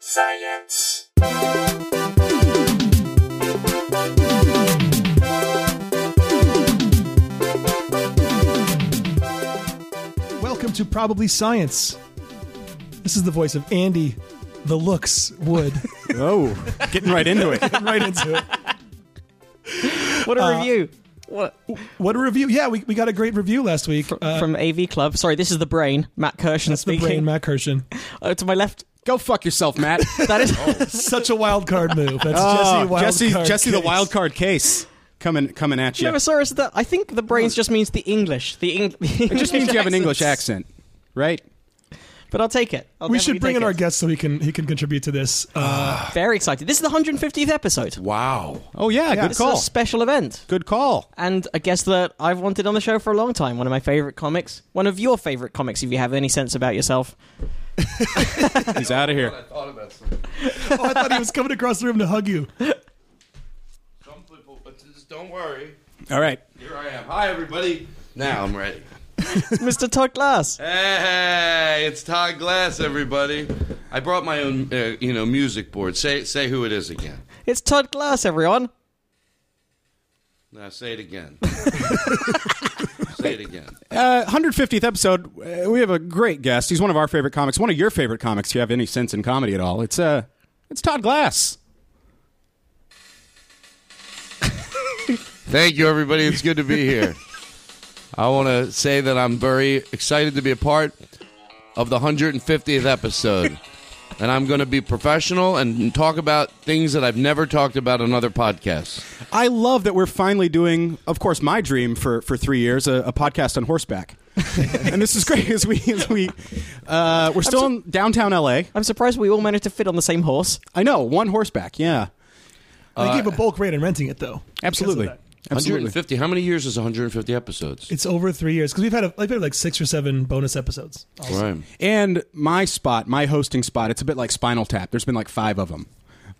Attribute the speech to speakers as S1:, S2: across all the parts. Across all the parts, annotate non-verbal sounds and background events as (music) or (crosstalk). S1: science.
S2: Welcome to Probably Science. This is the voice of Andy, the looks Wood.
S3: Oh, getting right into it.
S2: right into it.
S4: What a
S2: Uh,
S4: review. What
S2: What a review! Yeah, we, we got a great review last week. Uh,
S4: from AV Club. Sorry, this is the brain. Matt Kirshen
S2: that's the
S4: speaking.
S2: brain, Matt Kirshen.
S4: Uh, to my left.
S3: (laughs) Go fuck yourself, (laughs) Matt.
S4: That (laughs) is
S2: Such a wild card move. That's Jesse.
S3: Oh,
S2: Wild
S3: Jesse,
S2: card
S3: Jesse the
S2: case.
S3: wild card case coming coming at you.
S4: never saw us that I think the brains just means the English. The, Eng- (laughs) the English
S3: It just means you have an English
S4: accents.
S3: accent, right?
S4: But I'll take it. I'll
S2: We should
S4: definitely
S2: bring
S4: take
S2: in our
S4: it.
S2: guest so he can he can contribute to this. Uh,
S4: Very excited. This is the 150th episode.
S3: Wow. Oh yeah, good
S4: This
S3: call.
S4: is a special event.
S3: good call.
S4: And a guest that I've wanted on the show for a long time. One of my favorite comics. One of your favorite comics, if you have any sense
S2: (laughs)
S4: about yourself.
S3: He's out of here.
S5: thought about something.
S2: oh, (laughs) I thought he was coming across the room to hug you.
S5: Some people, but just don't worry.
S3: All right.
S5: Here I am. Hi, everybody. Now I'm ready.
S4: Mr. Todd Glass.
S5: Hey, it's Todd Glass, everybody. I brought my own, uh, you know, music board. Say, say who it is again.
S4: It's Todd Glass, everyone.
S5: Now say it again. say it again.
S3: Uh, 150th episode. uh, We have a great guest. He's one of our favorite comics. One of your favorite comics. If you have any sense in comedy at all, it's uh, it's Todd Glass.
S5: Thank you, everybody. It's good to be here. I want to say that I'm very excited to be a part of the 150th episode. And I'm going to be professional and talk about things that I've never talked about on other podcasts.
S3: I love that we're finally doing, of course, my dream for, for three years, a, a podcast on horseback. and this is great (laughs) as we as we uh, we're still in downtown LA.
S4: I'm surprised we all managed to fit on the same horse.
S3: I know one horseback. Yeah,
S2: they gave a bulk rate on renting it though. because of
S3: absolutely,
S2: that.
S3: absolutely.
S5: 150. How many years is 150 episodes?
S2: It's over three years because we've had a, we've had like six or seven bonus episodes.
S5: Right. Oh,
S3: And my spot, my hosting spot, it's a bit like Spinal Tap. There's been like five of them.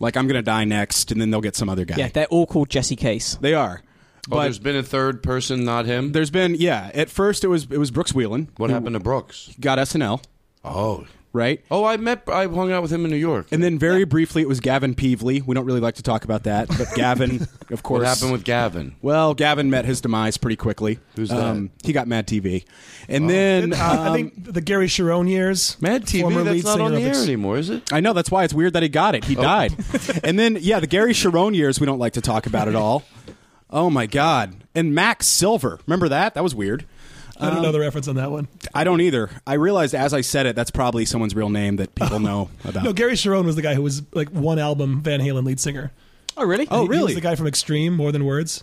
S3: Like I'm gonna die next, and then they'll get some other guy.
S4: Yeah, they're all called Jesse Case.
S3: they are.
S5: Oh,
S3: but
S5: there's been a third person, not him.
S3: there's been yeah. At first it was it was Brooks Wheelan.
S5: what happened to Brooks?
S3: Got SNL
S5: Oh.
S3: right.
S5: Oh, I met, I hung out with him in New York.
S3: And then very briefly, it was Gavin Peevely. We don't really like to talk about that, but Gavin, of course.
S5: What happened with Gavin?
S3: Well, Gavin met his demise pretty quickly.
S5: Who's that?
S3: um, He got Mad TV, and then
S2: Uh, I
S3: um,
S2: think the Gary Sharon years.
S5: Mad TV,
S2: former
S5: that's
S2: lead
S5: not
S2: singer
S5: on the
S2: of
S5: air
S2: Ex-
S5: anymore, is it?
S3: I know that's why it's weird that he got it. He died. and then yeah, the Gary Sharon years we don't like to talk about at all. Oh my god. And Max Silver. Remember that? That was weird.
S2: I don't know the reference on that one.
S3: I don't either. I realized as I said it that's probably someone's real name that people know about.
S2: No, Gary Sharon was the guy who was like one album Van Halen lead singer.
S4: Oh, really?
S2: He-
S3: Oh,
S2: He
S3: really?
S2: was the guy from Extreme, More Than Words.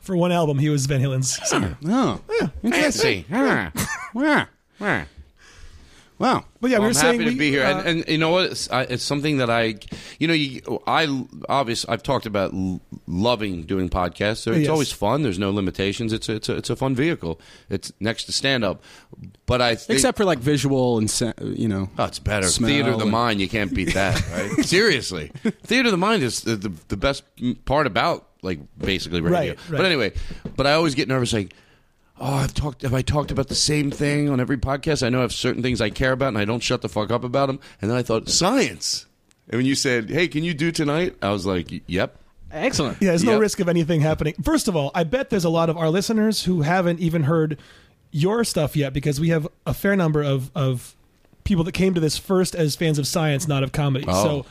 S2: For one album, he was Van Halen's singer.
S3: oh.
S5: (laughs) Fancy. Huh.
S3: Wow.
S5: Huh.
S3: Wow.
S2: But yeah, we
S5: Well,
S2: were
S5: I'm
S2: saying
S5: happy
S2: we-
S5: to be here,
S2: uh,
S5: and, and you know what? It's, I, it's something that I, you know, you, I obviously I've talked about l- loving doing podcasts. So It's
S2: Yes.
S5: always fun. There's no limitations. It's a, it's a, it's a fun vehicle. It's next to stand up, but I think,
S3: Except for like visual and sa- you know.
S5: Oh, it's better.
S3: smell
S5: Theater of the
S3: and-
S5: mind, you can't
S3: (laughs)
S5: beat that, right? Seriously. Theater of the mind is the, the, the best part about, like, basically radio.
S2: Right, right.
S5: But anyway, but I always get nervous, like, oh, I've talked, have I talked about the same thing on every podcast? I know I have certain things I care about and I don't shut the fuck up about them. And then I thought, science. And when you said, hey, can you do tonight? I was like, yep.
S4: Excellent.
S2: Yeah, there's no
S5: Yep.
S2: risk of anything happening. First of all, I bet there's a lot of our listeners who haven't even heard your stuff yet because we have a fair number of of people that came to this first as fans of science, not of comedy.
S5: Oh.
S2: So,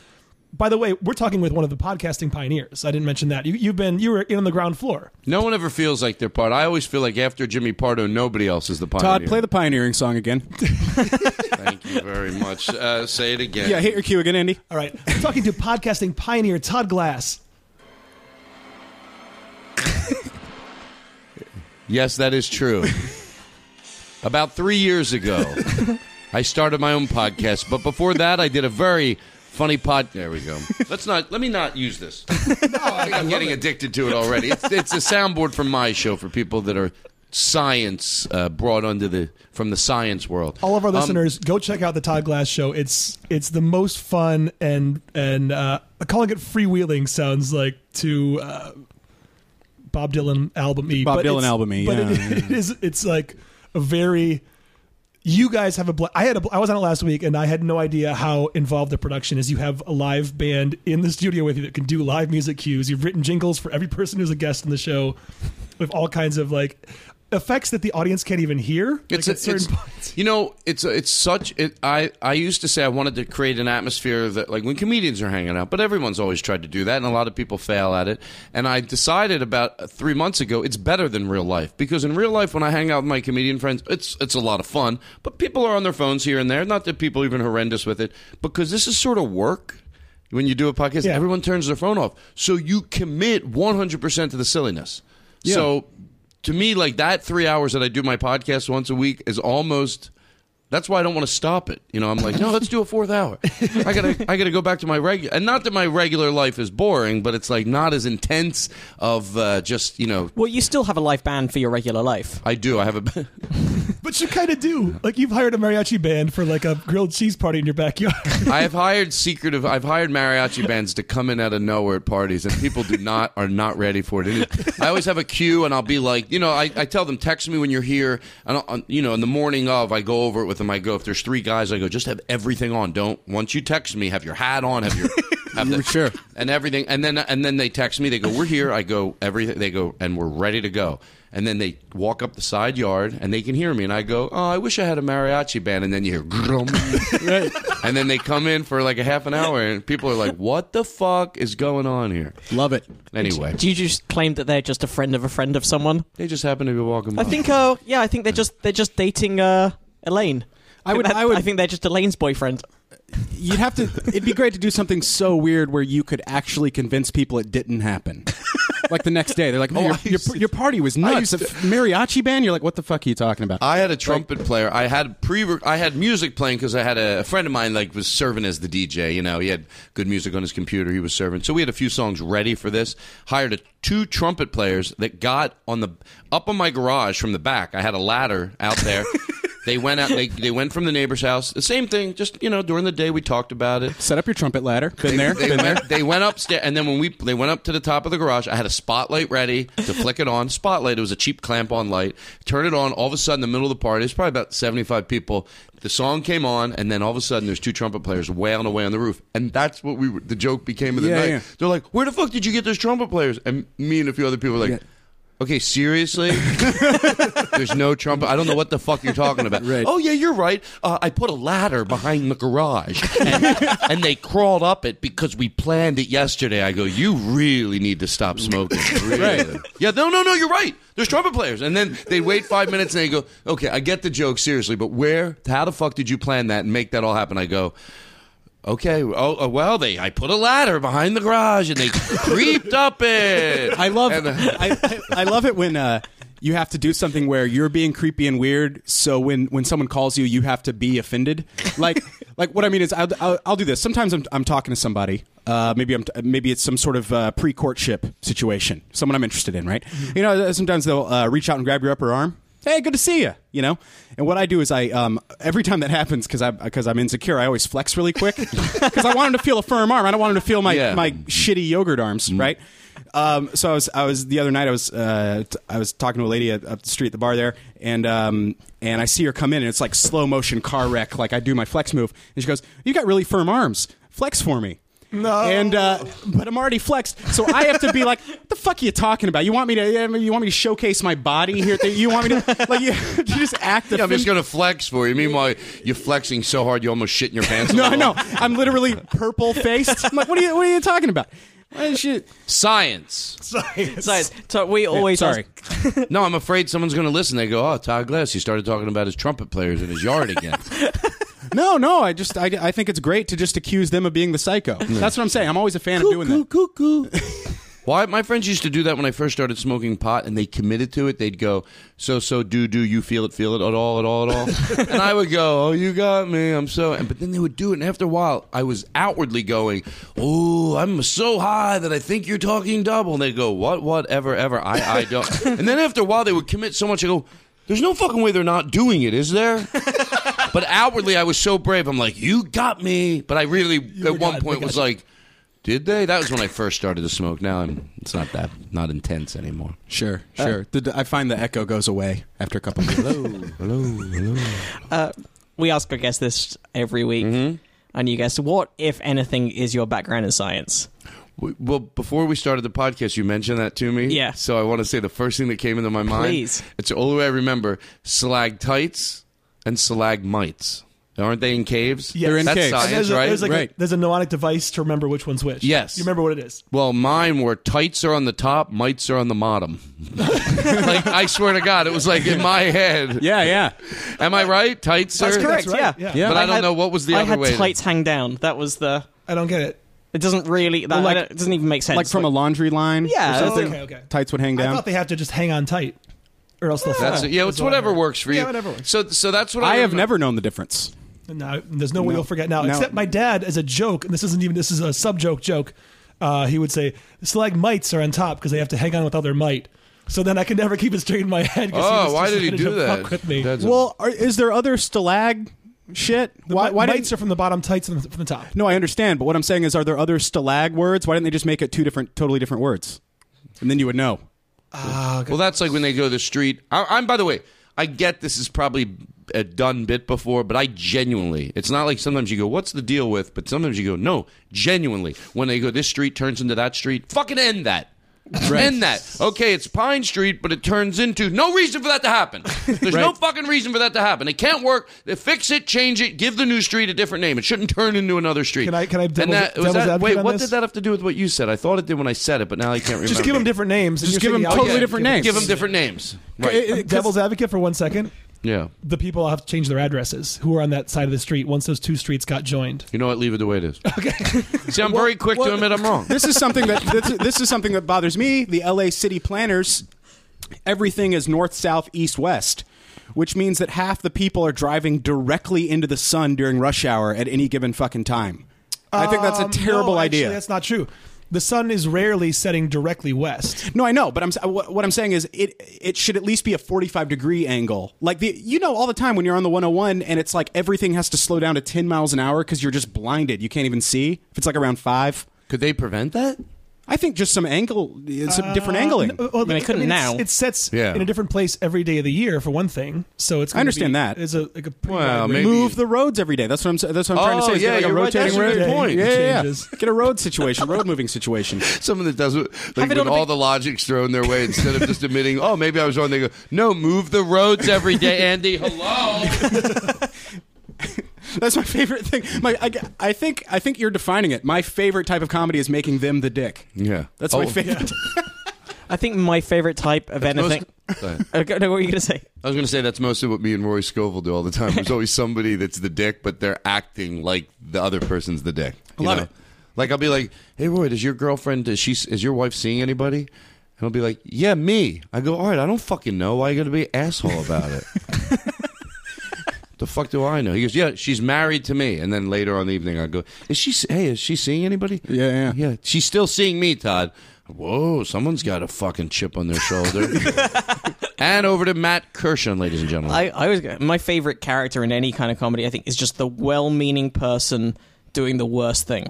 S2: by the way, we're talking with one of the podcasting pioneers. I didn't mention that. You, you've been you were in on the ground floor.
S5: No one ever feels like their part. I always feel like after Jimmy Pardo, nobody else is the pioneer.
S3: Todd, play the pioneering song again. (laughs)
S5: Thank you very much. Uh, say it again.
S3: yeah, hit your cue again, Andy.
S2: All right, I'm talking to (laughs) podcasting pioneer Todd Glass.
S5: Yes, that is true. About three years ago, I started my own podcast, but before that, I did a very funny pod. There we go. Let's not. Let me not use this. I think I'm getting addicted to it already. It's, it's a soundboard from my show for people that are science uh, brought under the from the science world.
S2: All of our
S5: Um,
S2: listeners, go check out the Todd Glass show. It's it's the most fun and and uh, calling it freewheeling sounds like to uh, Bob Dylan album E.
S3: Bob Dylan album-y,
S2: (laughs) But it-
S3: yeah, yeah.
S2: it is it's like a very you guys have a bla- I had a bl- I was on it last week and I had no idea how involved the production is. You have a live band in the studio with you that can do live music cues. You've written jingles for every person who's a guest in the show with all kinds of like effects that the audience can't even hear. like,
S5: It's, a-
S2: at certain
S5: it's-
S2: points.
S5: you know, it's a- it's such. It, I I used to say I wanted to create an atmosphere that like when comedians are hanging out, but everyone's always tried to do that, and a lot of people fail at it. And I decided about uh, three months ago, it's better than real life because in real life, when I hang out with my comedian friends, it's it's a lot of fun. But people are on their phones here and there. Not that people are even horrendous with it, because this is sort of work. When you do a podcast,
S2: Yeah.
S5: everyone turns their phone off, so you commit one hundred percent to the silliness. So to me, like that three hours that I do my podcast once a week is almost. That's why I don't want to stop it. You know, I'm like, no, let's do a fourth hour. I gotta, I gotta go back to my regular. And not that my regular life is boring, but it's like not as intense of uh, just you know.
S4: Well, you still have a live band for your regular life.
S5: I do. I have a.
S2: But you kind of do. Like you've hired a mariachi band for like a grilled cheese party in your backyard. (laughs)
S5: I have hired secretive. I've hired mariachi bands to come in out of nowhere at parties, and people do not are not ready for it. It is- I always have a cue, and I'll be like, you know, I, I tell them text me when you're here, and I'll, you know, in the morning of, I go over it with them. I go if there's three guys, I go just have everything on. Don't once you text me, have your hat on, have your have the,
S3: Sure.
S5: and everything, and then and then they text me. They go, we're here. I go everything. They go and we're ready to go. And then they walk up the side yard and they can hear me. And I go, oh, I wish I had a mariachi band. And then you hear, grum. and then they come in for like a half an hour and people are like, what the fuck is going on here?
S3: Love it.
S5: Anyway,
S4: Do you just claim that they're just a friend of a friend of someone?
S5: they just happen to be walking by.
S4: I think, uh, yeah, I think they're just they're just dating uh, Elaine.
S3: I would-
S4: That-
S3: I would-
S4: I think they're just Elaine's boyfriend.
S3: You'd have to. It'd be great to do something so weird where you could actually convince people it didn't
S5: (laughs)
S3: happen. Like the next day, they're like, "Oh, your, your, your party was nuts." A mariachi band. You're like, "What the fuck are you talking about?"
S5: I had a trumpet player. I had pre. I had music playing because I had a, a friend of mine like was serving as the DJ. You know, he had good music on his computer. He was serving, so we had a few songs ready for this. Hired a, two trumpet players that got on the up on my garage from the back. I had a ladder
S4: (laughs)
S5: out there. they went out. They, they went from the neighbor's house. The same thing. Just you know, during the day we talked about it.
S3: Set up your trumpet ladder. Been there.
S5: They
S3: been there.
S5: went, they went upstairs, and then when we they went up to the top of the garage, I had a spotlight ready to flick it on. Spotlight. It was a cheap clamp-on light. Turn it on. All of a sudden, in the middle of the party, there's probably about seventy-five people. The song came on, and then all of a sudden, there's two trumpet players wailing away on the roof, and that's what we were, the joke became of the
S3: Yeah,
S5: night.
S3: yeah.
S5: They're like, "Where the fuck did you get those trumpet players?" And me and a few other people were like. Okay, seriously?
S3: (laughs)
S5: There's no trumpet. I don't know what the fuck you're talking about.
S3: Right.
S5: Oh yeah, you're right. Uh, I put a ladder behind the garage, and, and they crawled up it because we planned it yesterday. I go, you really need to stop smoking. Really.
S3: (laughs) Right.
S5: Yeah. No, no, no. You're right. There's trumpet players, and then they wait five minutes, and they go, okay, I get the joke seriously, but where? How the fuck did you plan that and make that all happen? I go. Okay. Oh, uh, well, they. I put a ladder behind the garage, and they creeped up it.
S3: I love
S5: And, uh,
S3: I, I, I love it when uh, you have to do something where you're being creepy and weird. So when, when someone calls you, you have to be offended. Like (laughs) like what I mean is I'll, I'll, I'll do this. Sometimes I'm, I'm talking to somebody. Uh, maybe I'm maybe it's some sort of uh, pre courtship situation. Someone I'm interested in, right?
S5: Mm-hmm.
S3: You know, sometimes they'll uh, reach out and grab your upper arm. Hey, good to see you. You know, and what I do is I um, every time that happens because I because I'm insecure, I always flex really quick (laughs) because I want him to feel a firm arm. I don't want him to feel my
S5: Yeah.
S3: my shitty yogurt arms,
S5: Mm-hmm.
S3: right? Um, so I was, I was the other night. I was, uh, t- I was talking to a lady at, up the street at the bar there, and um, and I see her come in, and it's like slow motion car wreck. Like I do my flex move, and she goes, "You got really firm arms. Flex for me."
S2: No.
S3: And uh, but I'm already flexed, so I have to be like, "What the fuck are you talking about? You want me to? yeah, You want me to showcase my body here? You want me to like you, (laughs) you just act?
S5: Yeah, I'm just
S3: offended."
S5: gonna flex for you. Meanwhile, you're flexing so hard you almost shit in
S3: (laughs)
S5: your pants.
S3: No,
S5: (laughs)
S3: I know. I'm literally purple faced. I'm like, what are you? What are you talking about? Why is she-
S5: Science.
S4: So, (laughs) so we always
S3: Sorry.
S5: No, I'm afraid someone's gonna listen. They go, "Oh, Todd Glass, he started talking about his trumpet players in his yard
S3: (laughs)
S5: again."
S3: No, no. I just I, I think it's great to just accuse them of being the psycho. That's what I'm saying. I'm always a fan of doing that.
S5: Why? My friends used to do that when I first started smoking pot, and they committed to it. They'd go, "So, so, do, do, you feel it, feel it, at all, at all, at all," and I would go, "Oh, you got me, I'm so." And but then they would do it, and after a while, I was outwardly going, "Oh, I'm so high that I think you're talking double." And they go, "What? Whatever, ever, I, I don't." and then after a while, they would commit so much. I go, "There's no fucking way they're not doing it, is there?" But outwardly, I was so brave. I'm like, "You got me," but I really, at one
S2: got-
S5: point,
S2: they
S5: was
S2: got-
S5: like. Did they? That was when I first started to smoke. Now I'm, it's not that not intense anymore.
S3: Sure, sure. The- I find the echo goes away after a couple of
S4: We ask our guests this every week. And you guess what, if anything, is your background in science?
S5: W- Well, before we started the podcast, you mentioned that to me.
S4: Yeah.
S5: So I want to say the first thing that came into my mind.
S4: Please.
S5: It's the only way I remember stalactites and stalagmites. Aren't they in caves?
S2: Yes. They're
S3: in
S5: That's
S3: caves.
S5: Science,
S2: there's, a,
S5: right?
S2: there's like
S3: Right.
S2: a, there's a mnemonic device to remember which one's which.
S5: Yes.
S2: you remember what it is.
S5: Well, mine were tights are on the top, mites are on the
S2: (laughs)
S5: bottom. like I swear to God, it was like in my
S3: (laughs)
S5: head.
S3: Yeah, yeah.
S5: Am I right? Tights are.
S4: That's correct.
S2: right,
S4: Yeah.
S2: yeah.
S3: Yeah.
S5: But I, don't
S4: had-
S5: know what was the
S4: I
S5: other
S4: had
S5: way.
S4: tights hang down. That was the.
S2: I don't get it.
S4: It doesn't really. That, I
S3: like-
S4: don't- it doesn't even make sense.
S3: Like from a laundry line.
S4: Yeah,
S3: or
S4: that's-
S3: something.
S2: okay, okay.
S3: Tights would hang
S2: I
S3: down.
S2: thought they have to just hang on tight, or else they'll.
S5: That's
S2: fall.
S5: it. Yeah, it's
S2: Is what I
S5: whatever
S2: heard.
S5: works for you.
S2: Yeah, whatever works.
S5: So, so that's what I,
S3: I have
S5: remember.
S3: never known the difference.
S2: No, there's no, way you'll forget now.
S3: No.
S2: Except my dad, as a joke, and this isn't even this is a sub joke joke. Uh, he would say stalagmites are on top because they have to hang on with other might. So then I can never keep it straight in my head. 'cause
S5: Oh,
S2: was
S5: why
S2: just
S5: did he
S2: ready to
S5: do that?
S2: Fuck with me.
S5: That's a-
S3: Well, are, is there other stalag shit?
S2: The
S3: why?
S2: mi-
S3: Why
S2: mites
S3: did?
S2: are from the bottom, tights from the, from the top.
S3: No, I understand. But what I'm saying is, are there other stalag words? Why didn't they just make it two different, totally different words? And then you would know.
S5: Well, that's like when they go to the street. I, I'm, by the way, I get this is probably a done bit before, but I genuinely, it's not like sometimes you go, what's the deal with? But sometimes you go, no, genuinely, when they go, this street turns into that street, fucking end that. End that. Okay, it's Pine Street, but it turns into no reason for that to happen. There's no fucking reason for that to happen. It can't work. They fix it, change it, give the new street a different name. It shouldn't turn into another street.
S2: Can I- can I
S5: And
S2: devil's-
S5: that- was
S2: devil's
S5: that-
S2: advocate
S5: Wait,
S2: on
S5: what
S2: this?
S5: did that have to do with what you said? I thought it did when I said it, but now I can't remember.
S2: Just give them different names. and
S3: Just
S2: you're
S3: give 'em
S2: thinking, oh,
S3: totally
S2: yeah,
S3: different
S2: give 'em-
S3: names.
S5: Give them different names. Right.
S3: It- it- 'cause-
S2: Devil's advocate for one second.
S5: yeah.
S2: The people have to change their addresses who are on that side of the street once those two streets got joined.
S5: You know what? Leave it the way it is. Okay. (laughs) See, I'm very quick
S3: well-
S5: to admit I'm wrong.
S3: this is something that this, this is something that bothers me. The LA city planners, everything is north, south, east, west, which means that half the people are driving directly into the sun during rush hour at any given fucking time. I think that's a
S2: Um,
S3: terrible
S2: no, actually,
S3: idea.
S2: that's not true. The sun is rarely setting directly west.
S3: No, I know, but I'm s- what what I'm saying is it it should at least be a 45 degree angle. Like the you know all the time when you're on the 101 and it's like everything has to slow down to 10 miles an hour cuz you're just blinded. You can't even see. If it's like around 5,
S5: Could they prevent that?
S3: I think just some angle some different angling.
S2: Uh, well,
S4: mean, I couldn't
S2: it's-
S4: now.
S2: It sets
S5: Yeah.
S2: in a different place every day of the year for one thing, so it's. gonna
S3: understand
S2: be-
S3: that.
S2: It's a like a pretty
S5: Well,
S2: wide
S5: maybe-
S2: range.
S3: Move the roads every day. That's what I'm. s- That's what I'm trying to
S5: Oh,
S3: say. is get
S5: yeah,
S3: like a
S5: you're right.
S3: rotating
S5: That's a
S3: road.
S5: good point.
S3: Yeah, yeah, yeah.
S2: Changes.
S3: Get a road situation, road moving
S5: (laughs)
S3: situation.
S5: Someone that doesn't like
S4: it
S5: when
S4: on a
S5: all
S4: big-
S5: the logic's thrown their way instead of just admitting, oh, maybe I was wrong. They go, no, move the roads every day, Andy.
S3: (laughs)
S5: Hello.
S3: That's my favorite thing. My, I, I think, I think you're defining it. My favorite type of comedy is making them the dick.
S5: Yeah,
S3: That's
S5: Oh,
S3: my
S5: (laughs)
S3: favorite.
S4: I think my favorite type of
S5: most-
S4: anything. (laughs)
S5: Go ahead.
S4: Okay, no, what were you going to say?
S5: I was going to say that's mostly what me and Rory Scovel do all the
S3: (laughs)
S5: time. There's always somebody that's the dick, but they're acting like the other person's the dick. You
S3: Love
S5: know?
S3: it.
S5: Like I'll be like, "Hey Roy, does your girlfriend is she is your wife seeing anybody?" And I'll be like, "Yeah, me." I go, "All right, I don't fucking know. Why you got to be an asshole about
S3: (laughs)
S5: it?" the fuck do I know? He goes, "Yeah, she's married to me." And then later on the evening, I go, "Is she? Hey, is she seeing anybody?"
S3: Yeah, yeah.
S5: yeah. She's still seeing me, Todd. Whoa, someone's got a fucking chip on their shoulder.
S3: (laughs)
S5: and over to Matt Kirshen, ladies and gentlemen.
S4: I, I was my favorite character in any kind of comedy. I think is just the well-meaning person doing the worst thing.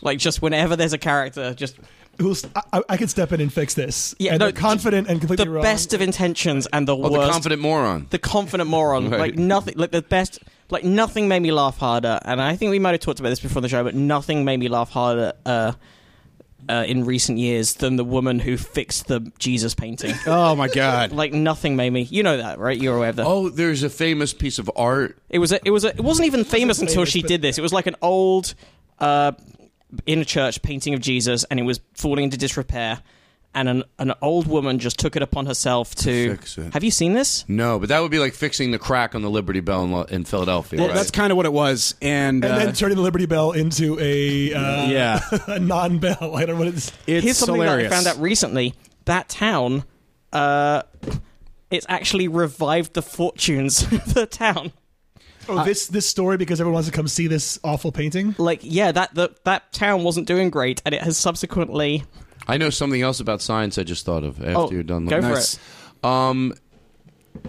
S4: Like just whenever there's a character, just
S2: Who's, I, I- I could step in and fix this.
S4: Yeah,
S2: and
S4: no,
S2: they're confident and completely
S4: the
S2: wrong.
S4: best of intentions and the
S5: oh,
S4: worst.
S5: the confident moron.
S4: the confident moron.
S5: Right.
S4: Like nothing. Like the best. Like nothing made me laugh harder. And I think we might have talked about this before on the show, but nothing made me laugh harder. Uh, uh, in recent years, than the woman who fixed the Jesus painting.
S3: oh my god.
S4: like nothing made me. You know that, right? You're aware of that.
S5: Oh, there's a famous piece of art.
S4: It was a, it was a, it wasn't even famous until
S2: famous,
S4: she
S2: but-
S4: did this. It was like an old uh, in a church painting of Jesus, and it was falling into disrepair. And an, an old woman just took it upon herself to.
S5: Fix it.
S4: Have you seen this?
S5: No, but that would be like fixing the crack on the Liberty Bell in, Lo- in Philadelphia.
S3: Well,
S5: right?
S3: that's kind of what it was, and,
S2: And
S3: uh,
S2: then turning the Liberty Bell into a uh,
S3: Yeah.
S2: (laughs) a non-bell. I don't know what it's.
S3: it's
S4: (laughs) Here's something
S3: hilarious.
S4: that I found out recently. That town, uh, it's actually revived the fortunes (laughs) of the town.
S2: Oh, this this story because everyone wants to come see this awful painting.
S4: Like, yeah, that the, that town wasn't doing great, and it has subsequently.
S5: I know something else about science I just thought of after
S4: Oh,
S5: you're done.
S4: go
S5: looking.
S4: for
S3: Nice.
S4: it.
S5: Um,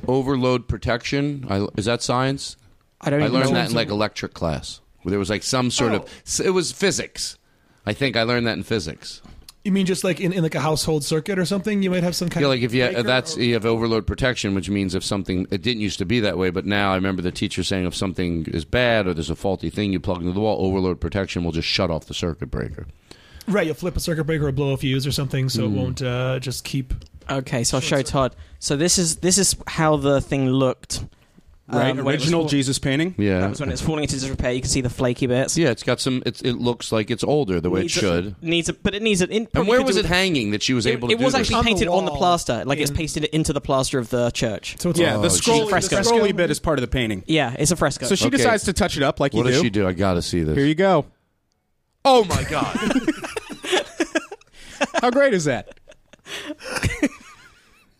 S5: overload protection. I, is that science?
S4: I don't.
S5: I
S4: even know Oh.
S5: learned that
S4: what's-
S5: in like electric class. Where there was like some sort of. It was physics. I think I learned that in physics.
S2: You mean just like in, in like a household circuit or something? You might have some kind
S5: Yeah,
S2: of
S5: like if you uh,
S2: breaker
S5: that's
S2: or-
S5: you have overload protection, which means if something it didn't used to be that way, but now I remember the teacher saying if something is bad or there's a faulty thing you plug into the wall, overload protection will just shut off the circuit breaker.
S2: right. You'll flip a circuit breaker or blow a fuse or something, so it
S5: Hmm.
S2: won't uh, just keep.
S4: Okay, so I'll show Todd. So this is this is how the thing looked.
S3: Right,
S4: Um, when it was
S3: original
S4: fall-
S3: Jesus painting.
S5: Yeah,
S4: That was when it's falling into disrepair. You can see the flaky bits.
S5: yeah, it's got some. It's, it looks like it's older the way
S4: Needs
S5: it
S4: a-
S5: should.
S4: needs a, but it needs an. In,
S5: And
S4: probably
S5: where
S4: could
S5: was
S4: do
S5: it
S4: with-
S5: hanging that she was
S4: It,
S5: able to
S4: it was
S5: do
S4: actually
S5: this?
S2: On the
S4: painted on the
S2: wall
S4: plaster, like it's
S2: in-
S4: pasted into the plaster of the church.
S2: So it's
S5: Oh,
S3: Yeah,
S2: all-
S3: the scroll, the
S4: Fresco.
S3: scrolly bit is part of the painting.
S4: Yeah, it's a fresco.
S3: So she
S5: Okay.
S3: decides to touch it up like
S5: What
S3: you
S5: does
S3: do.
S5: she do? I gotta see this.
S3: Here you go.
S5: oh my god!
S3: (laughs) How great is that?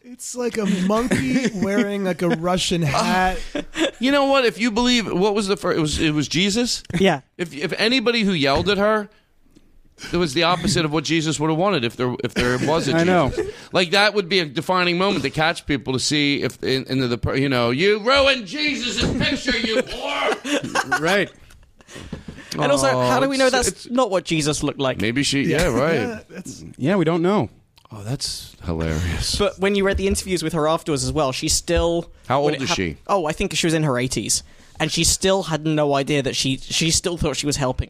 S2: It's like a
S3: (laughs)
S2: monkey wearing like a Russian
S3: Uh,
S2: hat.
S5: you know what? If you believe what was the first, it was it was Jesus.
S4: (laughs) yeah,
S5: If if anybody who yelled at her, it was the opposite of what Jesus would have wanted. If there if there was a
S3: (laughs) I know.
S5: Jesus. like that would be a defining moment to catch people to see if in, in the per- you know you ruined Jesus' picture, you whore.
S3: right.
S4: and also,
S5: Oh,
S4: how do we know
S5: it's-
S4: that's not what Jesus looked like?
S5: Maybe she. Yeah,
S3: Ah,
S5: right.
S3: Yeah, we don't know.
S5: Oh, that's hilarious.
S4: But when you read the interviews with her afterwards as well, she still.
S5: How
S4: when
S5: old
S4: it
S5: is
S4: hap-
S5: she?
S4: Oh, I think she was in her eighties, and she still had no idea that she she still thought she was helping.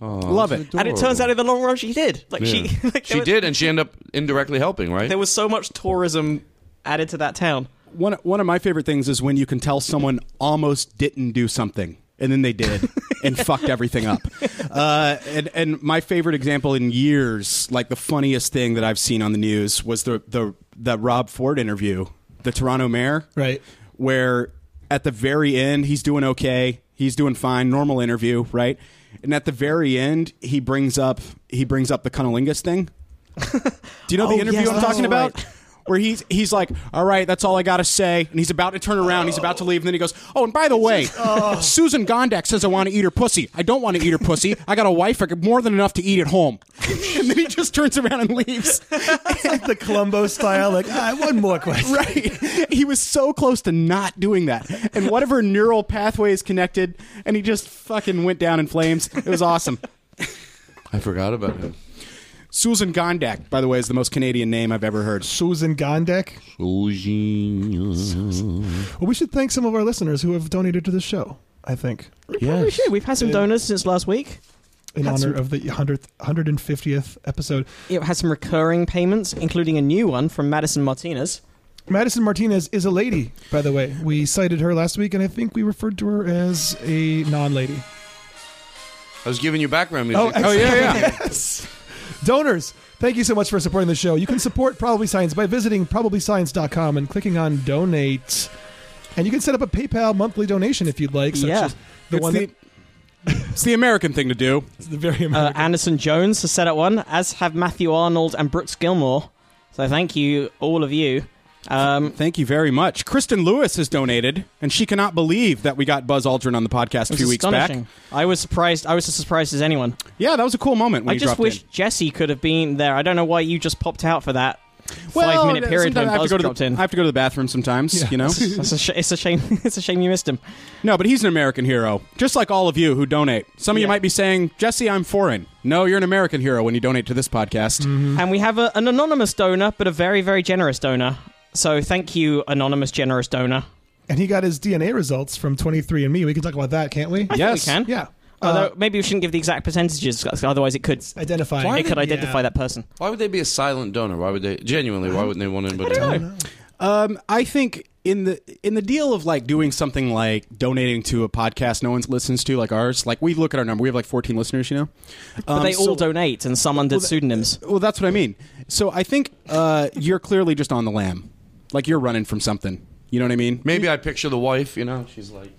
S3: Love it.
S4: And it turns out in the long run, she did. Like she, (laughs) like, there
S5: Oh. She
S4: was-
S5: did, and she ended up indirectly helping, right?
S4: There was so much tourism added to that town.
S3: One one of my favorite things is when you can tell someone almost didn't do something and then they did and fucked everything up. Uh, and and my favorite example in years, like the funniest thing that I've seen on the news was the the the Rob Ford interview, the Toronto mayor,
S2: Right.
S3: Where at the very end he's doing okay, he's doing fine, normal interview, right? And at the very end he brings up he brings up the cunnilingus thing. Do you know
S4: Oh,
S3: the interview
S4: yes,
S3: I'm
S4: that's
S3: talking about?
S4: right.
S3: Where he's he's like, all right, that's all I gotta say, and he's about to turn around, he's about to leave, and then he goes, oh, and by the
S4: (laughs)
S3: way,
S4: Oh.
S3: Susan Gondek says I want to eat her pussy. I don't want to eat her pussy. I got a wife, I got more than enough to eat at home. (laughs) and then he just turns around and leaves. (laughs)
S2: It's like the Columbo style. Like ah, one more question.
S3: right? He was so close to not doing that, and whatever neural pathway is connected, and he just fucking went down in flames. It was awesome.
S5: I forgot about him.
S3: Susan Gondek, by the way, is the most Canadian name I've ever heard.
S2: Susan Gondek. Well, we should thank some of our listeners who have donated to this show. I think
S4: Probably should. We've had some donors since last week.
S2: in
S4: That's-
S2: honor of the 100th, 150th episode.
S4: It had some recurring payments, including a new one from Madison Martinez.
S2: Madison Martinez is a lady, by the way. We cited her last week, and I think we referred to her as a non-lady.
S5: I was giving you background music.
S2: Oh, yeah, yeah. Donors, thank you so much for supporting the show. You can support Probably Science by visiting probablyscience.com and clicking on donate. And you can set up a PayPal monthly donation if you'd like. Such
S4: Yeah.
S2: as the
S3: It's
S2: one
S3: the- it's the American thing to do.
S2: that's the very
S4: Uh,
S2: American.
S4: Anderson Jones has set up one, as have Matthew Arnold and Brooks Gilmore. So thank you, all of you. Um,
S3: Thank you very much. Kristen Lewis has donated, and she cannot believe that we got Buzz Aldrin on the podcast a
S4: It's
S3: few weeks back.
S4: astonishing. I was surprised. I was as surprised as anyone.
S3: Yeah, that was a cool moment. When
S4: I
S3: he
S4: just
S3: dropped
S4: wish
S3: in.
S4: Jesse could have been there. I don't know why you just popped out for
S3: (laughs)
S4: that
S3: Well,
S4: five minute period when
S3: sometimes I have
S4: Buzz
S3: to go to
S4: dropped
S3: the,
S4: in.
S3: I have to go to the bathroom sometimes,
S2: Yeah.
S3: you
S4: (laughs)
S3: know.
S4: That's a sh- it's a shame. (laughs) it's a shame you missed him.
S3: no, but he's an American hero, just like all of you who donate. Some of you
S4: Yeah.
S3: might be saying, "Jesse, I'm foreign." No, you're an American hero when you donate to this podcast.
S4: And we have a, an anonymous donor, but a very very generous donor. So thank you, anonymous generous donor.
S2: and he got his DNA results from 23andMe. We can talk about that, can't we?
S4: I think
S3: Yes.
S4: we can.
S2: Yeah.
S4: Although
S2: Uh,
S4: maybe we shouldn't give the exact percentages, 'cause otherwise it could
S2: identifying.
S4: it could identify
S2: Yeah.
S4: that person.
S5: Why would they be a silent donor? Why would they genuinely? Why wouldn't they want anybody? to know?
S3: Um, I think in the in the deal of like doing something like donating to a podcast no one listens to, like ours, like we look at our number, we have like 14 listeners, you know.
S4: But
S3: Um,
S4: they all
S3: so-
S4: donate, and some under
S3: th-
S4: pseudonyms.
S3: Well, that's what I mean. So I think uh, you're clearly just on the lam, like you're running from something. You know what I mean?
S5: Maybe I picture the wife. You know, she's like,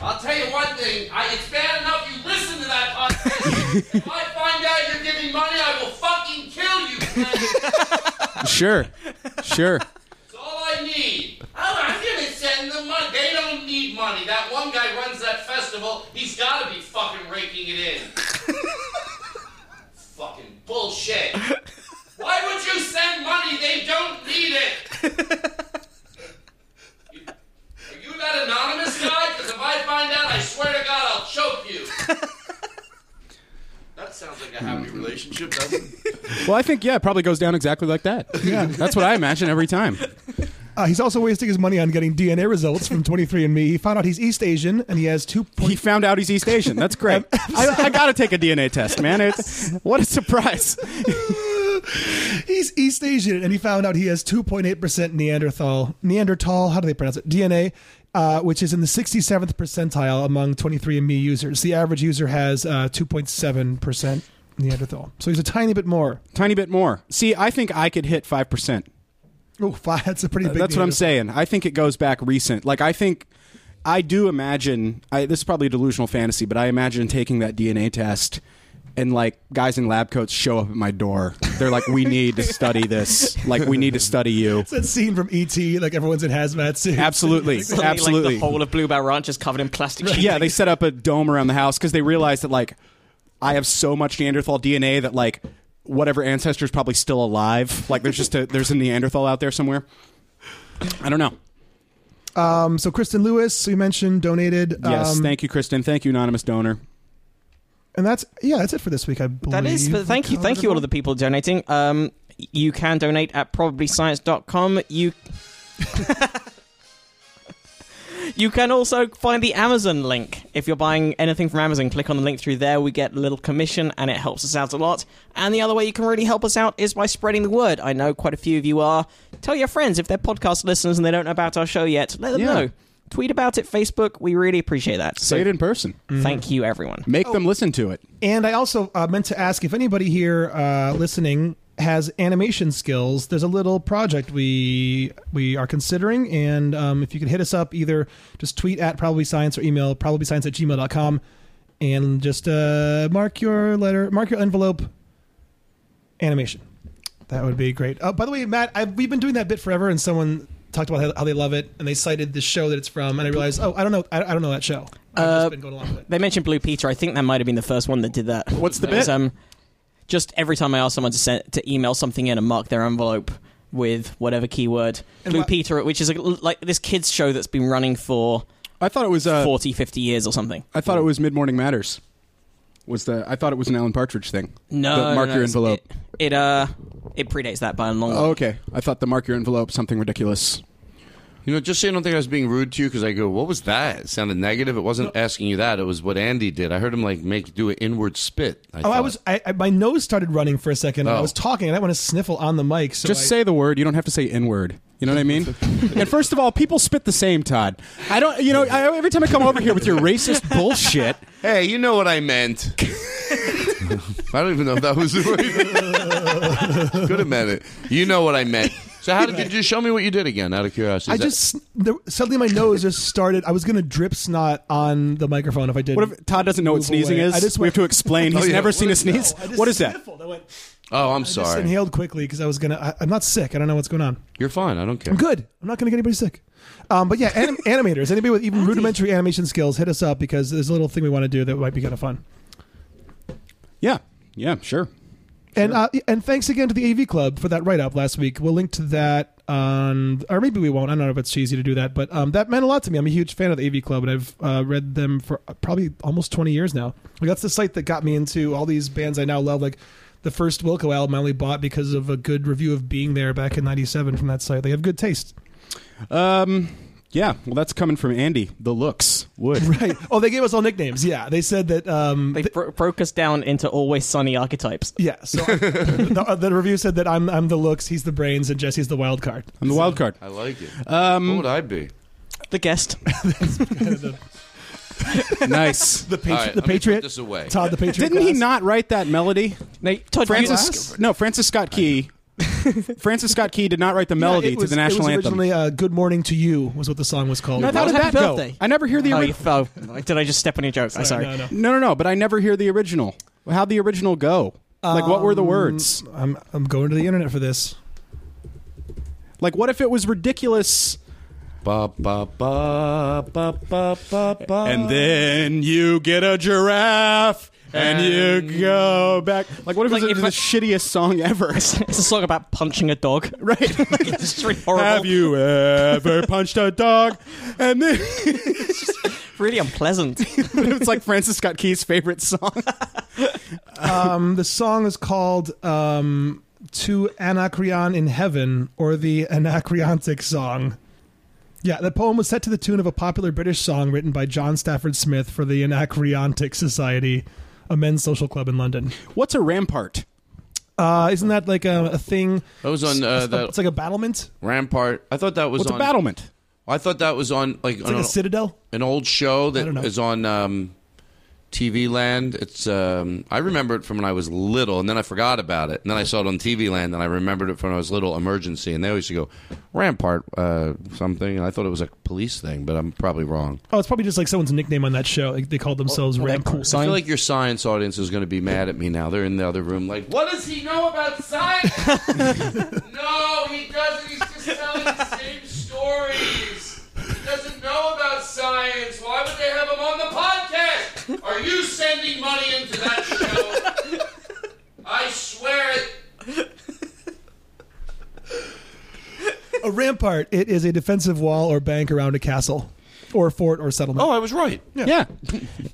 S5: "I'll tell you one thing. I, it's bad enough you listen to that podcast. if I find out you're giving money, I will fucking kill you. Glenn.
S3: Sure, sure.
S5: It's all I need. Oh, I'm gonna send them money. They don't need money. That one guy runs that festival. He's got to be fucking raking it in. (laughs) fucking bullshit. Why would you send money? They don't need it. (laughs) You- Are you that anonymous (laughs) guy? Because if I find out, I swear to God, I'll choke you. That's sounds like a happy relationship, doesn't it?
S3: Well, I think yeah, it probably goes down exactly like that. Yeah, that's what I imagine every time.
S2: Uh, he's also wasting his money on getting DNA results from 23andMe. He found out he's East Asian and he has two. (laughs)
S3: He found out he's East Asian. That's (laughs) great. I, I got to take a DNA test, man. It's what a surprise.
S2: He's East Asian and he found out he has 2.8% Neanderthal. Neanderthal, how do they pronounce it? DNA, uh, which is in the 67th percentile among 23andMe users. The average user has uh, 2.7% Neanderthal. So he's a tiny bit more.
S3: Tiny bit more. See, I think I could hit five percent.
S2: Oh, five, (laughs) that's a pretty big
S3: Uh, That's what I'm
S2: Neanderthal.
S3: saying. I think it goes back recent. Like I think I do imagine I, this is probably a delusional fantasy, but I imagine taking that DNA test and like guys in lab coats show up at my door. They're like, "We need to study this. Like we need to study
S4: (laughs)
S3: you."
S2: It's that scene from E.T., like everyone's in hazmat suits.
S3: Absolutely,
S4: Suddenly,
S3: absolutely.
S4: Like, the whole of Bluebell Ranch is covered in plastic sheeting.
S3: yeah, they set up a dome around the house because they realized that like I have so much Neanderthal DNA that like whatever ancestor is probably still alive. Like there's just a there's a Neanderthal out there somewhere. I don't know.
S2: Um, so Kristen Lewis, we mentioned, donated.
S3: Yes,
S2: um,
S3: thank you, Kristen. Thank you, anonymous donor.
S2: And that's, yeah, that's it for this week, I believe.
S4: That is, but thank you, thank you all of the people donating. Um, you can donate at probablyscience.com. You (laughs) You can also find the Amazon link. If you're buying anything from Amazon, click on the link through there. We get a little commission and it helps us out a lot. And the other way you can really help us out is by spreading the word. I know quite a few of you are. Tell your friends if they're podcast listeners and they don't know about our show yet, let them
S3: Yeah.
S4: know. Tweet about it, Facebook. We really appreciate that.
S3: Say
S4: So
S3: it in person.
S4: thank you, everyone.
S3: Make them listen to it.
S2: And I also uh, meant to ask if anybody here uh, listening has animation skills. There's a little project we we are considering, and um, if you could hit us up, either just tweet at probably science or email probably science at gmail.com and just uh, mark your letter, mark your envelope, animation. That would be great. Uh, by the way, Matt, I've, we've been doing that bit forever, and someone talked about how, how they love it, and they cited the show that it's from, and I realized, oh, I don't know, I, I don't know that show. I've
S4: Uh,
S2: just been going along with it.
S4: They mentioned Blue Peter. I think that might have been the first one that did that.
S3: What's the
S4: It was,
S3: bit?
S4: Um, just every time I ask someone to send, to email something in and mark their envelope with whatever keyword
S2: And
S4: Blue
S2: wha-
S4: Peter, which is a, like this kids show that's been running for
S3: I thought it was uh,
S4: 40, 50 years or something.
S3: I thought it was Mid Morning Matters. Was the I thought it was an Alan Partridge thing.
S4: No,
S3: the
S4: no,
S3: mark
S4: no,
S3: your
S4: it's-
S3: envelope.
S4: It, it, uh, it predates that by a long. way.
S3: oh, okay. I thought the mark your envelope something ridiculous.
S5: You know, just so you don't think I was being rude to you, because I go, "What was that?" It sounded negative. It wasn't asking you that. It was what Andy did. I heard him like make do an inward spit. I
S2: Oh, I
S5: thought.
S2: was. I, I my nose started running for a second. And I
S5: Oh.
S2: was talking, and I want to sniffle on the mic. So
S3: Just
S2: I-
S3: say the word. You don't have to say N word. You know what I mean? and first of all, people spit the same, Todd. I don't. You know, I, every time I come over here with your racist bullshit,
S5: Hey, you know what
S2: (laughs)
S5: I meant. I don't even know if that was the word. Could have meant it. You know what I meant. So how did you just show me what you did again? Out of curiosity,
S2: I
S5: Is that-
S2: just there, suddenly my nose just started. I was gonna drip snot on the microphone if I did.
S3: what if Todd doesn't know what
S2: Move
S3: sneezing
S2: away.
S3: is?
S2: I just
S3: we have
S2: went- oh,
S3: to explain. He's
S5: yeah.
S3: never
S5: What
S3: seen a sneeze.
S2: I just
S3: what is that?
S2: sniffled. I went.
S5: oh, I'm
S2: Just
S5: sorry.
S2: inhaled quickly because I was gonna. I, I'm not sick. I don't know what's going on.
S5: You're fine. I don't care.
S2: I'm good. I'm not gonna get anybody sick. Um, but yeah, anim- (laughs) animators. Anybody with even rudimentary animation skills, hit us up because there's a little thing we want to do that might be kind of fun.
S3: Yeah. Yeah. Sure.
S2: And uh, and thanks again to the AV Club for that write up last week. We'll link to that on, or maybe we won't. I don't know if it's cheesy to do that, but um, that meant a lot to me. I'm a huge fan of the AV Club, and I've uh, read them for probably almost 20 years now. Like that's the site that got me into all these bands I now love. Like the first Wilco album I only bought because of a good review of Being There back in '97 from that site. They have good taste,
S3: Um. Yeah. Well, that's coming from Andy. The looks would.
S2: (laughs) right? oh, they gave us all nicknames. Yeah, they said that. Um,
S4: They bro- broke us down into always sunny archetypes.
S2: yeah, so (laughs) I- the, uh, the review said that I'm I'm the looks, he's the brains, and Jesse's the wild card.
S3: I'm the wild card.
S5: I like it. Um, what would I be?
S4: The guest.
S3: nice.
S2: The, patri-
S5: All right,
S2: the
S5: let me put
S2: Patriot.
S5: this away.
S2: Todd the Patriot.
S3: Didn't he
S2: Glass.
S3: not write that melody?
S4: No, Todd, you,
S3: Francis. No, Francis Scott Key. (laughs) Francis Scott Key did not write the melody
S2: Yeah, it
S3: to
S2: was-
S3: the national
S2: it was
S3: anthem.
S2: originally, uh, "Good Morning to You" was what the song was called.
S4: No,
S3: How
S4: that was
S3: did
S4: Happy
S3: that go?
S4: Birthday.
S3: I never hear (laughs) the
S4: Oh,
S3: original.
S4: you fell. Did I just step on your jokes? I'm sorry.
S2: No, no.
S3: No, no, no. But I never hear the original. How would the original go? Like, what were the
S2: Um,
S3: words?
S2: I'm I'm going to the internet for this.
S3: Like, what if it was ridiculous?
S5: Ba ba ba ba ba ba ba.
S3: then you get a giraffe, and you go back. Like, what if
S4: Like,
S3: it was
S4: if
S3: the
S4: I-
S3: shittiest song ever?
S4: (laughs) It's a song about punching a dog.
S3: right.
S4: (laughs) it's just really horrible.
S3: Have you ever punched a dog? And then
S4: Really unpleasant.
S3: it's like Francis Scott Key's favorite song.
S2: Um, the song is called um, "To Anacreon in Heaven" or the Anacreontic Song. Yeah, the poem was set to the tune of a popular British song written by John Stafford Smith for the Anacreontic Society, a men's social club in London.
S3: What's a rampart?
S2: Uh, isn't that like a, a thing?
S5: That was on, uh,
S2: it's,
S5: that-
S2: it's like a battlement.
S5: Rampart. I thought that was
S3: What's
S5: on
S3: a battlement?
S5: I thought that was on like,
S2: It's
S5: on
S2: like a
S5: an-
S2: citadel.
S5: an old show
S2: don't know.
S5: that is on um, TV Land. It's um, I remember it from when I was little, and then I forgot about it, and then I saw it on TV Land, and I remembered it from when I was little. Emergency, and they always go Rampart uh, something, and I thought it was a police thing, but I'm probably wrong.
S2: Oh, it's probably just like someone's nickname on that show. Like, they called themselves Rampart.
S5: I feel like your science audience is going to be mad at me now. They're in the other room, like, what does he know about science? no, he doesn't. He's just telling the same stories. He doesn't know about science. Why would they have him on the podcast? Are you sending money into that show? I swear it.
S2: A rampart. It is a defensive wall or bank around a castle, or fort or settlement.
S5: Oh, I was right.
S3: Yeah.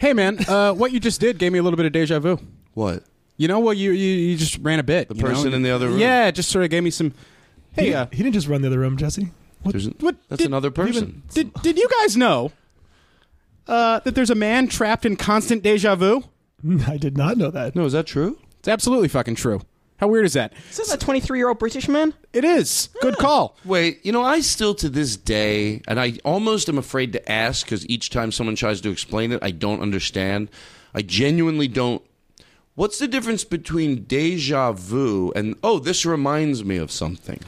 S3: hey, man, uh, what you just did gave me a little bit of deja vu.
S5: What?
S3: You know what? You you, you just ran a bit. The
S5: person in the other room?
S3: Yeah, it just sort of gave me some. Hey, uh,
S2: he didn't just run the other room, Jesse. (laughs) What?
S5: There's an-
S3: what?
S5: That's
S3: did-
S5: another person.
S3: Did did you guys know uh, that there's a man trapped in constant deja vu?
S2: I did not know Oh, that.
S5: No, is that true?
S3: It's absolutely fucking true. How weird is that?
S4: Is that a 23 year old British man?
S3: It is. Good call.
S5: Wait, you know, I still to this day, and I almost am afraid to ask because each time someone tries to explain it, I don't understand. I genuinely don't. What's the difference between deja vu and, oh, this reminds me of something?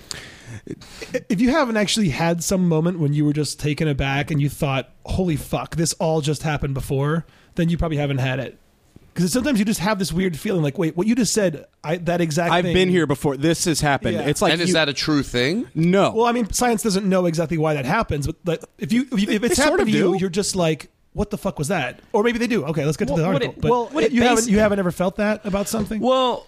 S2: If you haven't actually had some moment when you were just taken aback and you thought, "Holy fuck, this all just happened before," then you probably haven't had it. Because sometimes you just have this weird feeling, like, "Wait, what you just said? I that exact."
S3: I've
S2: thing-
S3: been here before. This has happened.
S2: Yeah.
S3: It's like
S5: and is
S3: you-
S5: that a true thing?
S3: no.
S2: Well, I mean, science doesn't know exactly why that happens, but like, if you if, you, if it's
S3: They sort
S2: happened
S3: of
S2: to you,
S3: do.
S2: you're just like, "What the fuck was that?" Or maybe they do. Okay, let's get to
S4: Well,
S2: the
S4: would
S2: article.
S4: it-
S2: but
S4: well, would it
S2: you haven't
S4: basi-
S2: you haven't ever felt that about something?
S5: Well,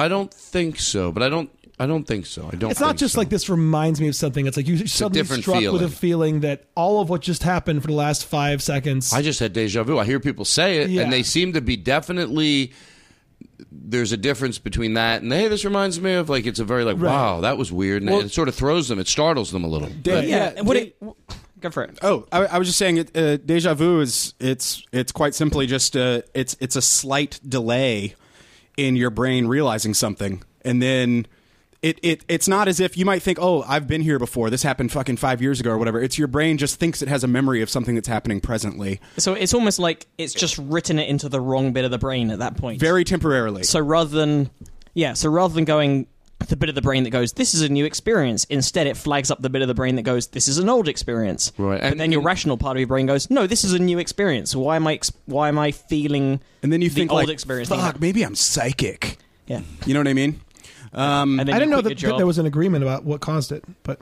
S5: I don't think so, but I don't. I don't think so. I don't.
S2: It's not
S5: think
S2: just
S5: so.
S2: like this reminds me of something. It's like you suddenly
S5: different
S2: struck with a
S5: feeling.
S2: feeling that all of what just happened for the last five seconds.
S5: I just had deja vu. I hear people say it,
S2: Yeah.
S5: and they seem to be definitely. There's a difference between that and hey, this reminds me of like it's a very like
S2: Right.
S5: wow that was weird, and it sort of throws them, it startles them a little.
S3: Da-
S5: But-
S3: yeah,
S4: Would
S3: da-
S4: it, w- go for it.
S3: Oh, I, I was just saying, it, uh, deja vu is it's it's quite simply just uh, it's it's a slight delay in your brain realizing something, and then it, it it's not as if you might think, oh, I've been here before. This happened fucking five years ago or whatever. It's your brain just thinks it has a memory of something that's happening presently,
S4: So it's almost like it's just written it into the wrong bit of the brain at that point.
S3: very temporarily.
S4: So rather than, yeah, so rather than going the bit of the brain that goes, this is a new experience, instead it flags up the bit of the brain that goes, this is an old experience.
S5: Right,
S4: And
S5: and-
S4: then your
S5: and-
S4: rational part of your brain goes, no, this is a new experience. Why am I, ex- why am I feeling
S3: and then you
S4: the
S3: think
S4: old
S3: like,
S4: experience? thing
S3: fuck, maybe I'm psychic.
S4: that-" yeah.
S3: You know what I mean?
S4: And then
S2: I
S4: you
S2: didn't know
S4: quit
S2: that,
S4: your
S2: that
S4: job.
S2: there was an agreement about what caused it, but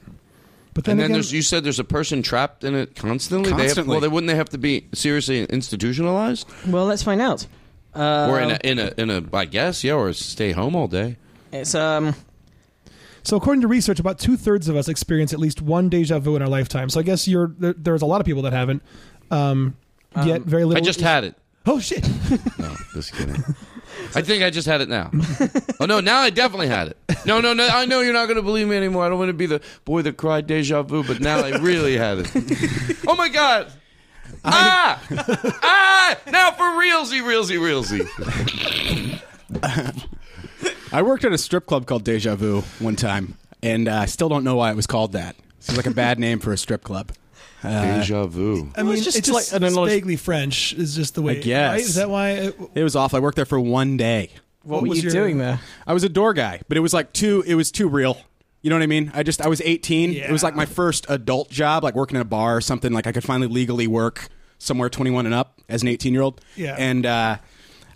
S2: but then
S5: And then
S2: again,
S5: there's, you said there's a person trapped in it constantly. They have,
S3: Constantly.
S5: well, they wouldn't they have to be seriously institutionalized
S4: Well, let's find out. Uh,
S5: or in a, in a in a I guess yeah, or stay home all day.
S4: it's um.
S2: so according to research, about two thirds of us experience at least one deja vu in our lifetime. So I guess you're there, there's a lot of people that haven't. Um, yet very
S5: I
S2: little.
S5: just had it.
S2: Oh shit!
S5: No, (laughs) just kidding. I think I just had it now. Oh no, now I definitely had it. No, no, no. I know you're not going to believe me anymore. I don't want to be the boy that cried deja vu, but now I really had (laughs) it. Oh my god. Ah! ah! Now for realsy, realsy, realsy.
S3: I worked at a strip club called Deja Vu one time, and uh, I still don't know why it was called that. Seems like a bad (laughs) name for a strip club.
S5: Deja vu.
S2: I
S4: Well,
S2: mean,
S4: (laughs) it's
S2: it's
S4: just
S2: just,
S4: like an analogy-
S2: vaguely French is just the way.
S3: I guess.
S2: right? is that why? It,
S3: It was awful. I worked there for one day.
S4: What, were
S2: was
S4: you
S2: your-
S4: doing there?
S3: I was a door guy, but it was like too. It was too real. You know what I mean? I just I was 18. It was
S2: Yeah.
S3: like my first adult job, like working in a bar or something. Like I could finally legally work somewhere 21 and up as an 18 year old.
S2: Yeah.
S3: And uh,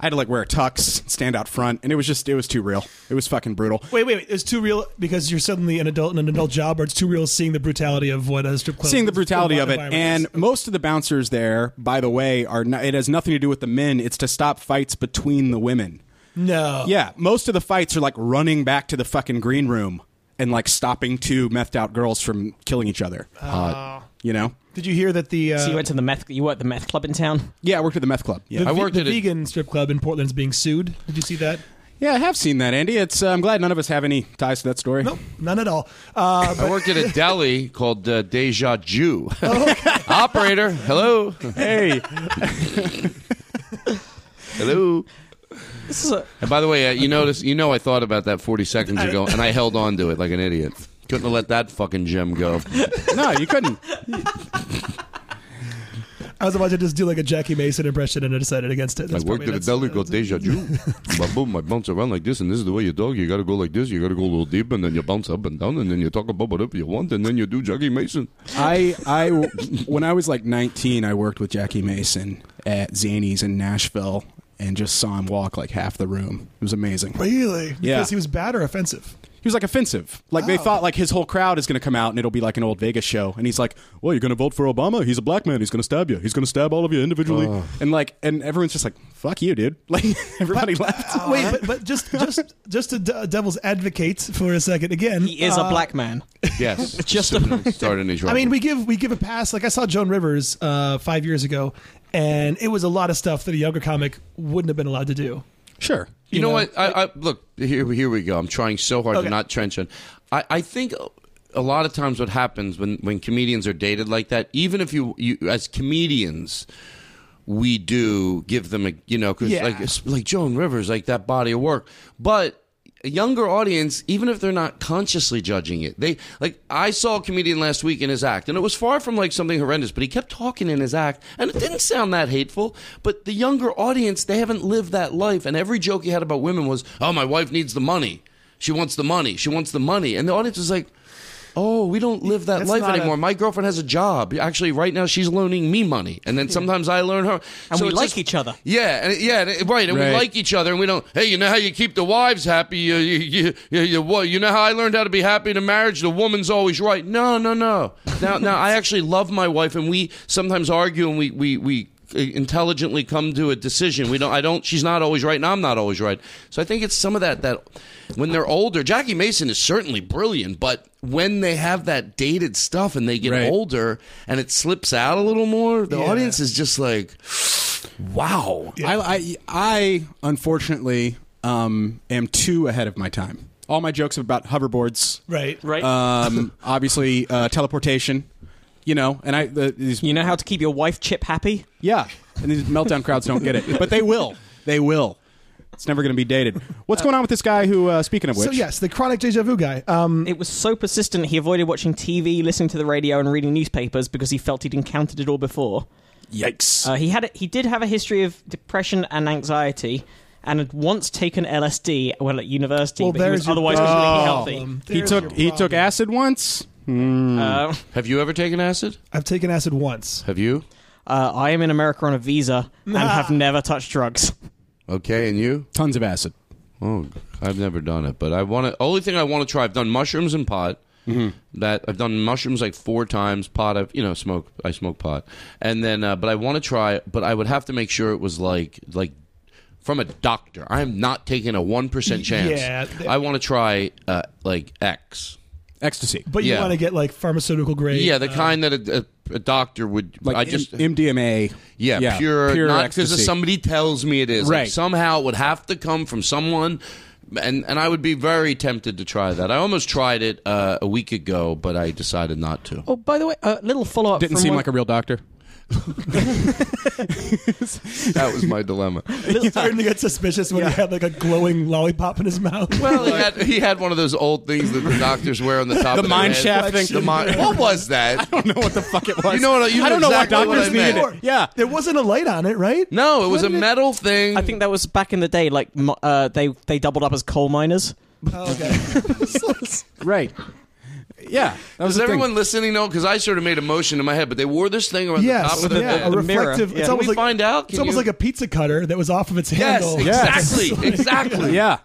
S3: I had to like wear a tux, stand out front, and it was just it was too real. It was fucking brutal.
S2: Wait, wait, wait. It's too real because you're suddenly an adult in an adult job, or it's too real seeing the brutality of what a strip club.
S3: seeing the brutality of it and
S2: environment is.
S3: most of the bouncers there by the way are not, it has nothing to do with the men it's to stop fights between the women
S2: no,
S3: yeah most of the fights are like running back to the fucking green room and like stopping two methed out girls from killing each other You know?
S2: Did you hear that the uh,
S4: So you went to the meth. You worked the meth club in town.
S3: Yeah, I worked at the meth club. Yeah,
S2: the,
S5: I
S2: ve-
S5: worked
S2: the
S5: at a-
S2: vegan strip club in Portland's being sued? Did you see that?
S3: yeah, I have seen that, Andy. It's uh, I'm glad none of us have any ties to that story.
S2: Nope, none at all. Uh,
S5: I worked at a deli called uh, Deja Jew. (laughs) Operator, hello,
S3: Hey,
S5: hello.
S4: This is a,
S5: And by the way, uh, you notice, you know, I thought about that 40 seconds ago, and I held on to it like an idiot. Couldn't have let that fucking gem go.
S3: no, you couldn't.
S2: I was about to just do like a Jackie Mason impression, and I decided against it.
S5: I
S2: That's probably-
S5: worked at a
S2: that's-
S5: deli called Deja Jew. my boom, my bounce around like this, and this is the way you dog. You got to go like this. You got to go a little deep, and then you bounce up and down, and then you talk about whatever you want, and then you do Jackie Mason.
S3: I, I, when I was like 19, I worked with Jackie Mason at Zanies in Nashville, and just saw him walk like half the room. It was amazing.
S2: Really? Because
S3: Yeah.
S2: he was bad or offensive.
S3: He was like offensive. Like
S2: Oh.
S3: they thought like his whole crowd is going to come out and it'll be like an old Vegas show. And he's like, "Well, you're going to vote for Obama. He's a black man. He's going to stab you. He's going to stab all of you individually."
S2: Oh.
S3: And like, and everyone's just like, "Fuck you, dude!" (laughs) Like everybody
S2: (laughs)
S3: left.
S2: Wait, but, Uh, but just just just to d- devil's advocate for a second again.
S4: (laughs) he is
S2: uh,
S4: a black man.
S5: (laughs) Yes,
S4: Just
S5: a start an
S2: I mean, we give we give a pass. Like I saw Joan Rivers uh, five years ago, and it was a lot of stuff that a younger comic wouldn't have been allowed to do.
S3: Sure.
S5: You, know, what? I, I look here. Here we go. I'm trying so hard
S2: Okay.
S5: to not trench on. I, I think a lot of times what happens when when comedians are dated like that, even if you, you as comedians. We do give them a you know 'cause
S2: Yeah.
S5: like it's like Joan Rivers like that body of work, but a younger audience even if they're not consciously judging it they like I saw a comedian last week in his act and it was far from like something horrendous but he kept talking in his act and it didn't sound that hateful but the younger audience they haven't lived that life and every joke he had about women was oh my wife needs the money she wants the money she wants the money and the audience was like Oh, we don't live that
S2: That's
S5: life
S2: not a-
S5: anymore. My girlfriend has a job. Actually, right now she's loaning me money, and then sometimes I loan her.
S4: Hmm. And we
S5: it's
S4: like each other.
S5: Yeah, and, yeah, and, it- right. And
S3: Right.
S5: we like each other, and we don't. Hey, you know how you keep the wives happy? You, you, you, you, you, what- you know how I learned how to be happy in a marriage? The woman's always right. No, no, no. Now, now I actually love my wife, and we sometimes argue, and we we we uh, intelligently come to a decision. We don't. I don't. She's not always right, and I'm not always right. So I think it's some of that that when they're older, Jackie Mason is certainly brilliant, but when they have that dated stuff and they get
S3: Right.
S5: older and it slips out a little more, the
S2: Yeah.
S5: audience is just like, wow.
S3: I, I, I unfortunately um, am too ahead of my time. All my jokes are about hoverboards,
S2: Right.
S4: Right.
S3: um, obviously uh, teleportation. You know, and I the, these
S4: you know how to keep your wife chip happy?
S3: Yeah, and these meltdown crowds don't get it, but they will. They will. It's never going to be dated. What's going on with this guy who? Uh, speaking of which,
S2: So yes, the chronic deja vu guy. Um,
S4: It was so persistent he avoided watching TV, listening to the radio, and reading newspapers because he felt he'd encountered it all before.
S3: yikes!
S4: Uh, he had a, he did have a history of depression and anxiety, and had once taken LSD while at university,
S2: Well,
S4: but he
S2: there's
S4: was
S2: your
S4: otherwise completely healthy.
S2: problem. Um,
S3: he
S2: There's
S3: took
S2: your
S3: he took
S2: problem.
S3: acid once.
S4: Uh,
S5: Have you ever taken acid?
S2: I've taken acid once.
S5: Have you?
S4: uh, I am in America on a visa and have never touched drugs.
S5: Okay, and you?
S3: Tons of acid.
S5: Oh, I've never done it, but I want to. Only thing I want to try. I've done mushrooms and pot.
S2: Mm-hmm.
S5: That I've done mushrooms like four times. Pot. I've you know smoke. I smoke pot, and then uh, but I want to try. But I would have to make sure it was like like from a doctor. I am not taking a one percent chance.
S2: Yeah.
S5: I want to try uh, like X.
S3: Ecstasy,
S2: But you
S5: Yeah.
S2: want to get like pharmaceutical grade.
S5: Yeah,
S2: (laughs)
S5: the
S2: uh,
S5: kind that a, a, a doctor would.
S3: like
S5: I just
S3: M- MDMA.
S5: Yeah, pure, not because
S3: ecstasy.
S5: somebody tells me it is. Like,
S3: Right.
S5: somehow it would have to come from someone, and and I would be very tempted to try that. I almost tried it uh, a week ago, but I decided not to.
S4: Oh, by the way, a little follow up.
S3: Didn't seem like a real doctor.
S5: (laughs) That was my dilemma.
S2: It's starting to get suspicious when he had like a glowing lollipop in his mouth.
S5: (laughs) Well, he had, he had one of those old things that the doctors wear on the top.
S3: The
S5: of
S3: mine
S5: their
S3: shaft
S5: head.
S3: thing.
S5: The mine, what was that?
S3: I don't know (laughs) what the fuck (laughs) it was.
S5: You know what I- you
S3: I don't
S5: know
S3: know
S5: exactly
S3: what
S5: what I
S3: doctors
S5: meant.
S3: needed. Yeah,
S2: There wasn't a light on it, right?
S5: No, it was a
S2: did it-
S5: metal thing.
S4: I think that was back in the day. Like mo- uh, they they doubled up as coal miners.
S2: Oh, (laughs) okay.
S3: right. Yeah, that was
S5: Does
S3: the thing.
S5: everyone listening know? Because I sort of made a motion in my head, but they wore this thing around the top
S2: yes,
S5: of their
S2: yeah,
S5: head.
S2: a
S4: the mirror.
S2: reflective.
S4: Yeah.
S2: It's
S4: Can
S2: almost
S5: we
S2: like
S5: find out?
S2: It's
S5: Can
S2: almost
S5: you-
S2: like a pizza cutter that was off of its
S5: Yes,
S2: handle.
S3: Yes.
S2: (laughs)
S5: exactly,
S3: (laughs)
S5: exactly.
S3: Yeah.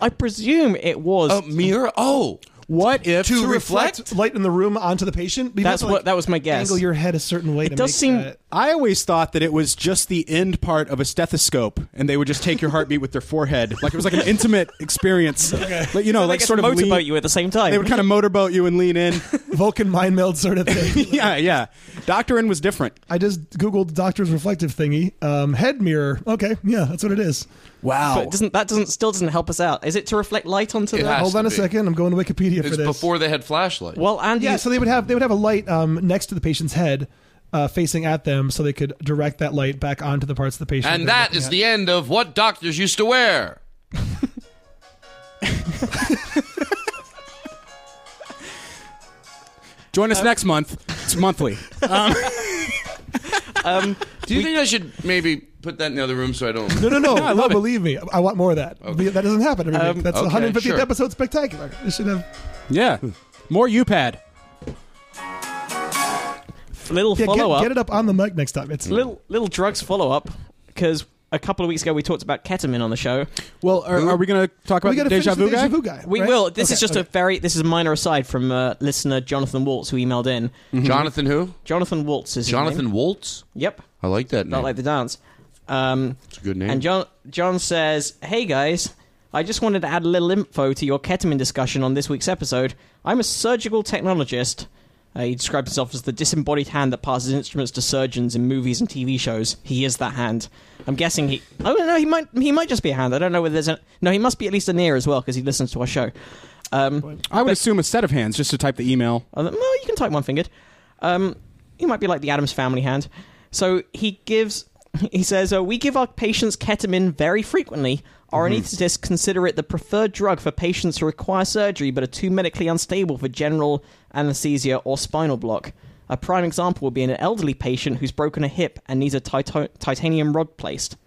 S4: I presume it was.
S5: A mirror. Oh,
S3: What if
S5: to
S2: Reflect
S5: reflect.
S2: light in the room onto the patient. You
S4: That's
S2: have to,
S4: what- that was my guess.
S2: Angle your head a certain way. It to
S4: does
S2: make
S4: seem-
S2: that-
S3: I always thought that it was just the end part of a stethoscope, and they would just take your heartbeat with their forehead, like it was like an
S4: (laughs)
S3: intimate experience. Like, you know,
S4: They
S3: like
S2: Oh,
S4: guess
S3: sort of
S4: motorboat
S3: lean,
S4: you at the same time. (laughs)
S3: They would kind of motorboat you and lean in. (laughs)
S2: Vulcan mind meld sort of thing.
S3: yeah, yeah. Doctorin was different.
S2: I just googled doctor's reflective thingy. Um, head mirror. Okay, yeah, that's what it is.
S3: Wow.
S4: But it doesn't that doesn't still doesn't help us out? Is it to reflect light onto
S5: It
S4: the?
S5: has-
S2: Hold on a
S5: to be.
S2: second. I'm going to Wikipedia for
S5: It's
S2: this.
S5: before they had flashlights.
S4: Well, and
S2: yeah,
S4: you-
S2: so they would have they would have a light um, next to the patient's head, uh, facing at them, so they could direct that light back onto the parts of the patient.
S5: and
S2: they're
S5: that
S2: looking
S5: is
S2: at.
S5: the end of what doctors used to wear.
S3: Join
S4: Uh,
S3: us next month. It's
S4: (laughs)
S3: monthly.
S5: Do you think I should maybe put that in the other room so I don't?
S2: No, no,
S3: (laughs)
S2: no. no, believe me. I want more of that. That doesn't happen every
S3: Um,
S2: week. That's
S5: okay,
S2: the 150th
S5: sure.
S2: episode spectacular. They should have.
S3: yeah. More UPAD.
S4: little
S2: Yeah,
S4: follow
S2: get,
S4: up,
S2: get it up on the mic next time. It's
S4: little little drugs follow up, because a couple of weeks ago we talked about ketamine on the show.
S3: Well, are, are we going to talk about
S2: we got
S3: the
S2: to finish
S3: deja
S2: the
S3: vu guy?
S2: deja vu guy.
S4: We
S2: right?
S4: will. This
S2: Okay,
S4: is just
S2: okay.
S4: a very this is a minor aside from uh, listener Jonathan Waltz who emailed in.
S5: (laughs) Jonathan (laughs) who?
S4: Jonathan Waltz is his name.
S5: Mm. Jonathan Waltz.
S4: Yep,
S5: I like that
S4: not
S5: name.
S4: like the dance. Um,
S5: It's a good name.
S4: And John John says, "Hey guys, I just wanted to add a little info to your ketamine discussion on this week's episode. I'm a surgical technologist." Uh, he describes himself as the disembodied hand that passes instruments to surgeons in movies and TV shows. He is that hand. I'm guessing he. Oh no, he might. He might just be a hand. I don't know whether there's a. No, he must be at least an ear as well because he listens to our show. Um,
S3: I would assume a set of hands just to type the email.
S4: I thought, well, you can type one fingered. Um, you might be like the Adams family hand. So he gives, (laughs) he says, uh, we give our patients ketamine very frequently. Our anesthetists consider it the preferred drug for patients who require surgery but are too medically unstable for general anesthesia or spinal block. A prime example would be an elderly patient who's broken a hip and needs a tito- titanium rod placed.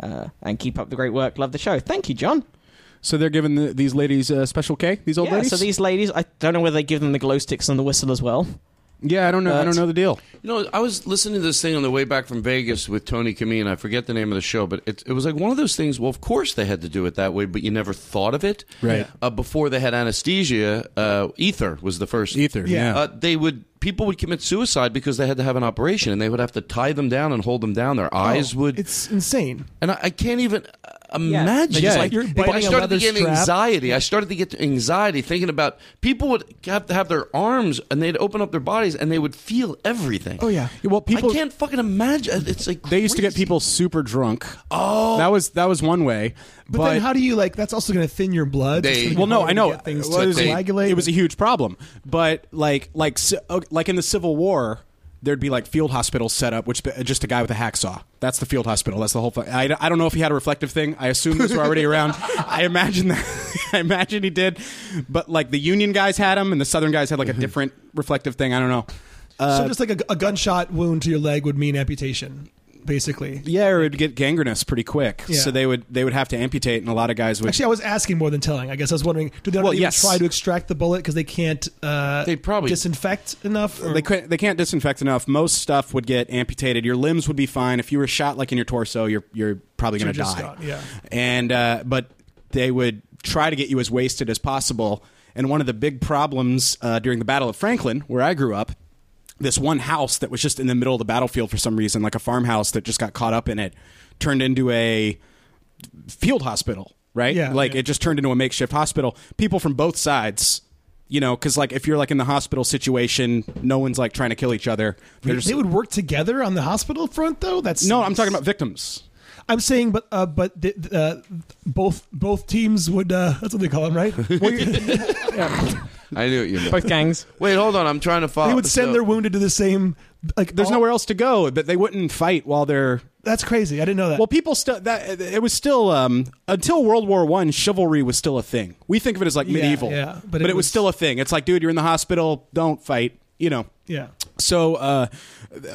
S4: Uh, and keep up the great work. Love the show. Thank you, John.
S3: So they're giving the, these ladies uh, special K. These old
S4: Yeah,
S3: ladies.
S4: so these ladies, I don't know whether they give them the glow sticks and the whistle as well.
S3: yeah, I don't know. I
S4: But-
S3: don't know the deal.
S5: You know, I was listening to this thing on the way back from Vegas with Tony Kameen. I forget the name of the show, but it, it was like one of those things. Well, of course they had to do it that way, but you never thought of it.
S3: Right.
S5: Uh, before they had anesthesia, uh, ether was the first.
S3: Ether, Yeah. yeah.
S5: Uh, they would people would commit suicide because they had to have an operation, and they would have to tie them down and hold them down. Their eyes would.
S2: It's insane.
S5: and I, I can't even uh, imagine.
S2: just
S3: Yeah.
S2: like you're
S5: But
S2: biting
S5: I
S2: a
S5: started to
S2: leather
S5: get
S2: strap.
S5: anxiety. I started to get anxiety thinking about people would have to have their arms and they'd open up their bodies and they would feel everything.
S2: Oh yeah.
S3: Well, people
S5: I can't fucking imagine. It's like
S3: they used to get
S5: crazy.
S3: people super drunk. Oh, that was that was one way.
S2: But, then, how do you like? That's also going to thin your blood.
S5: They-
S2: It's gonna be
S3: well, no,
S2: harder
S3: I
S2: to
S3: know
S2: get Things
S3: Well,
S2: to
S3: it, was a-
S2: coagulate.
S3: it was a huge problem. But like, like, ci- uh, like in the Civil War, there'd be like field hospitals set up, which uh, just a guy with a hacksaw. That's the field hospital. That's the whole. thing. I, I don't know if he had a reflective thing. I assume those were
S2: (laughs)
S3: already around. I imagine that. (laughs) I imagine he did. But like the Union guys had them, and the Southern guys had like a
S2: Mm-hmm.
S3: different reflective thing. I don't know.
S2: so just like a, a gunshot wound to your leg would mean amputation, basically.
S3: Yeah, or it'd get gangrenous pretty quick.
S2: Yeah.
S3: So they would they would have to amputate, and a lot of guys would.
S2: Actually, I was asking more than telling. I guess I was wondering, do they not
S3: Well,
S2: even
S3: yes.
S2: try to extract the bullet because they can't? Uh,
S5: They probably-
S2: disinfect enough. or-
S3: they can't, they can't disinfect enough. Most stuff would get amputated. Your limbs would be fine. If you were shot like in your torso, you're you're probably going to
S2: You're just
S3: die.
S2: gone, yeah.
S3: And uh, but they would try to get you as wasted as possible. And one of the big problems uh, during the Battle of Franklin, where I grew up, this one house that was just in the middle of the battlefield for some reason, like a farmhouse that just got caught up in it, turned into a field hospital, right?
S2: Yeah.
S3: Like
S2: Yeah.
S3: it just turned into a makeshift hospital. People from both sides, you know, because like if you're like in the hospital situation, no one's like trying to kill each other. They're just-
S2: they would work together on the hospital front, though. That's
S3: no, I'm talking about victims.
S2: I'm saying, but uh, but the, uh, both both teams would. Uh, that's what they call them,
S5: (laughs)
S2: right? they
S5: I knew what you meant.
S4: Both gangs.
S5: Wait, hold on. I'm trying to follow.
S2: would send
S5: so-
S2: their wounded to the same. Like
S3: (laughs) There's
S2: all-
S3: nowhere else to go, but they wouldn't fight while they're.
S2: That's crazy. I didn't know that.
S3: Well, people still that it was still um, until World War One, chivalry was still a thing. We think of it as like
S2: Yeah,
S3: medieval,
S2: yeah, but
S3: but
S2: it
S3: it was
S2: was-
S3: still a thing. It's like, dude, you're in the hospital, don't fight. You know,
S2: yeah.
S3: So uh,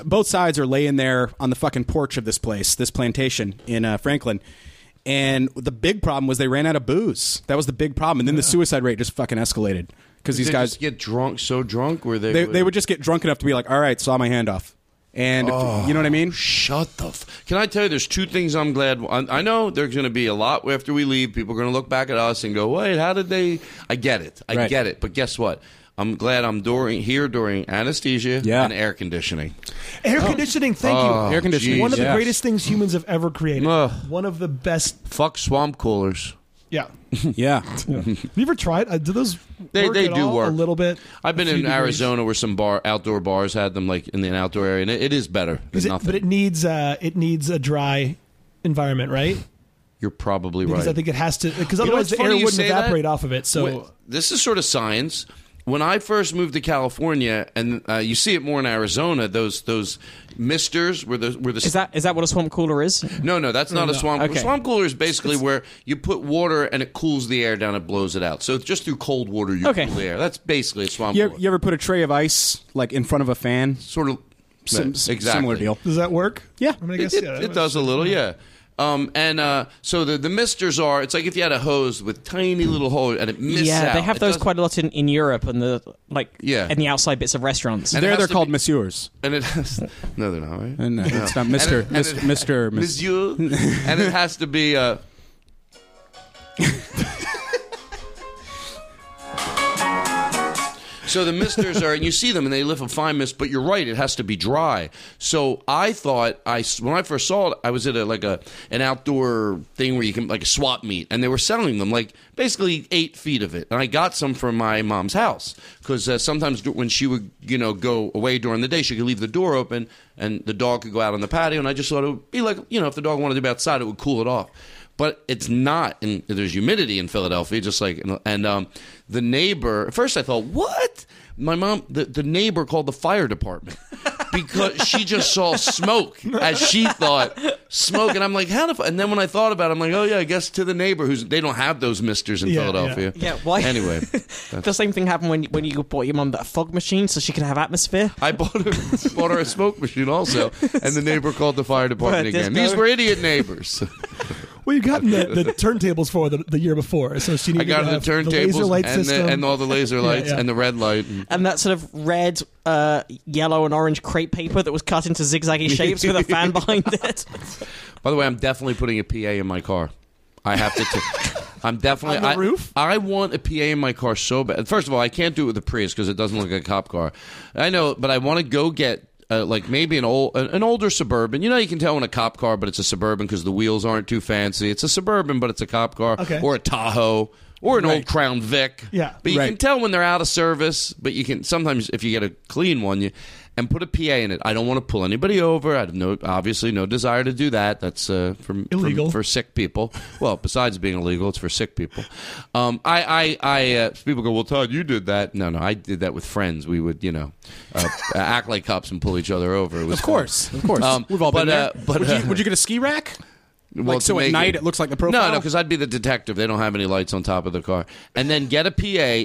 S3: both sides are laying there on the fucking porch of this place, this plantation in uh, Franklin. And the big problem was they ran out of booze. That was the big problem. And then the suicide rate just fucking escalated because
S5: Did
S3: these
S5: they
S3: guys
S5: just get drunk, so drunk, where they
S3: they, they would just get drunk enough to be like, all right, saw my hand off. And you know what I mean?
S5: Oh, Shut the. F- Can I tell you? There's two things I'm glad. I, I know there's going to be a lot after we leave. People are going to look back at us and go, "Wait, how did they?" I get it. I
S3: Right.
S5: get it. But guess what? I'm glad I'm during here during anesthesia
S3: Yeah.
S5: and air conditionning.
S2: Air conditioning. Thank
S5: Oh,
S2: you.
S3: Air conditioning,
S2: One of the
S3: yes.
S2: greatest things humans have ever created.
S5: Ugh.
S2: One of the best.
S5: Fuck swamp coolers. (laughs)
S2: Yeah.
S3: (laughs) yeah.
S2: Have you ever tried? Uh, do those
S5: They-
S2: work
S5: they
S2: at
S5: do
S2: all?
S5: work.
S2: a little bit?
S5: I've been
S2: A few
S5: in
S2: degrees?
S5: Arizona where some bar outdoor bars had them like in the outdoor area, and it, it is better than
S2: Is it-
S5: nothing.
S2: but it needs uh, it needs a dry environment, right?
S5: You're probably
S2: Because I
S5: right.
S2: think it has to. Because
S5: know,
S2: otherwise
S5: it's
S2: the air
S5: funny you
S2: wouldn't
S5: say that.
S2: evaporate off of it. So
S5: Wait, this is sort of science. When I first moved to California, and uh, you see it more in Arizona, those those misters where the where the
S4: Is that is that what a swamp cooler is?
S5: no no that's not a swamp cooler.
S4: Okay.
S5: swamp cooler is basically where you put water and it cools the air down, it blows it out. So it's just through cold water you
S4: Okay.
S5: cool the air. That's basically a swamp
S3: You,
S5: cooler.
S3: you ever put a tray of ice like in front of a fan?
S5: Sort of
S3: Sim-
S5: Yeah,
S3: s-
S5: exactly
S3: Similar deal.
S2: does that work?
S3: Yeah.
S2: I mean, I
S5: It,
S2: guess
S5: it-
S2: yeah,
S5: it
S2: that
S5: does a little, yeah. Um, and uh, so the the misters are. It's like if you had a hose with tiny little holes and it mists
S4: yeah,
S5: out.
S4: they have
S5: It
S4: those
S5: doesn't-
S4: quite a lot in, in Europe and the like
S5: Yeah.
S4: in the outside bits of restaurants.
S5: And it
S3: there
S5: has
S3: they're
S5: to
S3: called
S5: be-
S3: messieurs.
S5: And it has (laughs) no, they're not right.
S3: And uh, it's not Mister
S5: And it-
S3: Mis-
S5: and it-
S3: Mister Mis-
S5: Monsieur, and it has to be. Uh, so the misters are, and you see them, and they lift a fine mist. But you're right; it has to be dry. So I thought I s- when I first saw it, I was at a, like a an outdoor thing where you can like a swap meet, and they were selling them like basically eight feet of it. And I got some from my mom's house because uh, sometimes d- when she would you know go away during the day, she could leave the door open, and the dog could go out on the patio. And I just thought it would be like you know if the dog wanted to be outside, it would cool it off but it's not and there's humidity in philadelphia just like and um, the neighbor at first i thought what my mom the, the neighbor called the
S4: (laughs)
S5: fire department because she just saw smoke as she thought smoke and i'm like how the fu-" and then when i thought about it i'm like oh yeah i guess to the neighbor who's they don't have those misters in
S2: Yeah, yeah.
S5: philadelphia
S4: Yeah, why- (laughs)
S5: anyway
S4: the same thing happened when when you bought your mum that fog machine so she could have atmosphere.
S5: I bought her, bought her a smoke machine also, and the neighbor called the fire department
S4: But
S5: again.
S4: disco-
S5: These were
S2: (laughs)
S5: idiot neighbors.
S2: Well, you've gotten
S5: (laughs)
S2: the, the turntables for the, the year before, so she
S5: I
S2: needed
S5: got
S2: to
S5: her the
S2: have laser
S5: turntables
S2: light
S5: and,
S2: system.
S5: the, and all the laser
S2: (laughs)
S5: lights
S2: yeah.
S5: and the red light. and-
S4: And that sort of red, uh, yellow, and orange crepe paper that was cut into zigzaggy shapes with a
S5: (laughs)
S4: fan behind it. (laughs)
S5: By the way, I'm definitely putting a PA in my car. I have to. i I'm definitely
S2: On the
S5: I,
S2: roof?
S5: I want a PA in my car so bad. First of all, I can't do it with a Prius because it doesn't look like a cop car. I know, but I want to go get. Uh, like maybe an old, an an older suburban. You know, you can tell in a cop car, but it's a suburban because the wheels aren't too fancy. It's a suburban, but it's a cop car,
S2: Okay.
S5: or a Tahoe, or an old Crown Vic.
S2: Yeah.
S5: but you
S3: Right.
S5: can tell when they're out of service. But you can sometimes, if you get a clean one, you and put a PA in it. I don't want to pull anybody over. I have no, obviously, no desire to do that. That's uh, from
S2: Illegal.
S5: from- for sick people. Well, besides being illegal, it's for sick people. Um, I, I, I uh, people go, well, Todd, you did that. No, no, I did that with friends. We would, you know, uh, (laughs) act like cops and pull each other over. It was
S3: Of course, of course.
S5: Um,
S3: We've all
S5: but,
S3: been there.
S5: uh, but,
S3: would, you,
S5: uh,
S3: would you get a ski rack?
S5: Well,
S3: like so
S5: to
S3: at
S5: make
S3: night it, looks like the profile.
S5: No, no, because I'd be the detective. They don't have any lights on top of the car. And then get a PA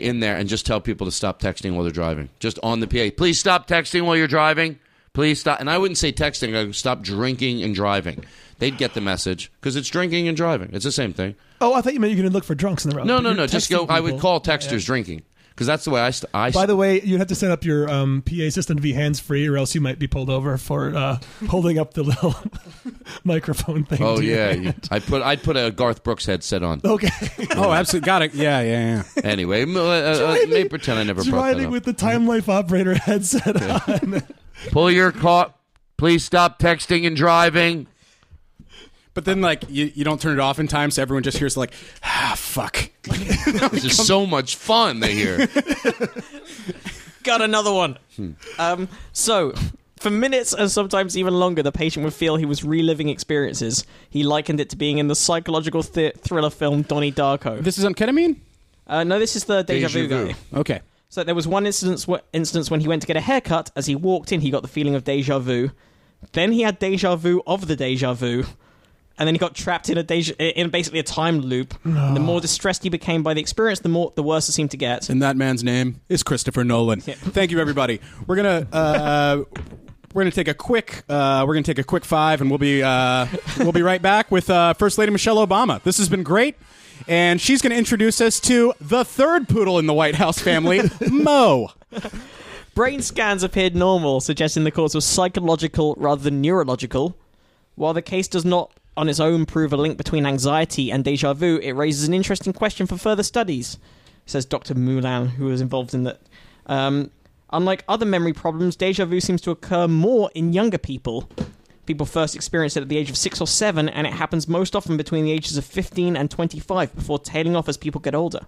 S5: in there and just tell people to stop texting while they're driving. Just on the PA. Please stop texting while you're driving. Please stop. And I wouldn't say texting. I would stop drinking and driving. They'd get the message because it's drinking and driving. It's the same thing.
S2: oh, I thought you meant you were going to look for drunks in the road.
S5: No,
S2: but
S5: no,
S2: you're
S5: no. Just
S2: texting
S5: go. I would
S2: people.
S5: call texters drinking because that's the way I. St- I
S2: By
S5: st-
S2: the way, you'd have to set up your um, PA system to be hands free, or else you might be pulled over for uh, holding up the little (laughs) microphone thing.
S5: oh
S2: to your (laughs)
S5: yeah,
S2: hand.
S5: you- I put I put a Garth Brooks headset on.
S2: Okay.
S3: oh, absolutely. Got it. Yeah, yeah,
S5: (laughs)
S3: yeah.
S5: Anyway, m- uh, uh, uh, may pretend I never brought that
S2: Driving
S5: up.
S2: with the Time Life operator headset on.
S5: Pull your car. Please stop texting and driving.
S3: But then, like, you, you don't turn it off in time, so everyone just hears like, ah, fuck.
S5: This is so much fun. They (laughs) hear.
S4: Got another one.
S5: Hmm.
S4: Um, so, for minutes and sometimes even longer, the patient would feel he was reliving experiences. He likened it to being in the psychological th- thriller film Donnie Darko.
S3: This is on ketamine.
S4: uh, no, this is the deja,
S5: Deja
S4: vu
S5: vu.
S4: guy.
S3: Okay.
S4: So there was one instance, wh- instance when he went to get a haircut. As he walked in, he got the feeling of deja vu. Then he had deja vu of the deja vu, and then he got trapped in a deja in basically a time loop. And the more distressed he became by the experience, the more the worse it seemed to get.
S3: And that man's name is Christopher Nolan. (laughs) Thank you, everybody. We're gonna uh, (laughs) we're gonna take a quick uh, we're gonna take a quick five, and we'll be uh, (laughs) we'll be right back with uh, First Lady Michelle Obama. This has been great, and she's gonna introduce us to the third poodle in the White House family, (laughs) Mo.
S4: Brain scans appeared normal, suggesting the cause was psychological rather than neurological. While the case does not on its own prove a link between anxiety and deja vu, it raises an interesting question for further studies, says Dr. Moulin, who was involved in that. Um, unlike other memory problems, deja vu seems to occur more in younger people. People first experience it at the age of six or seven, and it happens most often between the ages of 15 and 25 before tailing off as people get older.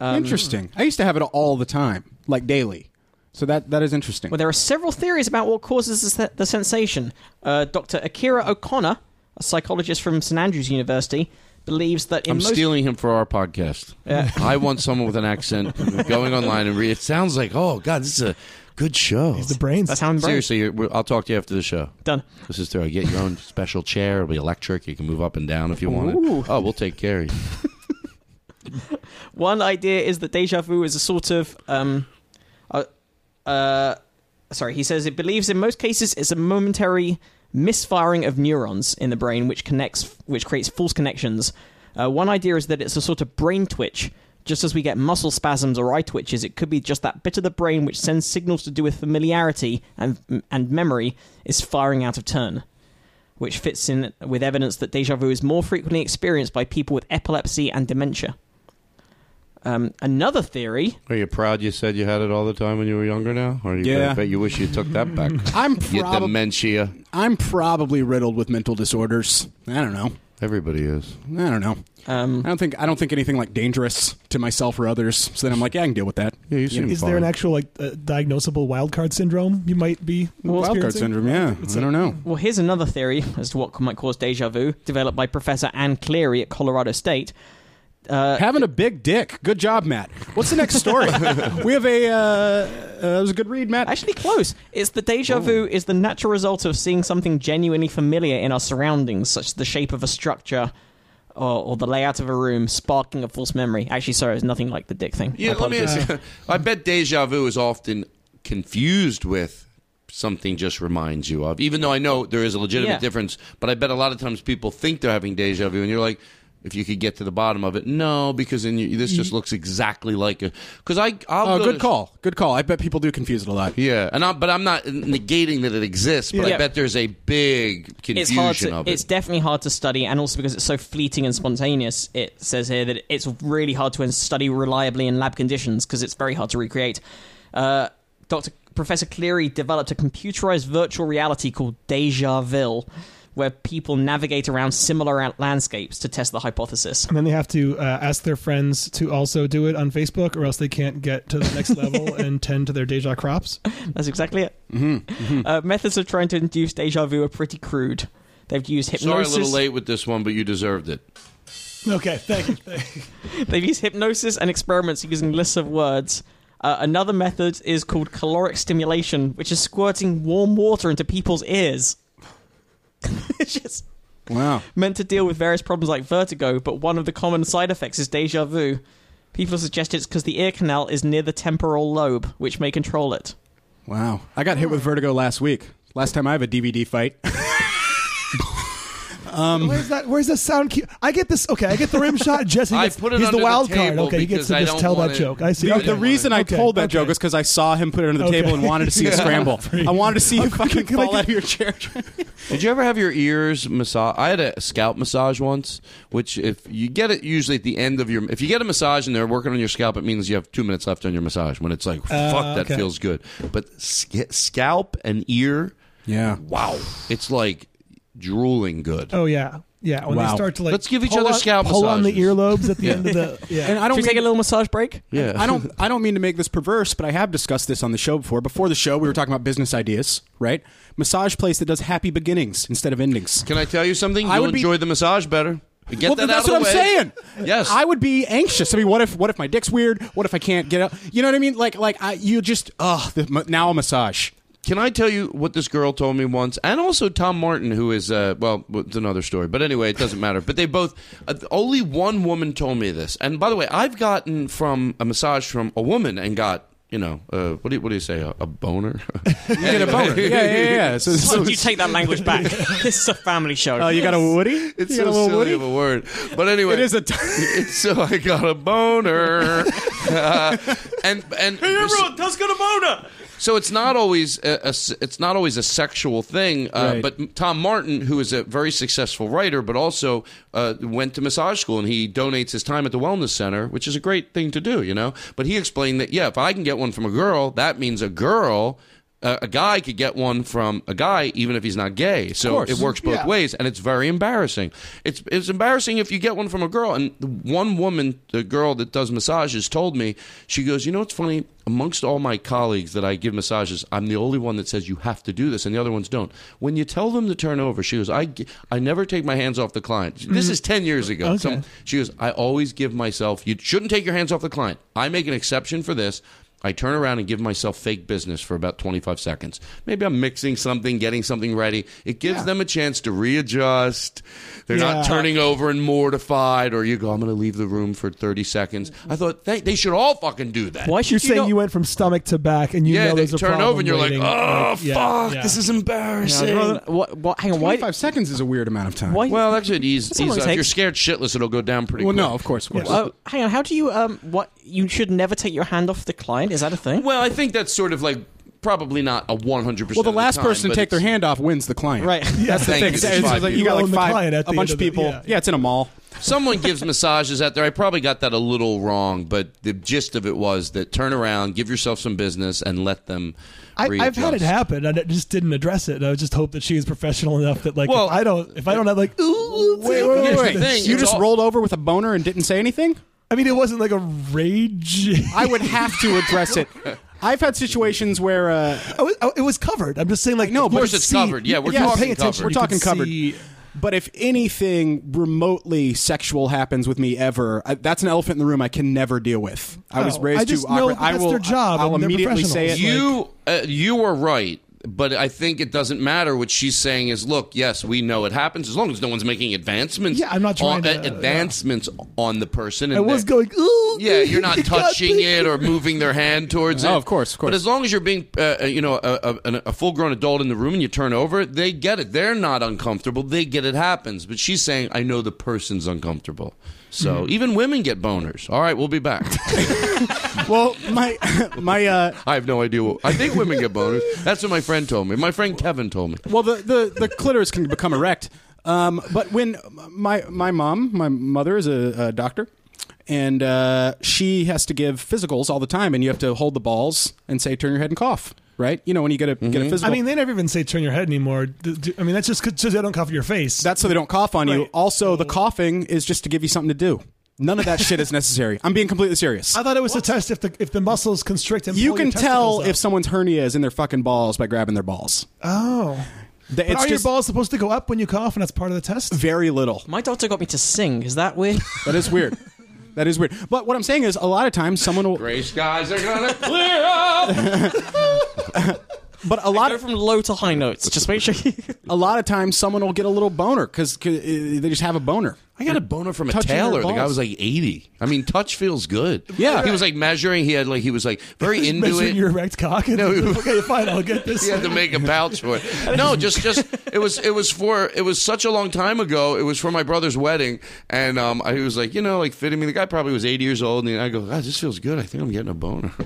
S3: interesting. I used to have it all the time, like daily. So that that is interesting.
S4: Well, there are several theories about what causes the, se- the sensation. Uh, Dr. Akira O'Connor, a psychologist from St. Andrews University, believes that in
S5: I'm
S4: most
S5: stealing him for our podcast. I want someone with an accent going online and re- it sounds like, oh God, this is a good show.
S2: The brains.
S4: that's how I'm brain-
S5: Seriously, you're, we're- I'll talk to you after the show.
S4: done.
S5: This is thorough. Get your own special chair. It'll be electric. You can move up and down if you want
S4: Ooh.
S5: it. Oh, we'll take care of you.
S4: One idea is that deja vu is a sort of. Um, uh, uh, sorry, he says it believes in most cases it's a momentary misfiring of neurons in the brain, which connects, which creates false connections. Uh, one idea is that it's a sort of brain twitch. Just as we get muscle spasms or eye twitches, it could be just that bit of the brain which sends signals to do with familiarity and and memory is firing out of turn which fits in with evidence that deja vu is more frequently experienced by people with epilepsy and dementia. Um, another theory,
S5: Are you proud you said you had it all the time when you were younger now? Or you
S3: Yeah.
S5: I bet you wish you took that back.
S3: I'm
S5: you
S3: probably
S5: dementia.
S3: I'm probably riddled with mental disorders. I don't know.
S5: Everybody is.
S3: I don't know.
S4: um,
S3: I don't think I don't think anything like dangerous to myself or others. So then I'm like, yeah, I can deal with that.
S5: Yeah, you seem
S2: Is there an
S5: fine.
S2: actual like uh, diagnosable wild card syndrome you might be
S3: Wild card
S2: experiencing?
S3: syndrome. Yeah, I don't know.
S4: well, here's another theory as to what might cause deja vu, developed by Professor Anne Cleary at Colorado State.
S3: Having a big dick. Good job, Matt. What's the next story? we have a. Uh, uh, that was a good read, Matt.
S4: Actually, close. It's the deja
S5: Oh.
S4: vu is the natural result of seeing something genuinely familiar in our surroundings, such as the shape of a structure or, or the layout of a room, sparking a false memory. Actually, sorry, it's nothing like the dick thing.
S5: Yeah, let me ask you. (laughs) I bet deja vu is often confused with something just reminds you of, even though I know there is a legitimate
S4: Yeah.
S5: difference. But I bet a lot of times people think they're having deja vu, and you're like, if you could get to the bottom of it, no, because then you, this just looks exactly like it. Because I, I'll
S3: Oh,
S5: go
S3: good
S5: to-
S3: call. Good call. I bet people do confuse it a lot.
S5: Yeah, and I, but I'm not negating that it exists. But
S4: Yeah.
S5: I bet there's a big confusion
S4: it's hard to,
S5: of
S4: it's
S5: it.
S4: definitely hard to study and also because it's so fleeting and spontaneous it says here that it's really hard to study reliably in lab conditions because it's very hard to recreate uh, dr professor cleary developed a computerized virtual reality called deja vu where people navigate around similar out- landscapes to test the hypothesis (laughs)
S2: And then they have to uh, ask their friends to also do it on Facebook, or else they can't get to the next (laughs) level and tend to their deja crops.
S4: that's exactly it
S5: Mm-hmm,
S4: Uh, methods of trying to induce deja vu are pretty crude they've used
S5: Sorry,
S4: hypnosis
S5: a little late with this one, but you deserved it.
S2: Okay, thank you.
S4: They've used hypnosis and experiments using lists of words. Uh, another method is called caloric stimulation, which is squirting warm water into people's ears. (laughs) it's just
S3: Wow.
S4: meant to deal with various problems like vertigo, but one of the common side effects is deja vu. People suggest it's because the ear canal is near the temporal lobe, which may control it.
S3: Wow. I got hit with vertigo last week. Last time I have a DVD fight. (laughs)
S2: Where's that? Where's the sound cue? I get this. Okay, I get the (laughs) rim shot. Jesse,
S5: I
S2: gets,
S5: put it
S2: he's
S5: under
S2: the
S5: the
S2: wild card.
S5: table
S2: Okay, he gets
S5: because
S2: to
S5: I
S2: just
S5: don't
S2: tell
S5: want
S2: that
S5: it-
S2: joke. I see.
S3: The,
S2: okay.
S3: the reason I
S2: Okay,
S3: told that
S2: okay.
S3: joke was because I saw him put it under the
S2: Okay.
S3: table and wanted to (laughs) see a scramble. I wanted to (laughs) see you fucking
S2: can I
S3: fall
S2: get-
S3: out of your (laughs) chair.
S5: Did you ever have your ears massage? I had a scalp massage once, which if you get it usually at the end of your, if you get a massage and they're working on your scalp, it means you have two minutes left on your massage. When it's like,
S3: Uh,
S5: fuck, that
S2: okay.
S5: feels good. But sca- scalp and ear,
S3: yeah.
S5: wow, it's like drooling good.
S2: Oh yeah, yeah. When
S3: Wow.
S2: they start to like,
S5: Let's give each
S2: pull
S5: other
S2: on-
S5: scalp
S2: Pull on the
S5: massages.
S2: earlobes at the end of
S5: (laughs)
S2: the. Yeah.
S3: And I don't
S4: Should we take a
S3: mean-
S4: little massage break?
S5: Yeah,
S3: (laughs) I don't I don't mean to make this perverse, but I have discussed this on the show before. Before the show, we were talking about business ideas, right? Massage place that does happy beginnings instead of endings.
S5: Can I tell you something?
S3: I
S5: You'll
S3: would be-
S5: enjoy the massage better. Get
S3: well,
S5: that
S3: that's
S5: out
S3: what
S5: of the
S3: I'm
S5: way.
S3: saying.
S5: Yes.
S3: I would be anxious. I mean, what if what if my dick's weird? What if I can't get up? You know what I mean? Like like I you just ugh, the, ma- now a massage.
S5: Can I tell you what this girl told me once? And also Tom Martin, who is, uh, well, it's another story. But anyway, it doesn't matter. But they both, uh, only one woman told me this. And by the way, I've gotten from a massage from a woman and got, you know, uh, what, do you, what do you say, a, a boner? (laughs) you
S3: Get a
S5: (laughs)
S3: boner. Yeah, yeah, yeah. yeah. So,
S4: (laughs) (laughs) Why
S3: so,
S4: don't you take that language back? this is a family show.
S3: uh, you got a Woody?
S5: (laughs) It's
S3: you got a
S5: so
S3: little
S5: silly
S3: Woody?
S5: of a word. But anyway.
S3: It is a
S5: (laughs)
S3: t-
S5: so I got
S3: (laughs)
S5: a boner. Uh, and, and.
S4: does got a boner!
S5: So it's not always a, a s- it's not always a sexual thing. Uh,
S3: Right.
S5: But Tom Martin, who is a very successful writer, but also uh, went to massage school and he donates his time at the wellness center, which is a great thing to do, you know. But he explained that yeah, if I can get one from a girl, that means a girl Uh, a guy could get one from a guy even if he's not gay. So
S3: course.
S5: it works both
S3: Yeah.
S5: ways, and it's very embarrassing. It's it's embarrassing if you get one from a girl. And the one woman, the girl that does massages, told me she goes, "You know, it's funny. Amongst all my colleagues that I give massages, I'm the only one that says you have to do this, and the other ones don't. When you tell them to turn over, she goes, I gi- I never take my hands off the client. This is ten years ago.
S2: Okay.
S5: Some- she goes, I always give myself, you shouldn't take your hands off the client. I make an exception for this. I turn around and give myself fake business for about 25 seconds. Maybe I'm mixing something, getting something ready. It gives them a chance to readjust. They're
S2: Yeah.
S5: not turning over and mortified, or you go, I'm going to leave the room for 30 seconds. I thought they, they should all fucking do that.
S4: Why
S2: You're
S4: should (laughs) you
S2: saying
S4: not- (laughs)
S2: you went from stomach to back, and you
S5: Yeah,
S2: know
S5: they
S2: there's a
S5: turn
S2: problem
S5: over and you're
S2: waiting.
S5: like, oh,
S2: yeah,
S5: fuck,
S2: yeah.
S5: this is embarrassing.
S4: What, what, hang on, why?
S3: Twenty-five seconds is a weird amount of time.
S4: why
S5: Well, actually, it ease,
S4: That's how long
S5: ease-
S4: it
S5: if you're
S4: takes.
S5: scared shitless, it'll go down pretty
S3: Well,
S5: quick.
S3: no, of course, Uh, of course.
S4: oh, hang on. How do you? Um, what you should never take your hand off the client. Is that a thing?
S5: Well, I think that's sort of like probably not a 100%.
S3: Well, the
S5: of
S3: last
S5: time,
S3: person to
S5: but
S3: take their
S5: it's-
S3: hand off wins the client. (laughs)
S4: Right.
S3: That's the thing.
S5: Thank you.
S3: It's,
S5: It's
S3: it's
S5: five
S3: like you got
S2: people.
S3: like
S2: You own the
S3: five,
S2: client at
S3: a
S2: the end
S3: bunch of
S2: of the-
S3: people.
S2: yeah.
S3: yeah, it's in a mall.
S5: Someone gives massages out there. I probably got that a little wrong, but the gist of it was that turn around, give yourself some business, and let them.
S2: I, I've had it
S5: readjust.
S2: happen, and I just didn't address it. And I just hope that she is professional enough that, like,
S5: Well-
S2: if I don't, if I don't have like, ooh, it's happening.
S5: wait, wait. thing,
S3: You
S5: it's
S3: just
S5: all-
S3: rolled over with a boner and didn't say anything?
S2: I mean, it wasn't like a rage.
S5: (laughs)
S3: I would have to address it. I've had situations where uh,
S2: I was, I- it was covered. I'm just saying, like,
S3: No,
S2: you
S3: of course
S2: could
S5: it's
S2: see-
S5: covered. Yeah, we're
S2: if you were
S5: talking
S2: paying
S5: covered.
S2: attention,
S5: We're
S2: you could
S3: talking covered.
S2: see-
S3: But if anything remotely sexual happens with me ever, I, that's an elephant in the room I can never deal with. I was
S2: No,
S3: raised
S2: I just
S3: too
S2: know
S3: awkward.
S2: that
S3: I
S2: that's
S3: will.
S2: their job
S3: I'll
S2: and they're
S3: immediately say it.
S2: professionals.
S3: like-
S5: You, uh, you were right, but I think it doesn't matter. What she's saying is, look, yes, we know it happens as long as no one's making advancements.
S2: Yeah, I'm not trying
S5: on,
S2: to-
S5: uh, advancements on the person. And
S2: I was
S5: that-
S2: going, ooh.
S5: Yeah,
S2: (laughs)
S5: you're not
S2: it got
S5: touching
S2: me."
S5: it or moving their hand towards it.
S3: No, of course, of course.
S5: But as long as you're being, uh, uh, you know, a, a, a full-grown adult in the room and you turn over, they get it. They're not uncomfortable. They get it happens. But she's saying, I know the person's uncomfortable.
S3: Hmm.
S5: So even women get boners. All right, we'll be back. (laughs)
S3: well, my (laughs) my uh,
S5: I have no idea. What, I think women get boners. That's what my friend told me. My friend Kevin told me.
S3: well the, the the clitoris can become erect. Um, but when my my mom, my mother is a, a doctor, and uh, she has to give physicals all the time, and you have to hold the balls and say, "Turn your head and cough." Right? You know, when you get a get a
S2: Mm-hmm. I
S3: physical.
S2: mean, they never even say turn your head anymore. D- d- I mean, that's just because they don't cover your face.
S3: That's so they don't cough on you.
S2: Right.
S3: Also, the coughing is just to give you something to do. None of that shit is necessary. I'm being completely serious.
S2: I thought it was to test if the if the muscles constrict and
S3: You
S2: pull your
S3: can tell
S2: testicles
S3: if
S2: out.
S3: someone's hernia is in their fucking balls by grabbing their balls.
S2: Oh,
S3: Th-
S2: but
S3: It's
S2: are
S3: just
S2: your balls supposed to go up when you cough, and that's part of the test?
S3: very little.
S4: My doctor got me to sing. Is that weird? (laughs)
S3: That
S2: (laughs)
S3: is weird. that is weird. But what I'm saying is, a lot of times someone will.
S5: Gray skies
S3: (laughs)
S5: are gonna clear up.
S3: But a lot
S4: Go
S3: of
S4: from low to high notes. Just make sure you. (laughs)
S3: a lot of times someone will get a little boner because they just have a boner.
S5: I got a boner from a
S3: Touching your
S5: tailor. The guy
S3: balls.
S5: was like eighty. I mean, touch feels good.
S3: Yeah.
S5: he was like measuring. He had like he was like
S3: (laughs)
S5: very into
S2: Measuring
S5: it.
S2: your erect cock. And
S5: No,
S2: okay, fine, I'll get this.
S5: (laughs) He had to make a pouch for it. No, just just it was it was for it was such a long time ago. It was for my brother's wedding, and um, I he was like, you know, like fitting me. The guy probably was eighty years old, and I go, God, this feels good. I think I'm getting a boner. (laughs)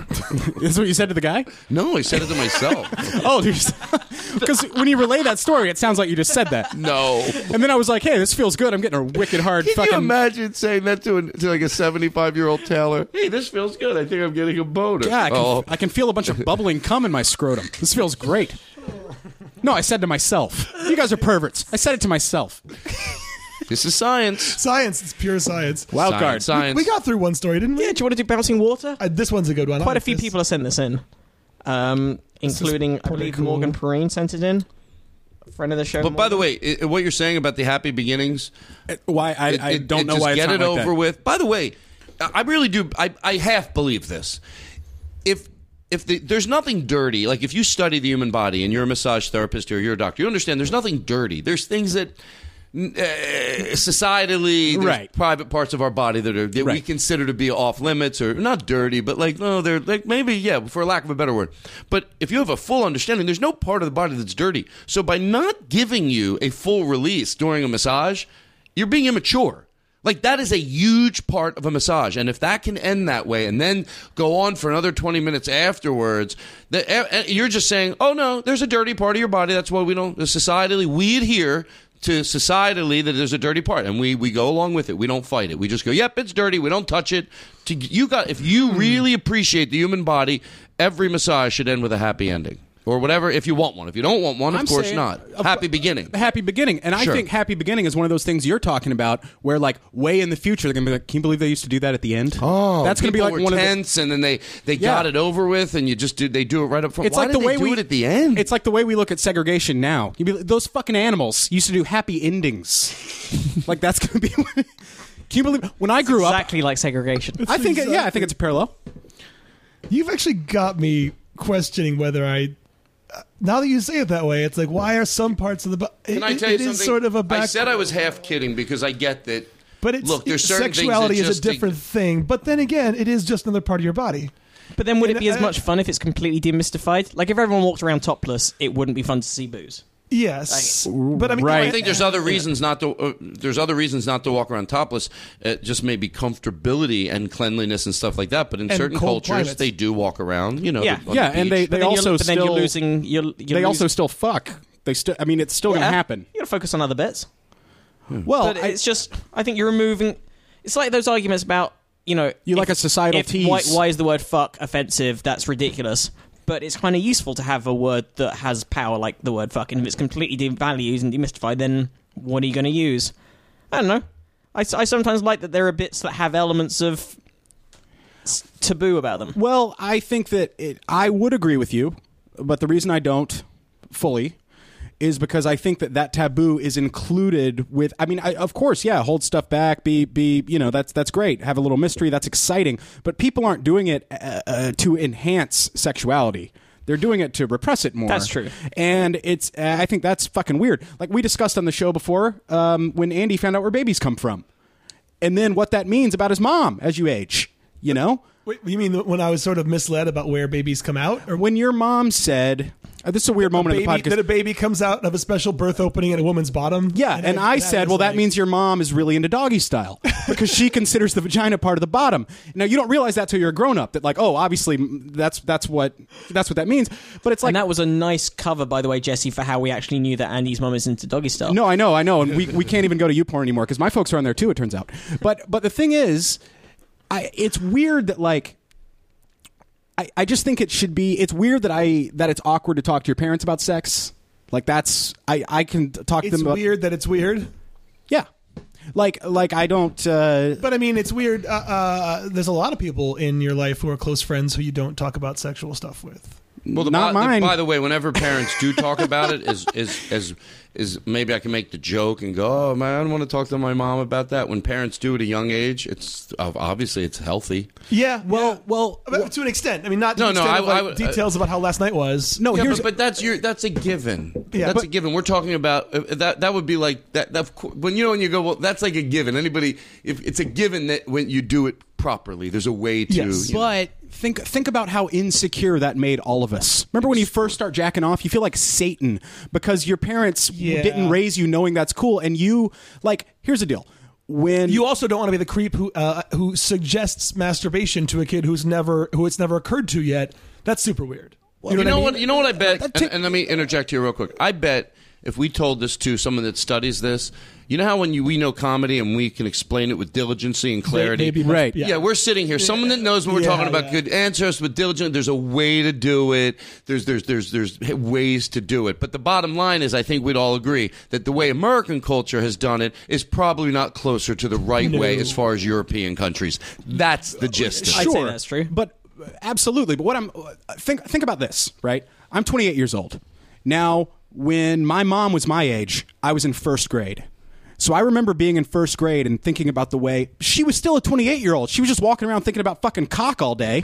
S3: That's what you said to the guy.
S5: no, I said it to myself.
S3: (laughs) Oh, (laughs) because when you relay that story, it sounds like you just said that.
S5: No.
S3: And then I was like, "Hey, this feels good. I'm getting a wicked hard
S5: Can
S3: fucking
S5: you imagine saying that to, an, to like a 75 year old Taylor? Hey, this feels good. I think I'm getting a boner.
S3: Yeah, I can,
S5: oh,
S3: I can feel a bunch of bubbling cum in my scrotum. This feels great. No, I said to myself. You guys are perverts. I said it to myself.
S5: this is science.
S2: Science. It's pure science.
S3: Wild
S5: science,
S3: card.
S5: Science.
S2: We got through one story, didn't we?
S4: Yeah, do you want to do bouncing water?
S2: Uh, this one's a good one. I
S4: Quite a
S2: like
S4: few
S2: this.
S4: people have sent this in, um,
S2: is
S4: including I
S2: pretty
S4: believe
S2: cool.
S4: Morgan Perrine sent it in. A friend of the show.
S5: but by the
S4: Morgan.
S5: way, i what you're saying about the happy beginnings,
S3: Why I,
S5: It-
S3: I
S5: it-
S3: don't
S5: it
S3: know
S5: just
S3: why it's
S5: get
S3: not
S5: it
S3: like
S5: over
S3: that.
S5: with. By the way, I I really do. I, I half believe this. If if the, there's nothing dirty, like if you study the human body and you're a massage therapist or you're a doctor, you understand there's nothing dirty. There's things that. Uh, societally, there's
S3: Right.
S5: private parts of our body that are that we
S3: Right.
S5: consider to be off limits or not dirty, but like no, they're like maybe yeah, for lack of a better word. But if you have a full understanding, there's no part of the body that's dirty. So by not giving you a full release during a massage, you're being immature. Like that is a huge part of a massage, and if that can end that way, and then go on for another twenty minutes afterwards, that eh, eh, you're just saying, "Oh no, there's a dirty part of your body. That's why we don't societally we adhere to societally that there's a dirty part and we we go along with it we don't fight it we just go yep it's dirty we don't touch it to you got if you really appreciate the human body every massage should end with a happy ending or whatever if you want one. If you don't want one, of
S3: I'm
S5: course
S3: saying-
S5: not.
S3: of-
S5: Happy beginning.
S3: Happy beginning, and
S5: Sure.
S3: I think happy beginning is one of those things you're talking about, where like way in the future they're gonna be like, "Can you believe they used to do that at the end?" Oh, that's gonna be
S5: People
S3: like
S5: were
S3: one of the,
S5: tense, and then they they got it over with, and you just do they do it right up front. Why did they do it at the end.
S3: It's like the way we look at segregation now. You be, those fucking animals used to do happy
S5: (laughs)
S3: endings. like that's gonna be. (laughs) Can you believe when I grew
S4: Exactly like segregation.
S3: up? I think it- yeah, I think it's a parallel.
S2: You've actually got me questioning whether I. uh, Now that you say it that way, it's like why are some parts of the? bo- It,
S5: Can I tell you
S2: it is
S5: something?
S2: sort of a
S5: I
S2: back.
S5: said I was half kidding because I get that.
S2: but it's
S5: look, there's
S2: it-
S5: certain
S2: sexuality
S5: things that
S2: is a
S5: just-
S2: different thing. But then again, it is just another part of your body.
S4: But then would it
S2: And
S4: be
S3: uh,
S4: as
S2: I-
S4: much fun if it's completely demystified? Like if everyone walked around topless, it wouldn't be fun to see booze.
S2: Yes, but I mean,
S3: Right.
S5: I think there's other reasons not to. Uh, there's other reasons not to walk around topless. Uh, just maybe comfortability and cleanliness and stuff like that. But in
S2: And
S5: certain
S2: cold
S5: cultures,
S2: climates.
S5: they do walk around. You know,
S4: Yeah.
S5: the- on
S3: Yeah,
S5: the
S3: and they
S5: beach.
S4: But
S3: they
S4: then
S3: also
S4: you're, but then
S3: still
S4: you're losing. You're, you're
S3: they also
S4: losing-
S3: still fuck. They still. I mean, it's still
S4: Yeah.
S3: gonna happen.
S4: You gotta focus on other bits.
S3: Well,
S4: but
S3: Oh, I-
S4: it's just I think you're removing. It's like those arguments about you know
S3: You like a societal
S4: if,
S3: tease.
S4: Why, why is the word fuck offensive? That's ridiculous. But it's kind of useful to have a word that has power, like the word fuck. And if it's completely devalued and demystified, then what are you going to use? I don't know. I, s- I sometimes like that there are bits that have elements of s- taboo about them.
S3: Well, I think that it, I would agree with you, but the reason I don't fully is because I think that that taboo is included with. I mean, I, of course, yeah, hold stuff back, be be you know that's that's great, have a little mystery, that's exciting. But people aren't doing it uh, uh, to enhance sexuality. They're doing it to repress it more.
S4: That's true.
S3: and it's. Uh, I think that's fucking weird. Like we discussed on the show before, um, when Andy found out where babies come from, and then what that means about his mom as you age. You know,
S2: Wait, you mean when I was sort of misled about where babies come out, or
S3: when your mom said uh, this is a weird moment
S2: baby,
S3: in the podcast
S2: that a baby comes out of a special birth opening at a woman's bottom?
S3: yeah and, i, said
S2: was
S3: well that
S2: like-
S3: means your mom is really into doggy
S2: (laughs)
S3: style because she considers the vagina part of the bottom now you don't realize that till you're a grown-up that like oh obviously mm, that's that's what that's what that means but it's like
S4: and that was a nice cover, by the way, Jesse, for how we actually knew that Andy's mum is into doggy style.
S3: (laughs) no i know i know and we, we can't even go to uporn anymore because my folks are on there too it turns out but but the thing is i it's weird that like I, I just think it should be it's weird that i that it's awkward to talk to your parents about sex like that's i i can t- talk to
S2: it's
S3: them about
S2: weird that it's weird.
S3: Yeah. Like like I don't uh
S2: But I mean, it's weird. Uh, uh, there's a lot of people in your life who are close friends who you don't talk about sexual stuff with.
S5: Well, the,
S3: Not
S5: by, the-
S3: mine.
S5: by the way, whenever parents do talk about it, is is is is maybe I can make the joke and go, "Oh man, I don't want to talk to my mom about that." When parents do at a young age, it's obviously it's healthy.
S2: Yeah.
S3: well well
S2: About- to an extent. I mean, not to
S5: No,
S2: the
S5: no,
S2: extent of,
S5: I- uh, I
S2: like,
S5: would-
S2: details about how last night was.
S3: no
S5: yeah,
S3: here's
S5: but, but that's your that's a given.
S2: Yeah,
S5: that's
S2: but-
S5: a given. We're talking about uh, that. That would be like that. that of cour- when you know when you go, well, that's like a given. Anybody, if it's a given that when you do it properly, there's a way to.
S2: Yes.
S5: you know.
S3: but think think about how insecure that made all of us. Remember when you first start jacking off, you feel like Satan because your parents
S2: Yeah.
S3: didn't raise you knowing that's cool and you like here's the deal. When
S2: You also don't want to be the creep who uh, who suggests masturbation to a kid who's never who it's never occurred to yet. That's super weird.
S5: You know, what,
S2: I mean?
S5: you know what? I bet.
S3: That
S5: And,
S3: tick-
S5: and let me interject here real quick. I bet if we told this to someone that studies this, you know how when you, we know comedy and we can explain it with diligency and clarity.
S2: Maybe-
S3: Right.
S5: Yeah.
S2: Yeah.
S5: we're sitting here. Someone that knows when we're
S2: Yeah,
S5: talking about
S2: yeah.
S5: good answers with diligence. There's a way to do it. There's there's there's there's ways to do it. But the bottom line is, I think we'd all agree that the way American culture has done it is probably not closer to the right way as far as European countries. That's the gist. Of
S4: I'd
S5: it.
S4: say
S3: sure
S4: that's true.
S3: But uh, absolutely. But what I'm uh, think think about this, right? I'm 28 years old. Now, when my mom was my age, I was in first grade. So I remember being in first grade and thinking about the way she was still a 28 year old. She was just walking around thinking about fucking cock all day.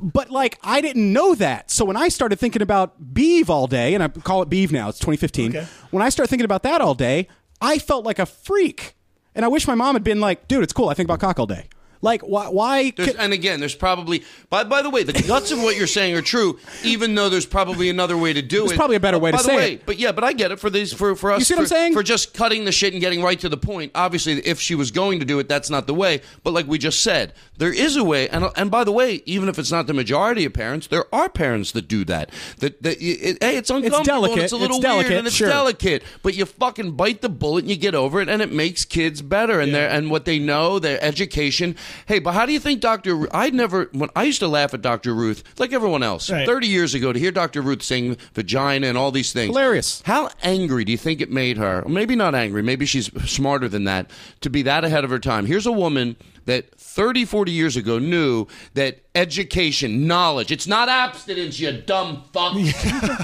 S3: But like I didn't know that. So when I started thinking about beeve all day, and I call it beeve now, it's 2015.
S2: Okay.
S3: When I started thinking about that all day, I felt like a freak. And I wish my mom had been like, dude, it's cool. I think about cock all day. Like why? Why?
S5: There's,
S3: ca-
S5: and again, there's probably by by the way, the guts of what you're saying are true, even though there's probably another way to do it.
S3: There's probably a better way
S5: by
S3: to
S5: the
S3: say
S5: way,
S3: it.
S5: But yeah, but I get it for these for for us.
S3: see what
S5: for,
S3: I'm saying?
S5: For just cutting the shit and getting right to the point. Obviously, if she was going to do it, that's not the way. But like we just said, there is a way. And and by the way, even if it's not the majority of parents, there are parents that do that. That that it, hey, it's uncomfortable. and
S3: delicate,
S5: It's a little
S3: it's
S5: weird.
S3: delicate,
S5: and it's
S3: sure.
S5: delicate. But you fucking bite the bullet and you get over it, and it makes kids better. And they're and what they know, their education, Hey, but how do you think Dr. Ru- I never, when I used to laugh at Dr. Ruth, like everyone else,
S2: Right.
S5: 30 years ago, to hear Dr. Ruth sing vagina and all these things.
S3: Hilarious.
S5: How angry do you think it made her? Maybe not angry, maybe she's smarter than that, to be that ahead of her time. Here's a woman that 30, 40 years ago knew that education, knowledge, it's not abstinence, you dumb fuck. (laughs)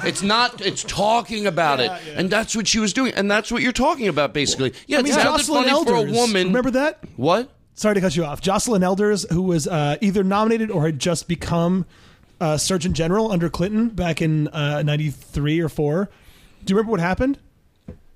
S5: it's not, it's talking about it. And that's what she was doing. And that's what you're talking about, basically. Yeah,
S2: I mean,
S5: it sounded
S2: Jocelyn
S5: funny for a
S2: Elders.
S5: woman.
S2: Remember that?
S5: What?
S2: Sorry to cut you off. Jocelyn Elders, who was uh, either nominated or had just become uh, Surgeon General under Clinton back in uh, 93 or 4. Do you remember what happened?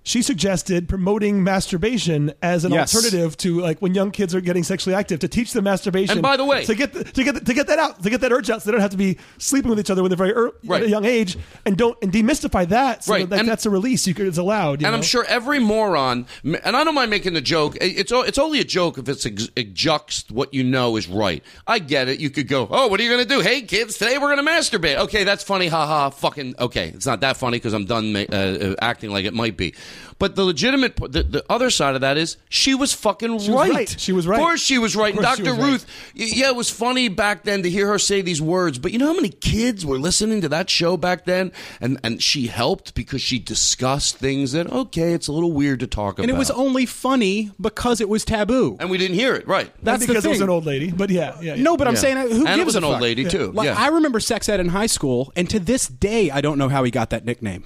S2: She suggested promoting masturbation as an
S3: Yes.
S2: alternative to like when young kids are getting sexually active to teach them masturbation.
S5: And by the way-
S2: to get the, to get the, to get that out, to get that urge out, so they don't have to be sleeping with each other when they're very ear
S5: Right.
S2: at a young age, and don't and demystify that. So
S5: Right,
S2: that, like,
S5: and-
S2: that's a release. You could, it's allowed. you
S5: And I'm
S2: know?
S5: sure every moron, and I don't mind making the joke. it- It's o- it's only a joke if it's ex- juxt what you know is right. I get it. You could go, oh, what are you going to do? Hey, kids, today we're going to masturbate. Okay, that's funny. Ha ha. Fucking okay. It's not that funny because I'm done ma- uh, uh, acting like it might be. But the legitimate, p- the, the other side of that is she was fucking
S2: was
S5: right.
S2: right. She was right.
S5: Of course she was right.
S2: Of course she
S5: Dr.
S2: was right.
S5: Ruth, y- yeah, it was funny back then to hear her say these words, but you know how many kids were listening to that show back then? And and she helped because she discussed things that okay, it's a little weird to talk about.
S3: And it was only funny because it was taboo.
S5: and we didn't hear it, right.
S3: That's
S2: because
S3: the
S2: it
S3: thing.
S2: was an old lady, but yeah, yeah, yeah.
S3: No, but I'm
S5: Yeah.
S3: saying uh, who
S5: And it
S3: gives
S5: was
S3: a
S5: an old
S3: fuck?
S5: lady, too.
S3: Like
S5: Yeah.
S3: I remember sex ed in high school, and to this day, I don't know how he got that nickname.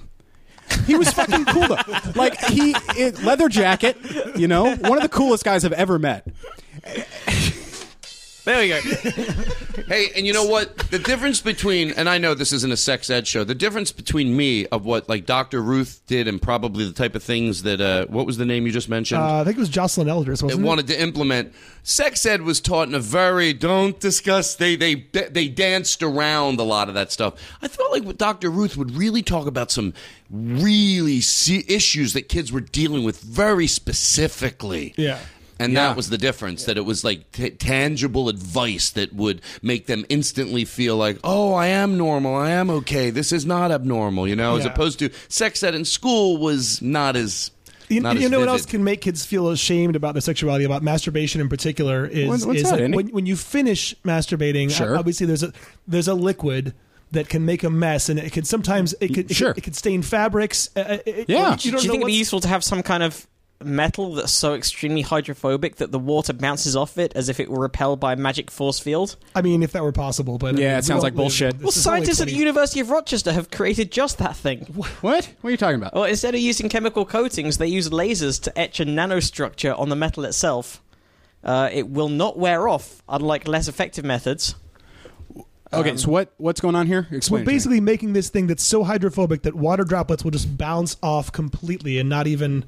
S3: He was fucking cool though. Like he it, leather jacket, you know, one of the coolest guys I've ever met.
S4: There we go.
S5: Hey, and you know what? The difference between, and I know this isn't a sex ed show, the difference between me of what like Dr. Ruth did and probably the type of things that, uh, what was the name you just mentioned?
S2: Uh, I think it was Jocelyn Elders. Wasn't it?
S5: wanted to implement. Sex ed was taught in a very don't discuss. They they they danced around a lot of that stuff. I felt like with Dr. Ruth would really talk about some really se- issues that kids were dealing with very specifically.
S2: Yeah.
S5: And
S3: Yeah.
S5: that was the difference that it was like t- tangible advice that would make them instantly feel like, oh, I am normal. I am okay. This is not abnormal, you know, as
S2: Yeah.
S5: opposed to sex ed in school was not as.
S2: You,
S5: not
S2: you
S5: as
S2: know what else
S5: vivid.
S2: can make kids feel ashamed about their sexuality, about masturbation in particular, is,
S3: What- what's
S2: is
S3: that,
S2: like
S3: Andy?
S2: when, when you finish masturbating.
S3: Sure.
S2: uh, Obviously, there's a there's a liquid that can make a mess, and it can sometimes it could it,
S3: Sure.
S2: could, it could stain fabrics. uh, Uh, it-
S3: Yeah.
S2: you don't
S4: Do you
S2: know
S4: think it'd be
S2: what's-
S4: useful to have some kind of metal that's so extremely hydrophobic that the water bounces off it as if it were repelled by a magic force field?
S2: I mean, if that were possible, but I
S3: Yeah,
S2: mean,
S3: it
S2: we
S3: sounds
S2: don't
S3: like
S2: live-
S3: bullshit.
S2: this
S4: Well,
S2: is only
S4: scientists at the
S2: 20
S4: University of Rochester have created just that
S2: (laughs)
S4: thing.
S3: What? What are you talking about?
S4: Well, instead of using chemical coatings, they use lasers to etch a nanostructure on the metal itself. Uh, it will not wear off, unlike less effective methods.
S3: okay, so what what's going on here? Explain.
S2: We're
S3: it to me.
S2: basically making this thing that's so hydrophobic that water droplets will just bounce off completely and not even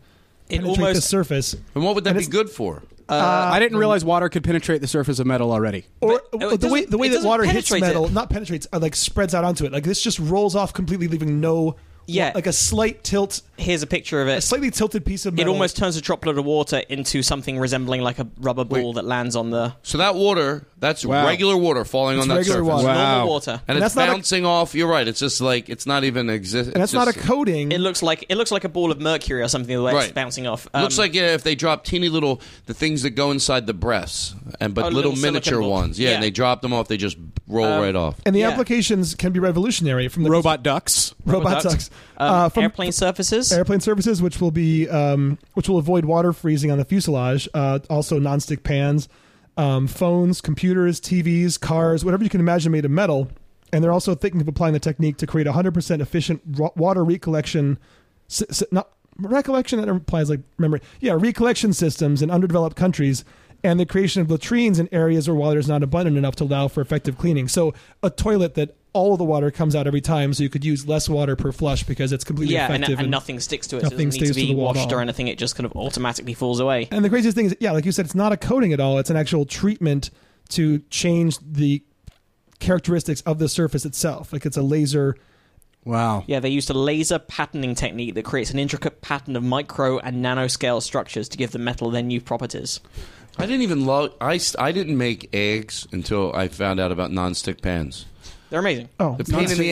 S4: It
S2: penetrate the
S4: almost-
S2: surface.
S5: And what would that
S2: And
S5: be
S2: it's-
S5: good for?
S3: I
S2: Um,
S3: didn't realize water could penetrate the surface of metal already.
S2: Or
S4: But- no,
S2: or
S4: it
S2: the way
S4: doesn't-
S2: the way
S4: it
S2: that
S4: doesn't
S2: water hits
S4: penetrate
S2: metal,
S4: it.
S2: not penetrates, uh, like spreads out onto it. Like this just rolls off completely, leaving no
S4: Yeah.
S2: like a slight tilt,
S4: Here's a picture of
S2: a
S4: it.
S2: slightly tilted piece of
S4: It
S2: metal.
S4: almost turns a droplet of water into something resembling like a rubber ball that lands on the
S5: So that water, that's
S3: Wow.
S5: regular water falling on that
S2: regular
S5: surface.
S2: water.
S3: Wow.
S4: normal water.
S5: And,
S2: And
S5: it's
S2: that's not a-
S5: bouncing off. You're right. It's just like it's not even exist.
S2: and that's not a
S5: just,
S2: coating.
S4: It looks like it looks like a ball of mercury or something the way
S5: Right.
S4: it's bouncing off.
S5: looks
S4: Um,
S5: like yeah, if they drop teeny little the things that go inside the breasts, and but
S4: Oh,
S5: little,
S4: little silicone
S5: miniature
S4: balls.
S5: ones. Yeah,
S4: Yeah. Um,
S5: and they drop them off. They just roll right off.
S2: and the
S4: yeah.
S2: applications can be revolutionary from the
S3: Robot ducks.
S2: robot sucks
S4: um,
S2: uh, from
S4: airplane surfaces.
S2: airplane services, which will be um, which will avoid water freezing on the fuselage. Uh, also, nonstick pans, um, phones, computers, TVs, cars, whatever you can imagine made of metal. And they're also thinking of applying the technique to create 100% efficient ro- water recollection, s- s- not recollection that implies like memory. Yeah, recollection systems in underdeveloped countries. And the creation of latrines in areas where water is not abundant enough to allow for effective cleaning. So, a toilet that all of the water comes out every time, so you could use less water per flush because it's completely
S4: yeah, and,
S2: effective.
S4: and
S2: and-
S4: nothing sticks to it. so it
S2: nothing
S4: doesn't need to
S2: sticks to
S4: be
S2: the wall at
S4: washed or
S2: all.
S4: anything. It just kind of automatically falls away.
S2: And the craziest thing is, yeah, like you said, it's not a coating at all. It's an actual treatment to change the characteristics of the surface itself. Like it's a laser.
S3: Wow.
S4: Yeah, they used a laser patterning technique that creates an intricate pattern of micro and nanoscale structures to give the metal their new properties.
S5: I didn't even love. I s- I didn't make eggs until I found out about nonstick pans.
S4: They're amazing.
S2: Oh,
S5: The pain in the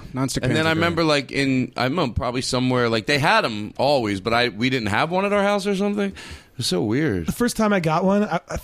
S3: Yeah, nonstick.
S5: And
S3: pans
S5: then
S3: are
S5: I
S3: great.
S5: remember, like in I remember probably somewhere like they had them always, but I we didn't have one at our house or something. It was so weird.
S2: the first time I got one, I, I,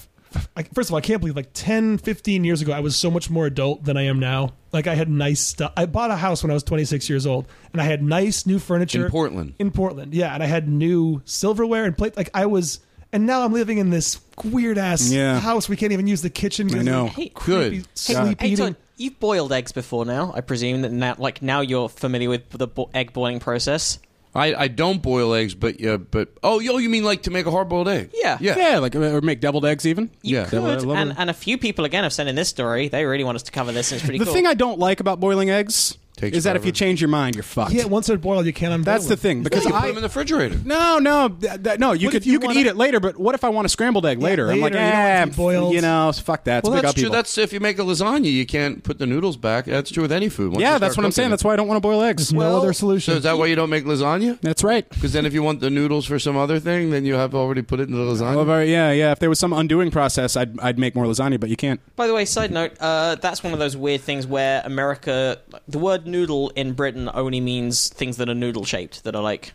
S2: I, first of all, I can't believe like 10, 15 years ago, I was so much more adult than I am now. Like I had nice stuff. I bought a house when I was 26 years old and I had nice new furniture.
S5: In Portland.
S2: In Portland, yeah. And I had new silverware and plate. Like I was, and now I'm living in this weird ass
S3: Yeah.
S2: house. We can't even use the kitchen. 'cause
S3: I know.
S2: it's
S4: Hey,
S2: creepy,
S5: Good.
S2: Sleep
S4: Hey,
S2: eating.
S4: Todd, you've boiled eggs before now. I presume that now, like now, you're familiar with the bo- egg boiling process.
S5: I, I don't boil eggs, but uh, but oh, yo, you mean like to make a hard boiled egg?
S4: Yeah.
S5: yeah,
S3: Yeah, like uh, or make deviled eggs even.
S5: Yeah.
S3: Deviled egg,
S4: Good.
S3: love
S4: And,
S3: it.
S4: and a few people again have sent in this story. They really want us to cover this. And it's pretty
S3: the
S4: cool.
S3: thing I don't like about boiling eggs
S5: Takes
S3: is that if
S5: forever.
S3: you change your mind, you're fucked.
S2: Yeah, once they're boiled, you can't unboil
S3: That's the
S2: them.
S3: thing because
S5: you can put
S3: I
S5: them in the refrigerator.
S3: no no th- th- no you
S2: What
S3: could
S2: if you
S3: you, could
S2: wanna-
S3: eat it later. But what if I want a scrambled egg later? I'm like,
S2: later, you don't
S3: eh,
S2: want it to be boiled."
S3: you know, fuck that. It's
S5: Well,
S3: big
S5: that's true.
S3: upheaval.
S5: That's if you make a lasagna, you can't put the noodles back. That's true with any food. Once
S3: yeah,
S5: you
S3: that's
S5: start
S3: what I'm
S5: cooking
S3: saying.
S5: it.
S3: That's why I don't want to boil eggs.
S2: No
S4: Well,
S2: other
S5: So
S2: solution.
S5: is that why you don't make lasagna?
S3: That's right.
S5: Because then, if you want the noodles for some other thing, then you have already put it in the lasagna.
S3: Well, very- yeah, yeah. If there was some undoing process, I'd I'd make more lasagna, but you can't.
S4: By the way, side note, uh, that's one of those weird things where America, the word noodle in Britain only means things that are noodle shaped, that are like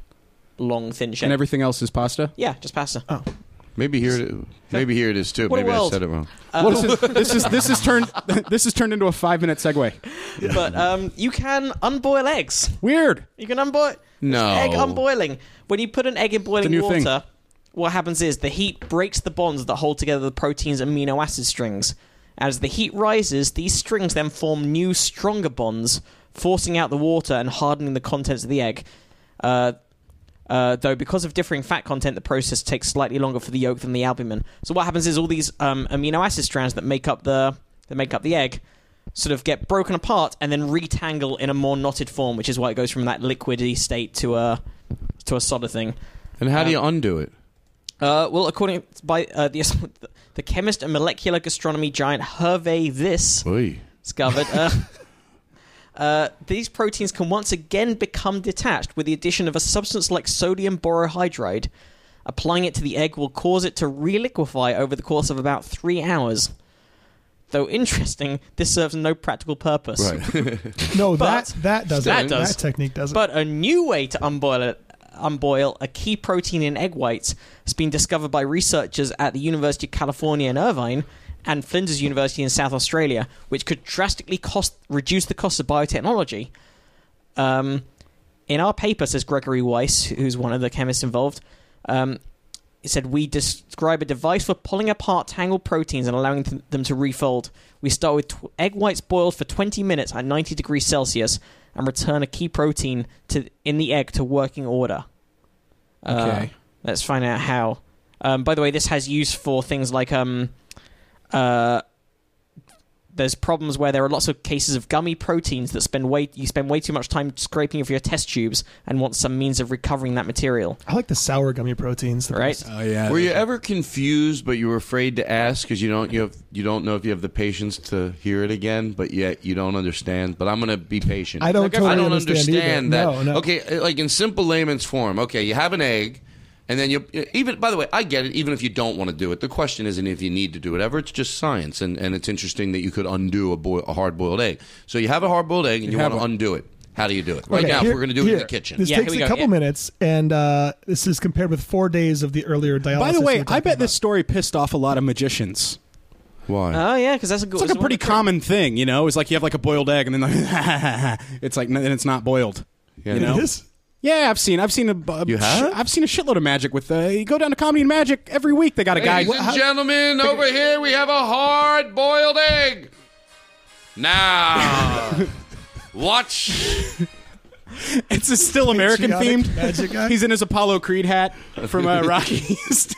S4: long, thin shaped.
S3: And Oh. everything else is pasta.
S4: yeah, just pasta.
S5: Maybe here, it, maybe here it is too.
S4: What a
S5: maybe I
S4: world.
S5: said it wrong.
S3: Well, this is this is this is turned (laughs) this is turned into a five minute segue.
S4: But um, you can unboil eggs.
S3: Weird.
S4: You can unboil
S5: No.
S4: egg unboiling. When you put an egg in boiling
S3: new
S4: water,
S3: thing.
S4: what happens is the heat breaks the bonds that hold together the protein's amino acid strings. As the heat rises, these strings then form new, stronger bonds, forcing out the water and hardening the contents of the egg. Uh, uh, though because of differing fat content, the process takes slightly longer for the yolk than the albumin. So what happens is all these um, amino acid strands that make up the that make up the egg sort of get broken apart and then retangle in a more knotted form, which is why it goes from that liquidy state to a to a solid thing.
S5: And how do you undo it?
S4: Uh, well, according by uh, the (laughs) the chemist and molecular gastronomy giant Hervé This
S5: Oy.
S4: discovered. Uh, Uh, these proteins can once again become detached with the addition of a substance like sodium borohydride. Applying it to the egg will cause it to reliquify over the course of about three hours. Though interesting, this serves no practical purpose.
S2: (laughs) no,
S4: but-
S2: that that does
S4: That
S2: it.
S4: does.
S2: That technique does it.
S4: But a new way to unboil it, unboil a key protein in egg whites has been discovered by researchers at the University of California in Irvine and Flinders University in South Australia, which could drastically cost reduce the cost of biotechnology. Um, in our paper, says Gregory Weiss, who's one of the chemists involved, um, it said we describe a device for pulling apart tangled proteins and allowing th- them to refold. We start with tw- egg whites boiled for 20 minutes at 90 degrees Celsius and return a key protein to in the egg to working order. Uh,
S3: Okay.
S4: let's find out how. Um, by the way, this has use for things like um, uh, there's problems where there are lots of cases of gummy proteins that spend way you spend way too much time scraping for your test tubes and want some means of recovering that material,
S2: I like the sour gummy proteins. the
S4: right?
S2: best.
S3: Oh yeah.
S5: Were you ever confused, but you were afraid to ask because you don't you have you don't know if you have the patience to hear it again, but yet you don't understand. But I'm going to be patient.
S2: I don't totally
S5: I don't
S2: understand
S5: understand,
S2: either.
S5: that.
S2: No, no.
S5: Okay, uh, like in simple layman's form. Okay, you have an egg, and then you uh, even. By the way, I get it. Even if you don't want to do it, the question isn't if you need to do it ever. It's just science, and and it's interesting that you could undo a, boi- a hard boiled egg. So you have a hard boiled egg, and you,
S3: have
S5: want to
S3: one.
S5: undo it. How do you do it? Right
S2: Okay,
S5: now, if
S2: here-
S5: we're going to do it in
S2: here.
S5: the kitchen.
S2: This
S4: Yeah,
S2: takes
S4: here we
S2: a
S4: go.
S2: couple
S4: Yeah.
S2: minutes, and uh, this is compared with four days of the earlier dialysis.
S3: By the
S2: we
S3: way,
S2: were
S3: I
S2: talking
S3: bet
S2: about.
S3: this story pissed off a lot of magicians.
S5: Why?
S4: Oh yeah, because that's a good.
S3: It's like a pretty common thing, you know. It's like you have like a boiled egg, and then like, (laughs) it's like and it's not boiled.
S5: Yeah.
S3: You know.
S2: It is?
S3: Yeah, I've seen I've seen a bu-
S5: You
S3: sh-
S5: have?
S3: I've seen a shitload of magic with uh, you go down to comedy and magic every week. They got a guy.
S5: Ladies and gentlemen, over here we have a hard boiled egg. Now, watch.
S3: (laughs) It's a still American
S2: Patriotic
S3: themed.
S2: magic guy?
S3: He's in his Apollo Creed hat from uh, Rockies.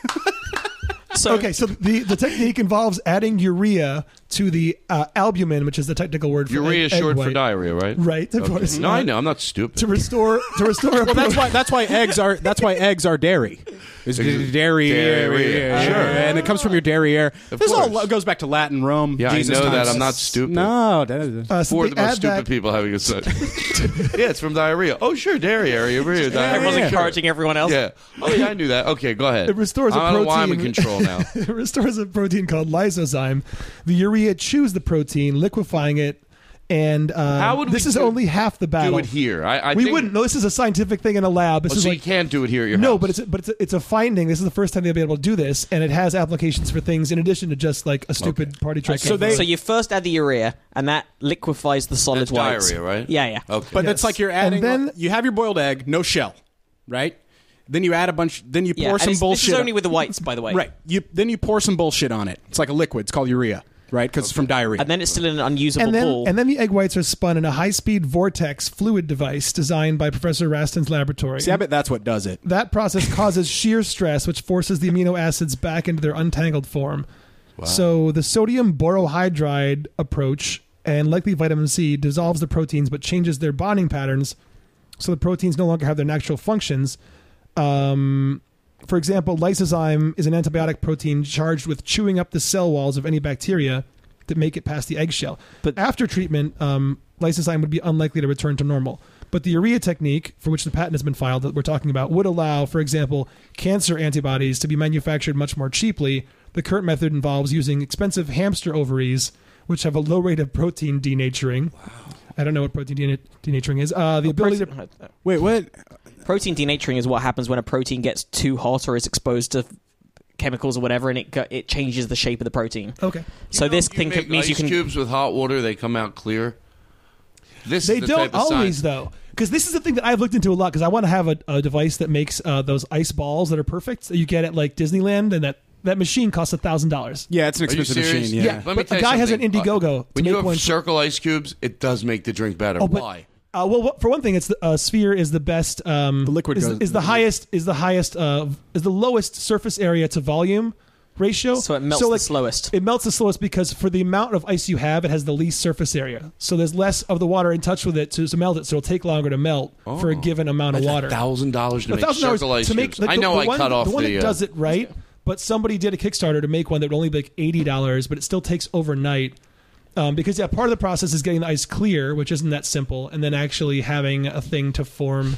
S4: So,
S2: Okay, so the, the technique involves adding urea to the uh, albumin, which is the technical word for
S5: Urea
S2: egg,
S5: is
S2: egg
S5: short for
S2: white.
S5: diarrhea, right?
S2: Right, of course.
S5: No, I
S2: Uh,
S5: know. I'm not
S2: To
S5: stupid.
S2: restore to
S5: (laughs)
S2: restore well,
S3: that's why that's why eggs are that's why eggs are dairy. Is dairy, dairy,
S5: Dairy.
S3: sure, and it comes from your derriere. this all
S5: course.
S3: goes back to Latin Rome.
S5: Yeah, I
S3: Jesus
S5: know that.
S3: times.
S5: I'm not stupid.
S3: No, that-
S2: uh, so
S5: For
S2: they
S5: the most
S2: add that-
S5: stupid people having
S2: (laughs)
S5: a set. yeah, it's from diarrhea. Oh, sure, dairy area. Urea, diarrhea.
S4: everyone's
S5: Sure.
S4: encouraging everyone else.
S5: Yeah. Oh, yeah, I knew that. Okay, go ahead.
S2: It restores a
S5: I don't know why I'm in
S2: protein. (laughs)
S5: control now. Oh,
S2: It restores a protein called lysozyme. The urea chews the protein, liquefying it And uh,
S5: How would we
S2: this is
S5: do-
S2: only half the battle.
S5: do it here. I, I
S2: we
S5: think-
S2: wouldn't. No, this is a scientific thing in a lab. This
S5: Oh,
S2: is
S5: so
S2: like
S5: you can't do it here. At your
S2: no,
S5: house.
S2: but it's but it's a, it's a finding. This is the first time they've been able to do this, and it has applications for things in addition to just like a stupid party trick.
S3: So they-
S4: so you first add the urea, and that liquefies the solid
S5: That's
S4: whites.
S5: diarrhea, right?
S4: Yeah, yeah.
S5: okay.
S3: But that's
S2: Yes.
S3: like you're adding.
S2: And then-
S3: you have your boiled egg, no shell, right? Then you add a bunch. Then you pour
S4: Yeah, and
S3: some
S4: it's-
S3: bullshit.
S4: This is
S3: on-
S4: only with the whites, by the way.
S3: right. You then you pour some bullshit on it. It's like a liquid. It's called urea, right? Because it's from diarrhea.
S4: And then it's still in an unusable
S2: and then
S4: ball.
S2: and then the egg whites are spun in a high speed vortex fluid device designed by Professor Rastin's laboratory.
S3: See, I bet that's what does it.
S2: that process causes shear stress, which forces the amino acids back into their untangled form. So the sodium borohydride approach and likely vitamin C dissolves the proteins but changes their bonding patterns, so the proteins no longer have their natural functions. Um, for example, lysozyme is an antibiotic protein charged with chewing up the cell walls of any bacteria that make it past the eggshell.
S4: But-
S2: after treatment, um, lysozyme would be unlikely to return to normal. But the urea technique, for which the patent has been filed that we're talking about, would allow, for example, cancer antibodies to be manufactured much more cheaply. The current method involves using expensive hamster ovaries, which have a low rate of protein denaturing. I don't know what protein dena- denaturing is. Uh, the ability to
S4: protein,
S3: Wait, what?
S4: protein denaturing is what happens when a protein gets too hot or is exposed to chemicals or whatever, and it go- it changes the shape of the protein.
S3: Oh.
S2: okay.
S4: so
S5: You know,
S4: this
S5: you
S4: thing
S5: make
S4: means you
S5: ice
S4: can.
S5: cubes with hot water. They come out clear. This
S2: They
S5: is the
S2: don't
S5: type of
S2: always
S5: science.
S2: though, because this is the thing that I've looked into a lot. Because I want to have a, a device that makes uh, those ice balls that are perfect that you get at like Disneyland, and that that machine costs a thousand dollars.
S3: Yeah, it's an
S5: Are you
S3: expensive
S5: serious?
S3: machine. Yeah.
S2: Yeah.
S5: Let me
S2: But
S5: tell
S2: a
S5: you
S2: guy has
S5: something.
S2: an Indiegogo to
S5: When you
S2: make
S5: have
S2: one.
S5: circle ice cubes, it does make the drink better.
S2: but,
S5: Why?
S2: Uh, well, what- for one thing, it's the uh, sphere is the best. Um, the
S3: liquid
S2: is,
S3: goes-
S2: is the highest is the highest uh, is the lowest surface area to volume ratio.
S4: So it melts the slowest.
S2: It melts the slowest because for the amount of ice you have, it has the least surface area. So there's less of the water in touch with it to, to melt it. So it'll take longer to melt for a given amount of water.
S5: Thousand dollars to
S2: A
S5: make
S2: thousand dollars
S5: circle ice
S2: to make.
S5: cubes.
S2: like,
S5: I
S2: the-
S5: know
S2: the
S5: I
S2: one,
S5: cut off
S2: the one that
S5: uh,
S2: does it right, but somebody did a Kickstarter to make one that would only be like eighty dollars, but it still takes overnight. Um, because yeah, part of the process is getting the ice clear, which isn't that simple, and then actually having a thing to form,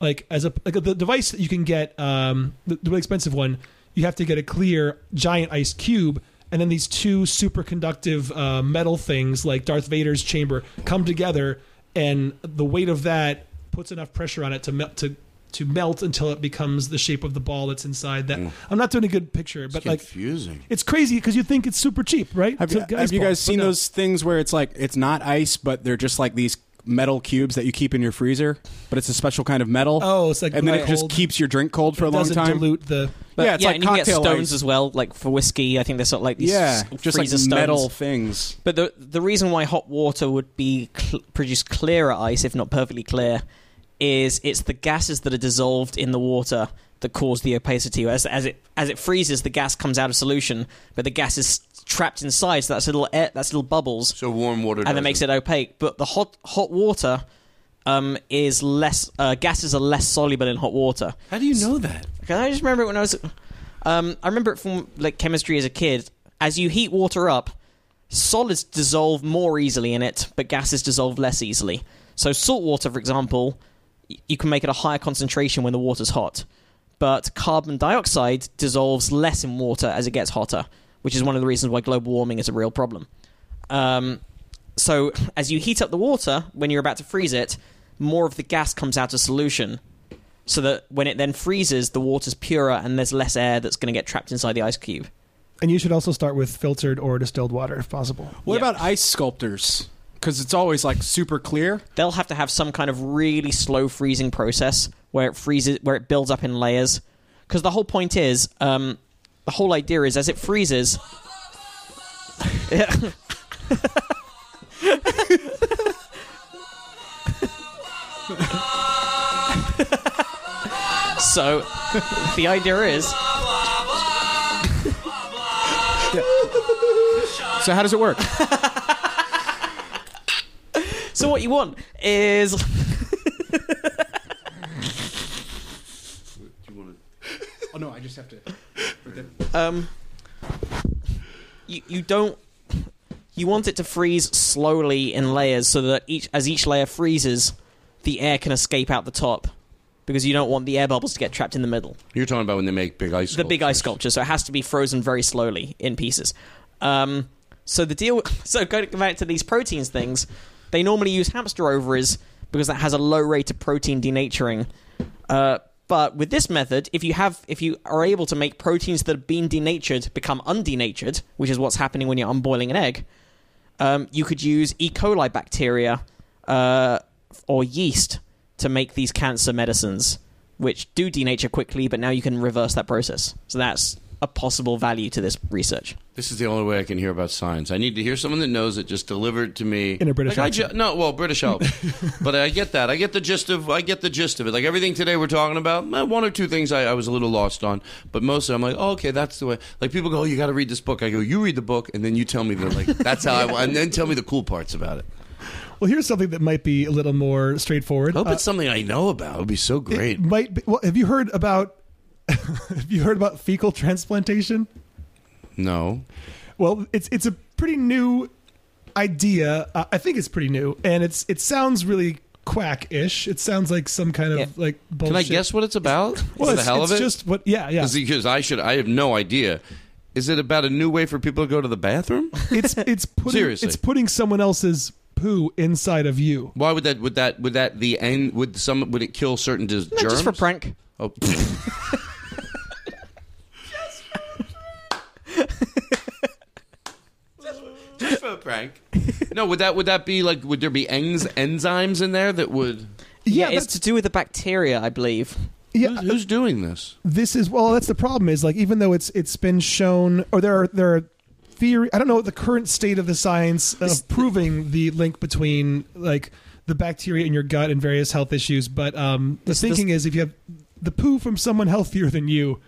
S2: like as a like the device that you can get, um, the, the really expensive one, you have to get a clear giant ice cube, and then these two superconductive uh, metal things like Darth Vader's chamber come together, and the weight of that puts enough pressure on it to melt to to melt until it becomes the shape of the ball that's inside
S3: Mm.
S2: that. I'm not doing a good picture, but like
S5: confusing.
S2: it's crazy because you think it's super cheap, right?
S3: Have,
S2: To
S3: you,
S2: ice
S3: have you
S2: balls,
S3: guys
S2: but
S3: seen
S2: no.
S3: those things where it's like it's not ice, but they're just like these metal cubes that you keep in your freezer, but it's a special kind of metal.
S2: Oh, it's like
S3: and then
S2: really
S3: it just
S2: cold.
S3: keeps your drink cold for a long
S2: Doesn't
S3: time.
S2: dilute the.
S3: yeah, it's
S4: yeah,
S3: like
S4: and you can get
S3: cocktail
S4: stones
S3: ice.
S4: as well, like for whiskey. I think they're sort of like these
S3: Yeah,
S4: s-
S3: just like
S4: freezer stones.
S3: metal things.
S4: But the the reason why hot water would be cl- produce clearer ice, if not perfectly clear, is it's the gases that are dissolved in the water that cause the opacity. As as it as it freezes, the gas comes out of solution, but the gas is trapped inside, so that's little air, that's little bubbles,
S5: So warm water
S4: and that makes
S5: doesn't.
S4: it opaque. But the hot hot water um, is less uh, gases are less soluble in hot water.
S5: How do you know that?
S4: Can I just remember it when I was? Um, I remember it from like chemistry as a kid. As you heat water up, solids dissolve more easily in it, but gases dissolve less easily. So salt water, for example, y- you can make it a higher concentration when the water's hot, but carbon dioxide dissolves less in water as it gets hotter, which is one of the reasons why global warming is a real problem. Um, so as you heat up the water when you're about to freeze it, more of the gas comes out of solution so that when it then freezes, the water's purer and there's less air that's going to get trapped inside the ice cube.
S2: And you should also start with filtered or distilled water if possible.
S3: What
S4: Yeah.
S3: about ice sculptors? Because it's always like super clear.
S4: They'll have to have some kind of really slow freezing process where it freezes, where it builds up in layers. Because the whole point is, um, the whole idea is as it freezes. (laughs) Yeah. so, the idea is
S3: So how does
S2: (laughs)
S3: it work?
S2: Oh,
S4: So what you want is
S3: oh no, I just have to. (laughs)
S4: um, you you don't you want it to freeze slowly in layers so that each as each layer freezes, the air can escape out the top because you don't want the air bubbles to get trapped in the middle.
S5: You're talking about when they make big ice.
S4: the big ice sculpture, so it has to be frozen very (laughs) slowly in pieces. Um, so the deal, so going back to these proteins things, They normally use hamster ovaries because that has a low rate of protein denaturing. Uh, but with this method, if you have, if you are able to make proteins that have been denatured become undenatured, which is what's happening when you're unboiling an egg, um, you could use E. coli bacteria uh, or yeast to make these cancer medicines, which do denature quickly, but now you can reverse that process. So that's a possible value to this research.
S5: This is the only way I can hear about science. I need to hear someone that knows it just delivered to me
S2: In a British
S5: Like, I
S2: accent.
S5: ju- no, well, British
S2: (laughs)
S5: help, but I get that. I get the gist of. I get the gist of it. Like everything today we're talking about, eh, one or two things I, I was a little lost on, but mostly I'm like, oh, okay, that's the way. Like people go, oh, you got to read this book. I go, you read the book, and then you tell me that. Like that's how I. wa- And then tell me the cool parts about it.
S2: Well, here's something that might be a little more straightforward. Uh,
S5: I hope it's something I know about. It would be so great.
S2: Might be, well, have you heard about (laughs) have you heard about fecal transplantation?
S5: no,
S2: Well, it's it's a pretty new idea. Uh, I think it's pretty new, and it's it sounds really quack-ish. It sounds like some kind of
S4: Yeah.
S2: like bullshit.
S5: can I guess what it's about?
S2: Well,
S5: for the
S2: it's,
S5: hell
S2: it's
S5: of it,
S2: just what. Yeah, yeah.
S5: because I should. I have no idea. Is it about a new way for people to go to the bathroom?
S2: It's
S5: (laughs)
S2: it's putting
S5: Seriously.
S2: it's putting someone else's poo inside of you.
S5: Why would that? Would that? Would that? The end? Would some? Would it kill certain dis-
S4: No,
S5: germs?
S4: just for prank.
S5: Oh. Just for a prank. No, would that would that be like? Would there be enz, enzymes in there that would?
S4: Yeah,
S2: that's-
S4: it's to do with the bacteria, I believe.
S2: yeah.
S5: Who's, who's doing this?
S2: this is well that's the problem is like even though it's it's been shown or there are there are theory i don't know the current state of the science
S5: (laughs)
S2: of proving the link between like the bacteria in your gut and various health issues but um the thinking is if you have the poo from someone healthier than you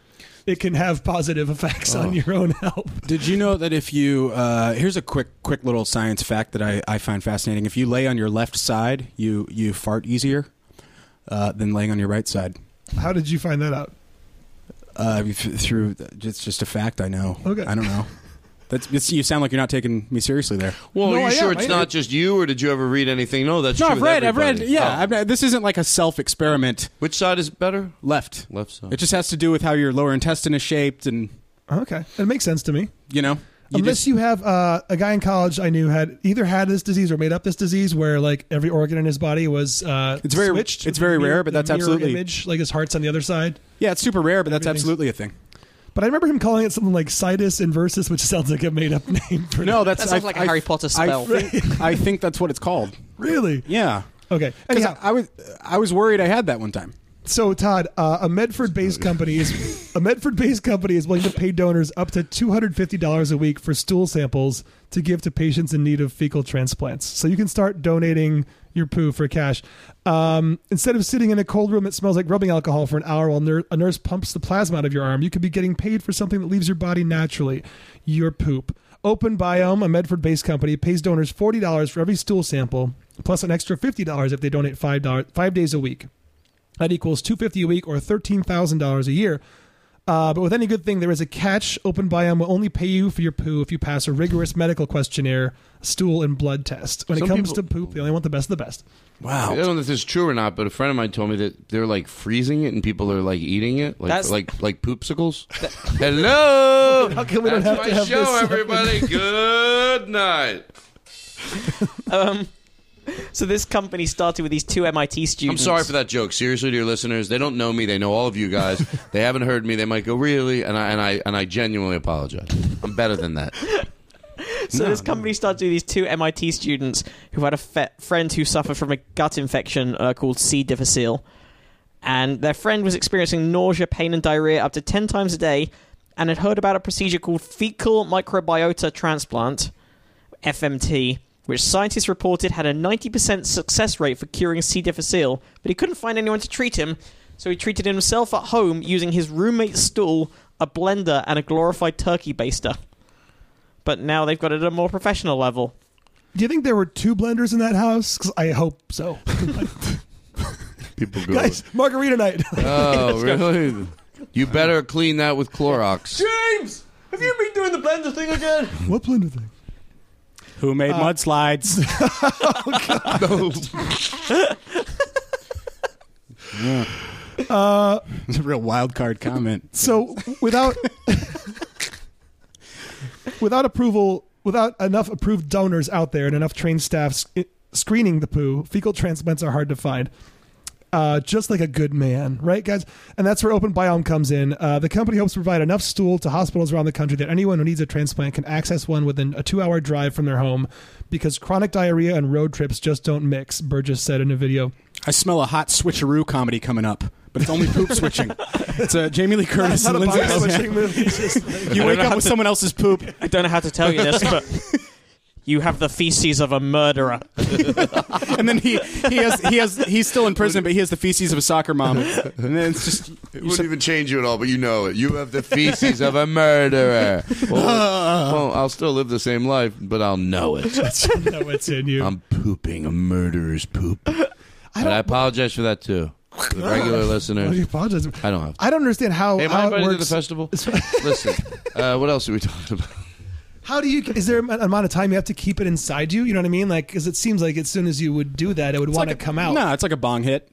S2: it can have positive effects
S5: Oh.
S2: on your own health
S3: Did you know that if you uh, here's a quick quick little science fact that I, I find fascinating. If you lay on your left side, you you fart easier uh, than laying on your right side.
S2: how did you find that out
S3: Uh, if- through it's just a fact I know.
S2: Okay.
S3: I don't know. (laughs) That's it's, you sound like you're not taking me seriously there.
S5: Well,
S2: No,
S5: are you
S2: I
S5: sure
S2: am.
S5: it's
S2: I-
S5: not just you, or did you ever read anything? No, that's
S3: No,
S5: true
S3: I've
S5: with
S3: read. I've read.
S5: everybody.
S3: Yeah,
S5: Oh.
S3: I've, this isn't like a self experiment.
S5: Which side is better?
S3: Left.
S5: Left side.
S3: It just has to do with how your lower intestine is shaped, and
S2: okay it makes sense to me
S3: you know, you
S2: Unless
S3: just-
S2: you have uh, a guy in college I knew had either had this disease or made up this disease where like every organ in his body was uh,
S3: It's very-
S2: switched.
S3: it's very
S2: The
S3: rare, but
S2: the
S3: that's
S2: mirror
S3: absolutely-
S2: image like his heart's on the other side.
S3: yeah, it's super rare, but that's
S2: Everything's-
S3: absolutely a thing.
S2: But I remember him calling it something like cytus inversus, which (laughs) sounds like a made up name for
S3: No, that's
S4: That sounds like a
S3: a
S4: Harry Potter spell.
S3: I think, I think that's what it's called.
S2: really
S3: Yeah.
S2: okay.
S3: Because
S2: Anyhow,
S3: I was I was worried I had that one time.
S2: so Todd, uh, a Medford-based company is a Medford-based company is willing to pay donors up to two hundred fifty dollars a week for stool samples to give to patients in need of fecal transplants. So you can start donating your poo for cash. Um, instead of sitting in a cold room that smells like rubbing alcohol for an hour while ner- a nurse pumps the plasma out of your arm, you could be getting paid for something that leaves your body naturally, your poop. Open Biome, a Medford-based company, pays donors forty dollars for every stool sample, plus an extra fifty dollars if they donate five dollars five days a week. That equals two fifty a week or thirteen thousand dollars a year. Uh, but with any good thing, there is a catch. Open Biome will only pay you for your poo if you pass a rigorous medical questionnaire, stool, and blood test. When
S5: Some
S2: it comes
S5: people-
S2: to poop, they only want the best of the best.
S5: I
S3: Wow.
S5: don't know if this is true or not, but a friend of mine told me that they're like freezing it and people are like eating it, like
S4: That's-
S5: like like poopsicles. (laughs) Hello,
S2: How come we don't
S5: that's
S2: have
S5: my
S2: to have
S5: show,
S2: this happen? (laughs)
S5: everybody. Good night.
S4: So this company started with these two MIT
S5: I'm
S4: students.
S5: sorry for that joke. Seriously, dear listeners, they don't know me. They know all of
S2: (laughs)
S5: you guys. they haven't heard me. They might go really, and I and I and I genuinely apologize. I'm better
S2: (laughs)
S5: than that.
S4: So this company started with these two MIT students who had a fe- friend who suffered from a gut infection uh, called C. difficile, and their friend was experiencing nausea, pain, and diarrhea up to ten times a day, and had heard about a procedure called fecal microbiota transplant (FMT). Which scientists reported had a 90% success rate for curing C. difficile, but he couldn't find anyone to treat him, so he treated himself at home using his roommate's stool, a blender, and a glorified turkey baster but now they've got it at a more professional level.
S2: Do you think there were two blenders in that house? 'Cause I hope
S5: (laughs)
S2: so.
S5: People go.
S2: Guys, margarita
S5: (laughs)
S2: night. (laughs)
S5: oh really? You better clean that with Clorox.
S4: James, have you been doing the blender thing again?
S2: what blender thing?
S3: Who made mudslides?
S5: (laughs)
S2: Uh,
S3: (laughs) it's a real wild card comment.
S2: So without (laughs) without approval, without enough approved donors out there and enough trained staffs screening the poo, fecal transplants are hard to find. Uh, just like a good man, right, guys? And that's where Open Biome comes in. Uh, the company hopes to provide enough stool to hospitals around the country that anyone who needs a transplant can access one within a two hour drive from their home because chronic diarrhea and road trips just don't mix, Burgess said in a video.
S3: I smell a hot switcheroo comedy coming up, but it's only
S2: (laughs)
S3: poop switching. It's uh, Jamie Lee Curtis
S2: Not
S3: and
S2: a
S3: Lindsay
S2: box
S3: Lohan.
S2: switching movie, it's
S3: (laughs)
S2: just like-
S3: You
S4: I
S3: wake
S4: don't
S3: up
S4: have
S3: with
S4: to-
S3: someone else's poop.
S4: I don't know how to tell you this, but
S2: (laughs)
S4: you have the feces of a murderer.
S3: and then he he has he has he's still in prison, but he has the feces of a soccer mom. And then it's
S5: (laughs)
S3: just
S5: It wouldn't even change you at all, but you know it. You have
S2: (laughs)
S5: the feces of a murderer. Well,
S2: Ah.
S5: well, I'll still live the same life, but I'll
S2: (laughs)
S5: know it.
S2: no, it's in you.
S5: I'm pooping a
S2: (laughs)
S5: murderer's poop. and I apologize for that too. To the regular
S2: Ah. What do Oh, you
S5: listeners.
S2: apologize?
S5: I don't have
S2: I don't understand how,
S5: Am I
S2: how it
S5: invited to the
S2: works. (laughs)
S5: festival? Listen, uh, what else are we talking about?
S2: How do you? Is there an amount of time you have to keep it inside you? You know what I mean? Like, because it seems like as soon as you would do that, it would want to come out.
S3: No, it's like a bong hit.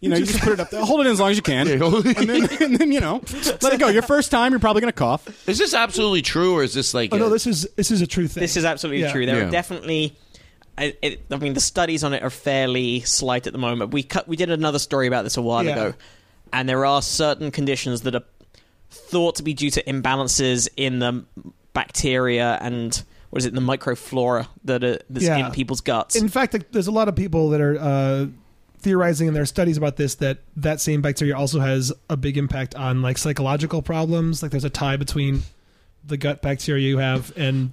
S3: You know, you just put it up there, hold it in as long as you can,
S5: (laughs) Yeah, hold it.
S3: and, then, and then you
S5: (laughs)
S3: know, let it go. Your first time, you're probably gonna cough.
S5: Is this absolutely true, or is this like?
S2: Oh no,
S5: a-
S2: this is this is a true thing.
S4: This is absolutely
S2: Yeah.
S4: true. There
S5: Yeah.
S4: are definitely. I, it, I mean, the studies on it are fairly slight at the moment. We cut. We did another story about this a while
S2: Yeah.
S4: ago, and there are certain conditions that are thought to be due to imbalances in the bacteria and what is it, the microflora that are that's
S2: Yeah.
S4: in people's guts.
S2: In fact, like, there's a lot of people that are uh, theorizing in their studies about this that that same bacteria also has a big impact on like psychological problems. Like, there's a tie between the gut bacteria you have and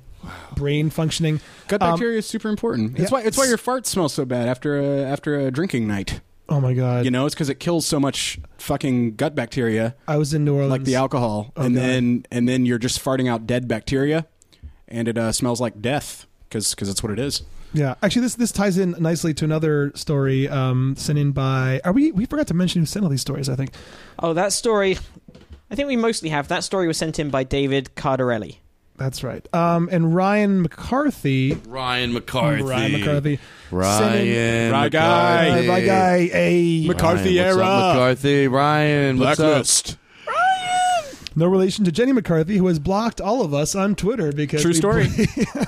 S2: brain functioning.
S3: Gut
S2: Um,
S3: bacteria is super important. It's
S2: yeah.
S3: why it's why your fart smells so bad after a after a drinking night.
S2: Oh my god!
S3: You know, it's because it kills so much fucking gut bacteria,
S2: I was in New Orleans.
S3: like the alcohol,
S2: Oh,
S3: and
S2: God.
S3: then and then you're just farting out dead bacteria, and it uh, smells like death because that's what it is.
S2: Yeah, actually, this this ties in nicely to another story um, sent in by. Are we? We forgot to mention who sent all these stories. I think.
S4: oh, that story. I think we mostly have that story was sent in by David Cardarelli.
S2: That's right. Um, and Ryan McCarthy,
S5: Ryan McCarthy.
S2: Ryan McCarthy, sent in-
S3: Ryan
S5: Ryan. McCarthy.
S3: Guy.
S2: my guy, a
S3: McCarthy
S5: Ryan, what's up,
S3: era.
S5: McCarthy. Ryan. What's up?
S2: no relation to Jenny McCarthy, who has blocked all of us on Twitter because
S3: True
S2: we-
S3: story.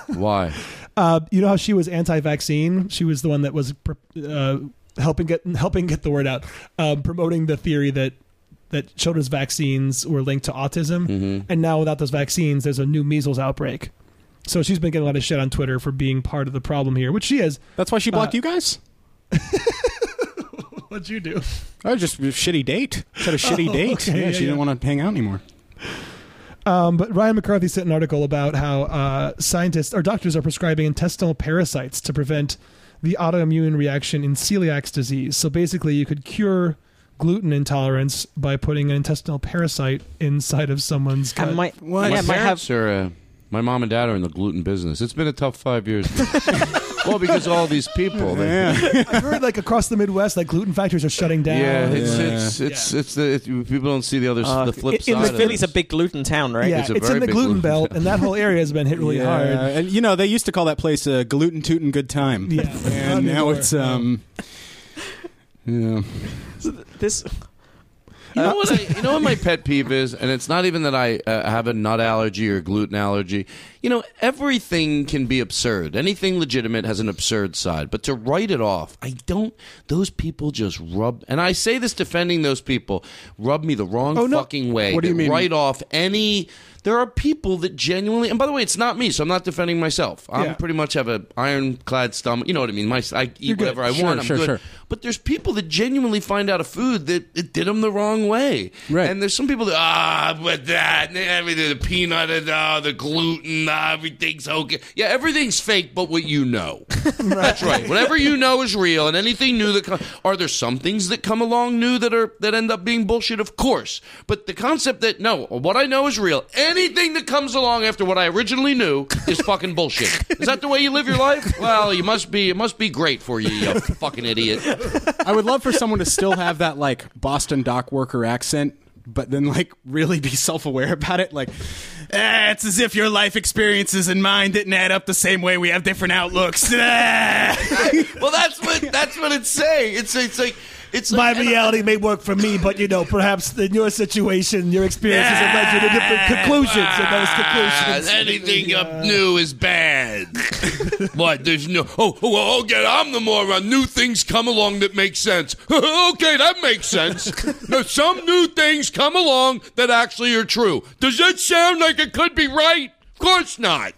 S5: Why?
S2: Uh, you know how she was anti-vaccine? She was the one that was uh, helping get helping get the word out, um, promoting the theory that that children's vaccines were linked to autism, and now without those vaccines, there's a new measles outbreak. So she's been getting a lot of shit on Twitter for being part of the problem here, which she is.
S3: That's why she blocked
S2: Uh,
S3: you guys.
S2: What'd you do?
S3: I was Oh, just a shitty date. She had
S2: (laughs)
S3: a shitty date.
S2: Oh, okay,
S3: yeah,
S2: yeah,
S3: she
S2: yeah.
S3: didn't want to hang out anymore.
S2: Um, but Ryan McCarthy sent an article about how uh, scientists or doctors are prescribing intestinal parasites to prevent the autoimmune reaction in celiac disease. So basically, you could cure gluten intolerance by putting an intestinal parasite inside of someone's gut.
S4: And might,
S3: What?
S4: yeah,
S5: my
S4: might have
S5: parents are. Uh, my mom and dad are in the gluten business. It's been a tough five years. (laughs) well, because all these people. They,
S2: (laughs) I've heard like across the Midwest, like gluten factories are shutting down.
S5: Yeah,
S2: Yeah,
S5: it's
S3: Yeah.
S5: it's it's it's the it, people don't see the other s
S4: uh,
S5: the flip
S4: in,
S5: side.
S4: in the
S5: of
S4: Philly's
S5: it.
S4: a big gluten town, right?
S5: It's a
S2: it's
S5: very
S2: in the
S5: big
S2: gluten
S5: gluten
S2: belt, and that whole area has been hit really hard.
S3: And you know, they used to call that place a gluten tootin' good time.
S2: Yeah.
S3: And now
S2: (laughs)
S3: it's um Yeah.
S4: This
S5: You
S3: Uh,
S5: know what? I, you know what my pet peeve is, and it's not even that I uh, have a nut allergy or gluten allergy. You know, everything can be absurd. Anything legitimate has an absurd side, but to write it off, I don't. Those people just rub, and I say this defending those people, rub me the wrong
S2: Oh, no.
S5: fucking way.
S3: What do you
S5: They
S3: mean?
S5: Write off any. There are people that genuinely, and by the way, it's not me, so I'm not defending myself. I
S2: Yeah.
S5: am pretty much have an ironclad stomach. You know what I mean? My, I eat
S3: You're good.
S5: whatever I
S3: Sure,
S5: want. I'm
S3: sure,
S5: good.
S3: sure.
S5: But there's people that genuinely find out a food that it did them the wrong way.
S3: Right.
S5: And there's some people that, ah, but that, and everything, the peanut, and, ah, the gluten, ah, everything's okay. Yeah, everything's fake, but what
S3: (laughs)
S5: you know. That's right. Whatever you know is real, and anything new that comes. Are there some things that come along new that are that end up being bullshit? Of course. But the concept that, no, what I know is real. Anything that comes along after what I originally knew is fucking bullshit. Is that the way you live your life? Well, you must be, it must be great for you, you fucking idiot.
S3: I would love for someone to still have that like Boston dock worker accent, but then like really be self aware about it. Like "Eh, it's as if your life experiences and mine didn't add up the same way. We have different outlooks. (laughs) Ah."
S5: well, that's what that's what it's saying. It's it's like It's
S2: my
S5: like- and I-
S2: reality may work for me, but you know, perhaps in your situation, your experiences have led you to different conclusions, and those conclusions.
S5: Ah, anything up new
S2: (laughs)
S5: is bad. what? There's no. Oh, oh, well, okay. I'm the moron. New things come along that make sense. (laughs) okay, that makes sense. no, some new things come along that actually are true. Does that sound like it could be right? Of course not.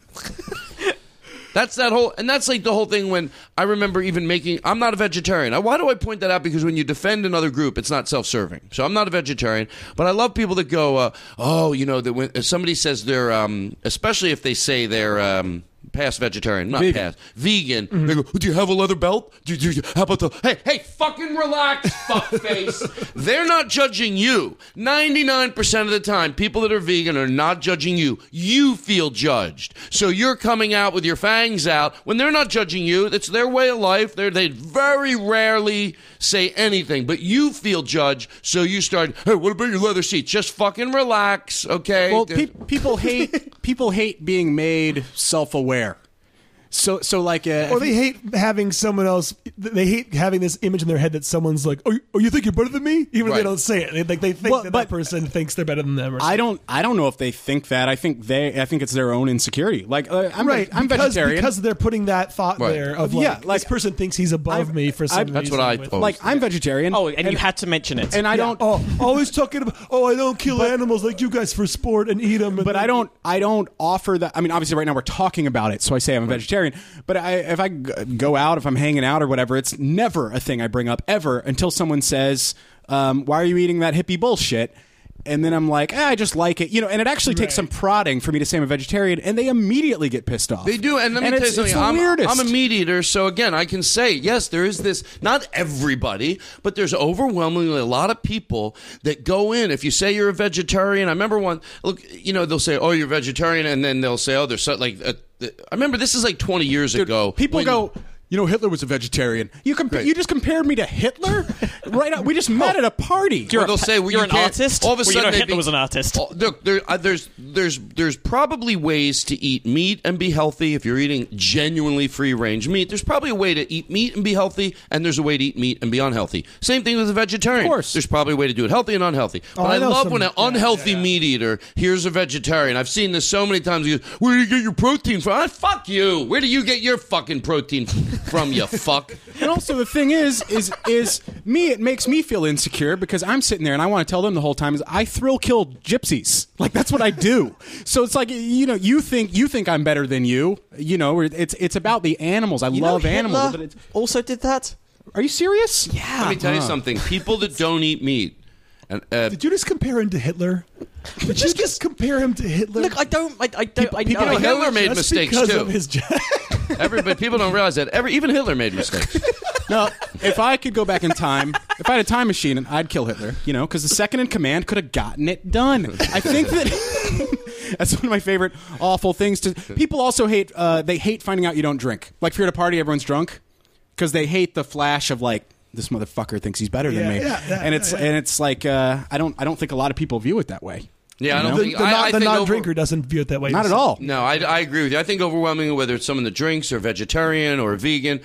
S5: That's that whole, and that's like the whole thing when I remember even making. I'm not a vegetarian. I, why do I point that out? Because when you defend another group, it's not self-serving. So I'm not a vegetarian, but I love people that go, uh, "Oh, you know that when if somebody says they're, um, especially if they say they're um, past vegetarian, not
S3: Vegan.
S5: past vegan, they go, "Do you have a leather belt? Do you, do you, how about the hey, hey, fucking relax, fuckface." (laughs) they're not judging you. Ninety-nine percent of the time, people that are vegan are not judging you. You feel judged, so you're coming out with your fangs out when they're not judging you. That's their way of life. They're, they very rarely say anything, but you feel judged, so you start. Hey, what about your leather seats? Just fucking relax, okay?
S3: Well, pe- people hate people hate being made self-aware. So so like uh,
S2: Or they hate having someone else. They hate having this image in their head that someone's like, "Oh, you, oh, you think you're better than me?" Even if
S5: Right.
S2: they don't say it, they, like they think
S3: Well,
S2: that that
S3: but-
S2: person thinks they're better than them. Or
S3: I don't I don't know if they think that. I think they I think it's their own insecurity. Like uh, I'm
S2: right
S3: I'm
S2: because,
S3: vegetarian.
S2: because they're putting that thought
S5: Right.
S2: there of like,
S3: Yeah, like,
S2: this person thinks he's above
S3: I've-
S2: me for some
S3: I've-
S2: reason.
S5: That's what I
S2: with-
S5: thought.
S3: like I'm vegetarian.
S4: Oh, and, you had to mention it.
S3: and I
S2: Yeah.
S3: don't
S2: Oh, always talking about. Oh, I don't kill animals like you guys for sport and eat them.
S3: but I don't I don't offer that. I mean, obviously, right now we're talking about it, so I say I'm a vegetarian. But I, if I g- go out, if I'm hanging out or whatever, it's never a thing I bring up ever until someone says, um, "Why are you eating that hippie bullshit?" And then I'm like, ah, I just like it, you know. And it actually takes some
S2: Right.
S3: prodding for me to say I'm a vegetarian, and they immediately get pissed off.
S5: They do, and let me tell you
S3: it's-
S5: something.
S3: it's the
S5: I'm,
S3: weirdest.
S5: I'm a meat eater, so again, I can say yes. There is this. Not everybody, but there's overwhelmingly a lot of people that go in. If you say you're a vegetarian, I remember one. Look, you know, they'll say, "Oh, you're vegetarian," and then they'll say, "Oh, there's so, like." Uh, th- I remember this is like 20 years ago.
S3: People
S5: when-
S3: go, you know, Hitler was a vegetarian. You compa-
S5: Right.
S3: you just compared me to
S5: (laughs)
S3: Hitler, right? out- We just met at a party.
S5: Or they'll say, well,
S4: you're
S5: you
S4: an
S5: can't-
S4: artist?
S5: All of a
S4: Well, you
S5: sudden,
S4: know
S5: they
S4: Hitler
S5: be-
S4: was an artist.
S5: Oh, Look, there, uh, there's there's there's probably ways to eat meat and be healthy if you're eating genuinely free range meat. There's probably a way to eat meat and be healthy, and there's a way to eat meat and be unhealthy. Same thing with a vegetarian.
S3: Of course.
S5: there's probably a way to do it healthy and unhealthy. but
S2: Oh, I
S5: I,
S2: know
S5: love
S2: some-
S5: when an
S2: yeah,
S5: unhealthy meat eater hears a vegetarian. I've seen this so many times. He goes, "Where do you get your protein from?" Ah, fuck you. Where do you get your fucking protein from? You fuck.
S3: And also the thing is, is is me. It makes me feel insecure because I'm sitting there and I want to tell them the whole time is I thrill kill gypsies. (laughs) Like that's what I do. So it's like you know you think you think I'm better than you. You know or it's it's about the animals. I love animals. But it's,
S4: also did that.
S3: are you serious?
S4: Ah,
S3: Yeah.
S5: Let me tell you
S2: Uh-huh.
S5: something. People that don't eat meat. And, uh,
S2: Did you just compare him to Hitler? Did you just, compare him to Hitler?
S4: Look, I don't. I, I don't. I,
S5: people
S4: know-
S5: don't
S4: I know
S5: Hitler made
S2: Just
S5: mistakes,
S2: because
S5: too.
S2: Of his ja-
S5: Everybody, people don't realize that. Every, even Hitler made mistakes.
S3: No. If I could go back in time, if I had a time machine, I'd kill Hitler. You know, because the second in command could have gotten it done. I think that. (laughs) That's one of my favorite awful things to. People also hate. Uh, they hate finding out you don't drink. Like if you're at a party, everyone's drunk because they hate the flash of like this motherfucker thinks he's better
S2: Yeah,
S3: than me.
S2: yeah, yeah,
S3: and it's
S2: yeah.
S3: and it's like uh, I don't I don't think a lot of people view it that way.
S5: Yeah, I don't
S2: the
S5: think
S2: the
S5: I,
S2: non-
S5: I
S2: the
S5: think over-
S2: non-drinker doesn't view it that way.
S3: Not at all.
S5: no, I, I agree with you. I think overwhelmingly, whether it's someone that drinks or vegetarian or vegan,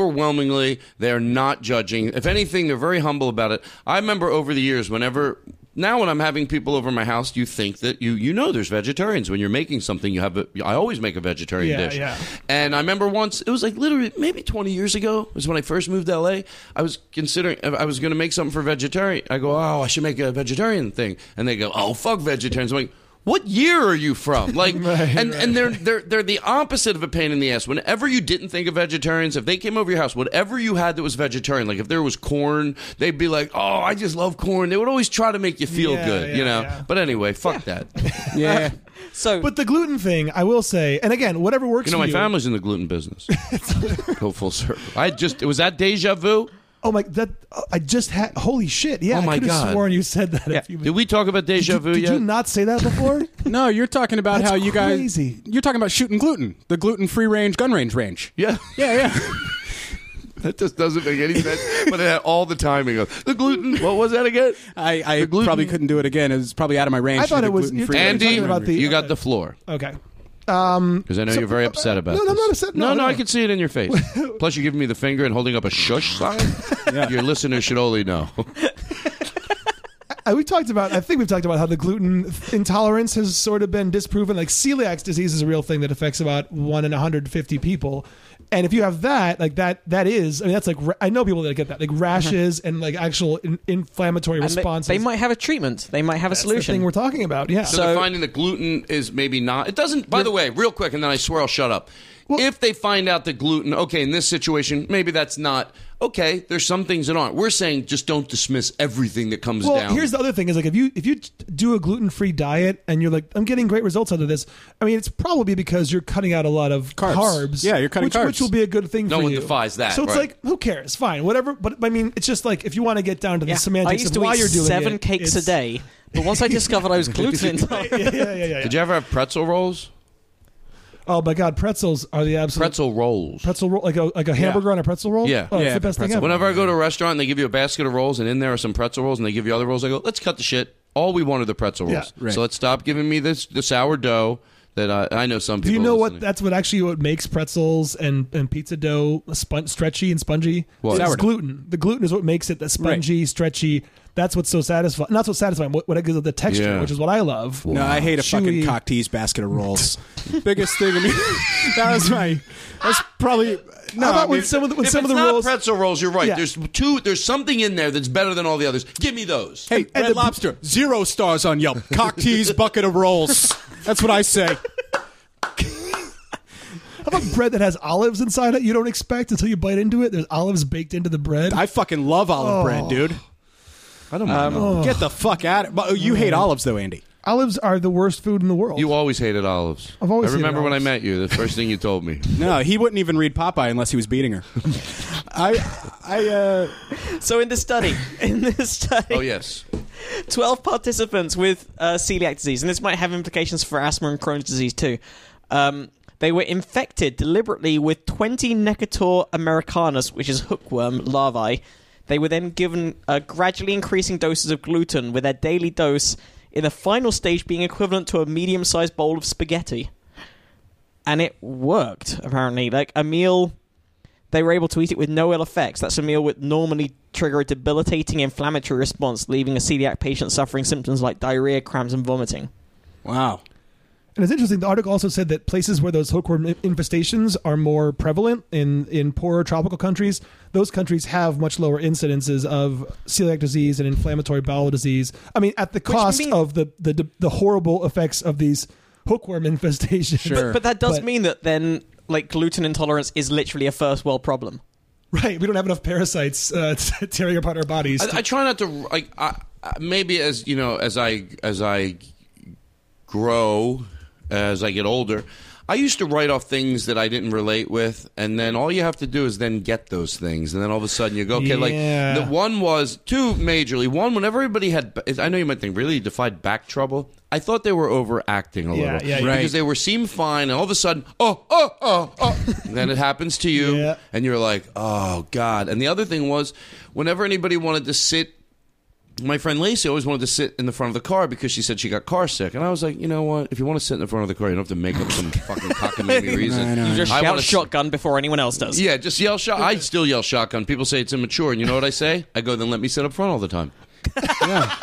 S5: overwhelmingly they're not judging. If anything, they're very humble about it. I remember over the years, whenever now when I'm having people over my house, you think that you you know there's vegetarians when you're making something. You have a, I always make a vegetarian
S2: Yeah,
S5: dish.
S2: yeah.
S5: And I remember once, it was like literally maybe 20 years ago, was when I first moved to LA. I was considering, I was going to make something for vegetarian. I go, oh, I should make a vegetarian thing. And they go, oh, fuck vegetarians. I'm like, what year are you
S2: (laughs)
S5: from? Like, and, and they're, they're, they're the opposite of a pain in the ass. Whenever you didn't think of vegetarians, if they came over your house, whatever you had that was vegetarian, like if there was corn, they'd be like, oh, I just love corn. They would always try to make you feel
S2: Yeah,
S5: good,
S2: yeah,
S5: you know?
S2: yeah.
S5: But anyway, fuck that.
S3: Yeah.
S4: So,
S2: But the gluten thing, I will say, and again, whatever works
S5: You
S2: for
S5: know, my
S2: you.
S5: family's in the
S2: (laughs)
S5: gluten business. Go full circle. I just, was that deja vu?
S2: Oh my, that oh, I just had. Holy shit! Yeah,
S5: Oh my
S2: I could
S5: God.
S2: have sworn you said that. A few
S5: Did we talk about deja
S2: did,
S5: vu
S2: did
S5: yet?
S2: you not say that
S5: (laughs)
S2: before?
S3: (laughs) No, you're talking about
S2: That's
S3: how you guys.
S2: crazy.
S3: You're talking about shooting gluten, the gluten free range gun range range.
S5: yeah, (laughs)
S3: Yeah, yeah.
S5: that just doesn't make any sense. But it had all the timing of the gluten. What was
S2: (laughs)
S5: that again?
S3: I, I
S5: gluten-
S3: probably couldn't do it again. It was probably out of my range.
S2: I thought
S3: to do
S2: it was-
S3: gluten-free
S2: you're
S3: range.
S5: Andy,
S2: talking about the- uh,
S5: you got the floor.
S2: okay.
S5: Because I know you're very upset about
S2: no,
S5: this.
S2: no, I'm not upset.
S5: No,
S2: No,
S5: no,
S2: no.
S5: I can see it in
S2: (laughs)
S5: your face. Plus, you're giving me the finger and holding up a shush sign. Your listeners should only know.
S2: Uh, we talked about. I think we've talked about how the gluten intolerance has sort of been disproven. Like celiac disease is a real thing that affects about one in 150 people, and if you have that, like that, that is. I mean, that's like ra- I know people that get that, like rashes and like actual in- inflammatory
S4: Mm-hmm. And they-
S2: responses.
S4: They, might have a treatment. They might have a
S2: That's the
S4: solution.
S2: thing we're talking about. Yeah.
S5: So, they're finding that gluten is maybe not. It doesn't. By the way, real quick, and then I swear I'll shut up. if they find out that gluten, okay, in this situation, maybe that's not okay. There's some things that aren't. We're saying just don't dismiss everything that comes
S2: well,
S5: down.
S2: here's the other thing: is like if you if you do a gluten free diet and you're like, I'm getting great results out of this. I mean, it's probably because you're cutting out a lot of
S3: Carbs.
S2: carbs.
S3: Yeah, you're cutting
S2: which,
S3: carbs.
S2: which will be a good thing.
S5: No
S2: for
S5: one
S2: you.
S5: defies that,
S2: So it's
S5: right.
S2: like, who cares? Fine, whatever. But I mean, it's just like if you want to get down to the
S4: Yeah.
S2: semantics
S4: I used
S2: of
S4: to
S2: why
S4: eat
S2: you're doing
S4: seven
S2: it,
S4: cakes a
S2: it's-
S4: day, but once I discovered I was gluten
S2: (laughs)
S4: intolerant,
S2: yeah, yeah, yeah, yeah.
S5: Did you ever have pretzel rolls?
S2: Oh my God, pretzels are the absolute
S5: Pretzel rolls.
S2: pretzel roll, like a like a hamburger on a pretzel roll.
S5: Yeah.
S2: oh,
S3: Yeah,
S2: it's the best thing
S3: pretzel.
S2: ever.
S5: Whenever I go to a restaurant and they give you a basket of rolls and in there are some pretzel rolls and they give you other rolls, I go, let's cut the shit. All we want are the pretzel
S2: Yeah,
S5: rolls.
S3: right.
S5: So let's stop giving me this the sourdough that I, I know some people.
S2: Do you know what?
S5: listening-
S2: That's what actually what makes pretzels and, and pizza dough spon- stretchy and spongy.
S5: What?
S2: It's
S5: Sourdough.
S2: gluten. The gluten is what makes it the spongy, stretchy. That's what's so satisfying. Not so satisfying. What, what it gives it the texture,
S5: Yeah.
S2: which is what I love.
S3: No, I hate a fucking
S2: Chewy.
S3: cock tease basket of rolls. (laughs) Biggest thing to me. (laughs) that was my. That's probably no.
S2: How about
S3: I mean,
S2: when some of the, when
S5: If
S2: some
S5: it's
S2: of the
S5: not
S2: rolls?
S5: pretzel rolls, you're right.
S2: Yeah.
S5: There's two. There's something in there that's better than all the others. Give me those.
S3: hey,
S2: and
S3: Red
S2: the-
S3: Lobster, zero stars on Yelp. Cock tease bucket of (laughs) rolls. That's what I say.
S2: How about bread that has olives inside it? You don't expect until you bite into it. There's olives baked into the bread.
S3: I fucking love olive
S2: Oh.
S3: bread, dude.
S5: I don't know.
S3: Get the fuck out of. But you hate olives though, Andy.
S2: olives are the worst food in the world.
S5: You always hated olives.
S2: I've always
S5: I remember
S2: hated
S5: when I
S2: olives.
S5: met you. The first thing you told me.
S3: No, he wouldn't even read Popeye unless he was beating her. (laughs) I, I, uh,
S4: so in this study, in this study,
S5: (laughs) Oh yes.
S4: 12 participants with uh, celiac disease, and this might have implications for asthma and Crohn's disease too. Um, they were infected deliberately with 20 Necator americanus, which is hookworm larvae. They were then given uh, gradually increasing doses of gluten, with their daily dose in the final stage being equivalent to a medium sized bowl of spaghetti. And it worked, apparently. Like a meal they were able to eat it with no ill effects. That's a meal would normally trigger a debilitating inflammatory response, leaving a celiac patient suffering symptoms like diarrhea, cramps, and vomiting.
S3: wow.
S2: And it's interesting. The article also said that places where those hookworm i- infestations are more prevalent in in poorer tropical countries, those countries have much lower incidences of celiac disease and inflammatory bowel disease. I mean, at the cost
S4: mean-
S2: of the, the the horrible effects of these hookworm (laughs) infestations.
S3: Sure.
S4: But that does
S2: But-
S4: mean that then, like, gluten intolerance is literally a first world problem.
S2: (laughs) right? We don't have enough parasites uh, (laughs) tearing apart our bodies.
S5: I, I try not to like. I, I- maybe as you know, as I as I grow, as I get older, I used to write off things that I didn't relate with, and then all you have to do is then get those things, and then all of a sudden you go, okay,
S2: Yeah.
S5: like the one was two majorly. One when everybody had, I know you might think really defied back trouble. I thought they were overacting a
S2: Yeah,
S5: little,
S2: yeah, yeah.
S5: because they were seemed fine, and all of a sudden, oh, oh, oh,
S4: (laughs)
S5: oh, then it happens to you,
S2: Yeah.
S5: and you're like, oh god. And the other thing was, whenever anybody wanted to sit my friend Lacey always wanted to sit in the front of the car because she said she got car sick. And I was like, you know what? If you want to sit in the front of the car, you don't have to make up some
S4: (laughs)
S5: fucking cockamamie reason.
S4: You just
S5: (laughs) I
S4: shout
S5: wanna-
S4: shotgun before anyone else does.
S5: Yeah, just yell shot. I still yell shotgun. People say it's immature. And you know what I say? I go, then let me sit up front all the time. yeah.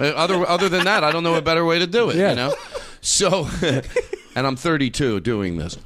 S5: Uh, Other, other than that, I don't know a better way to do it,
S3: Yeah.
S5: you know? So, (laughs) and I'm 32
S2: (laughs)
S5: doing this.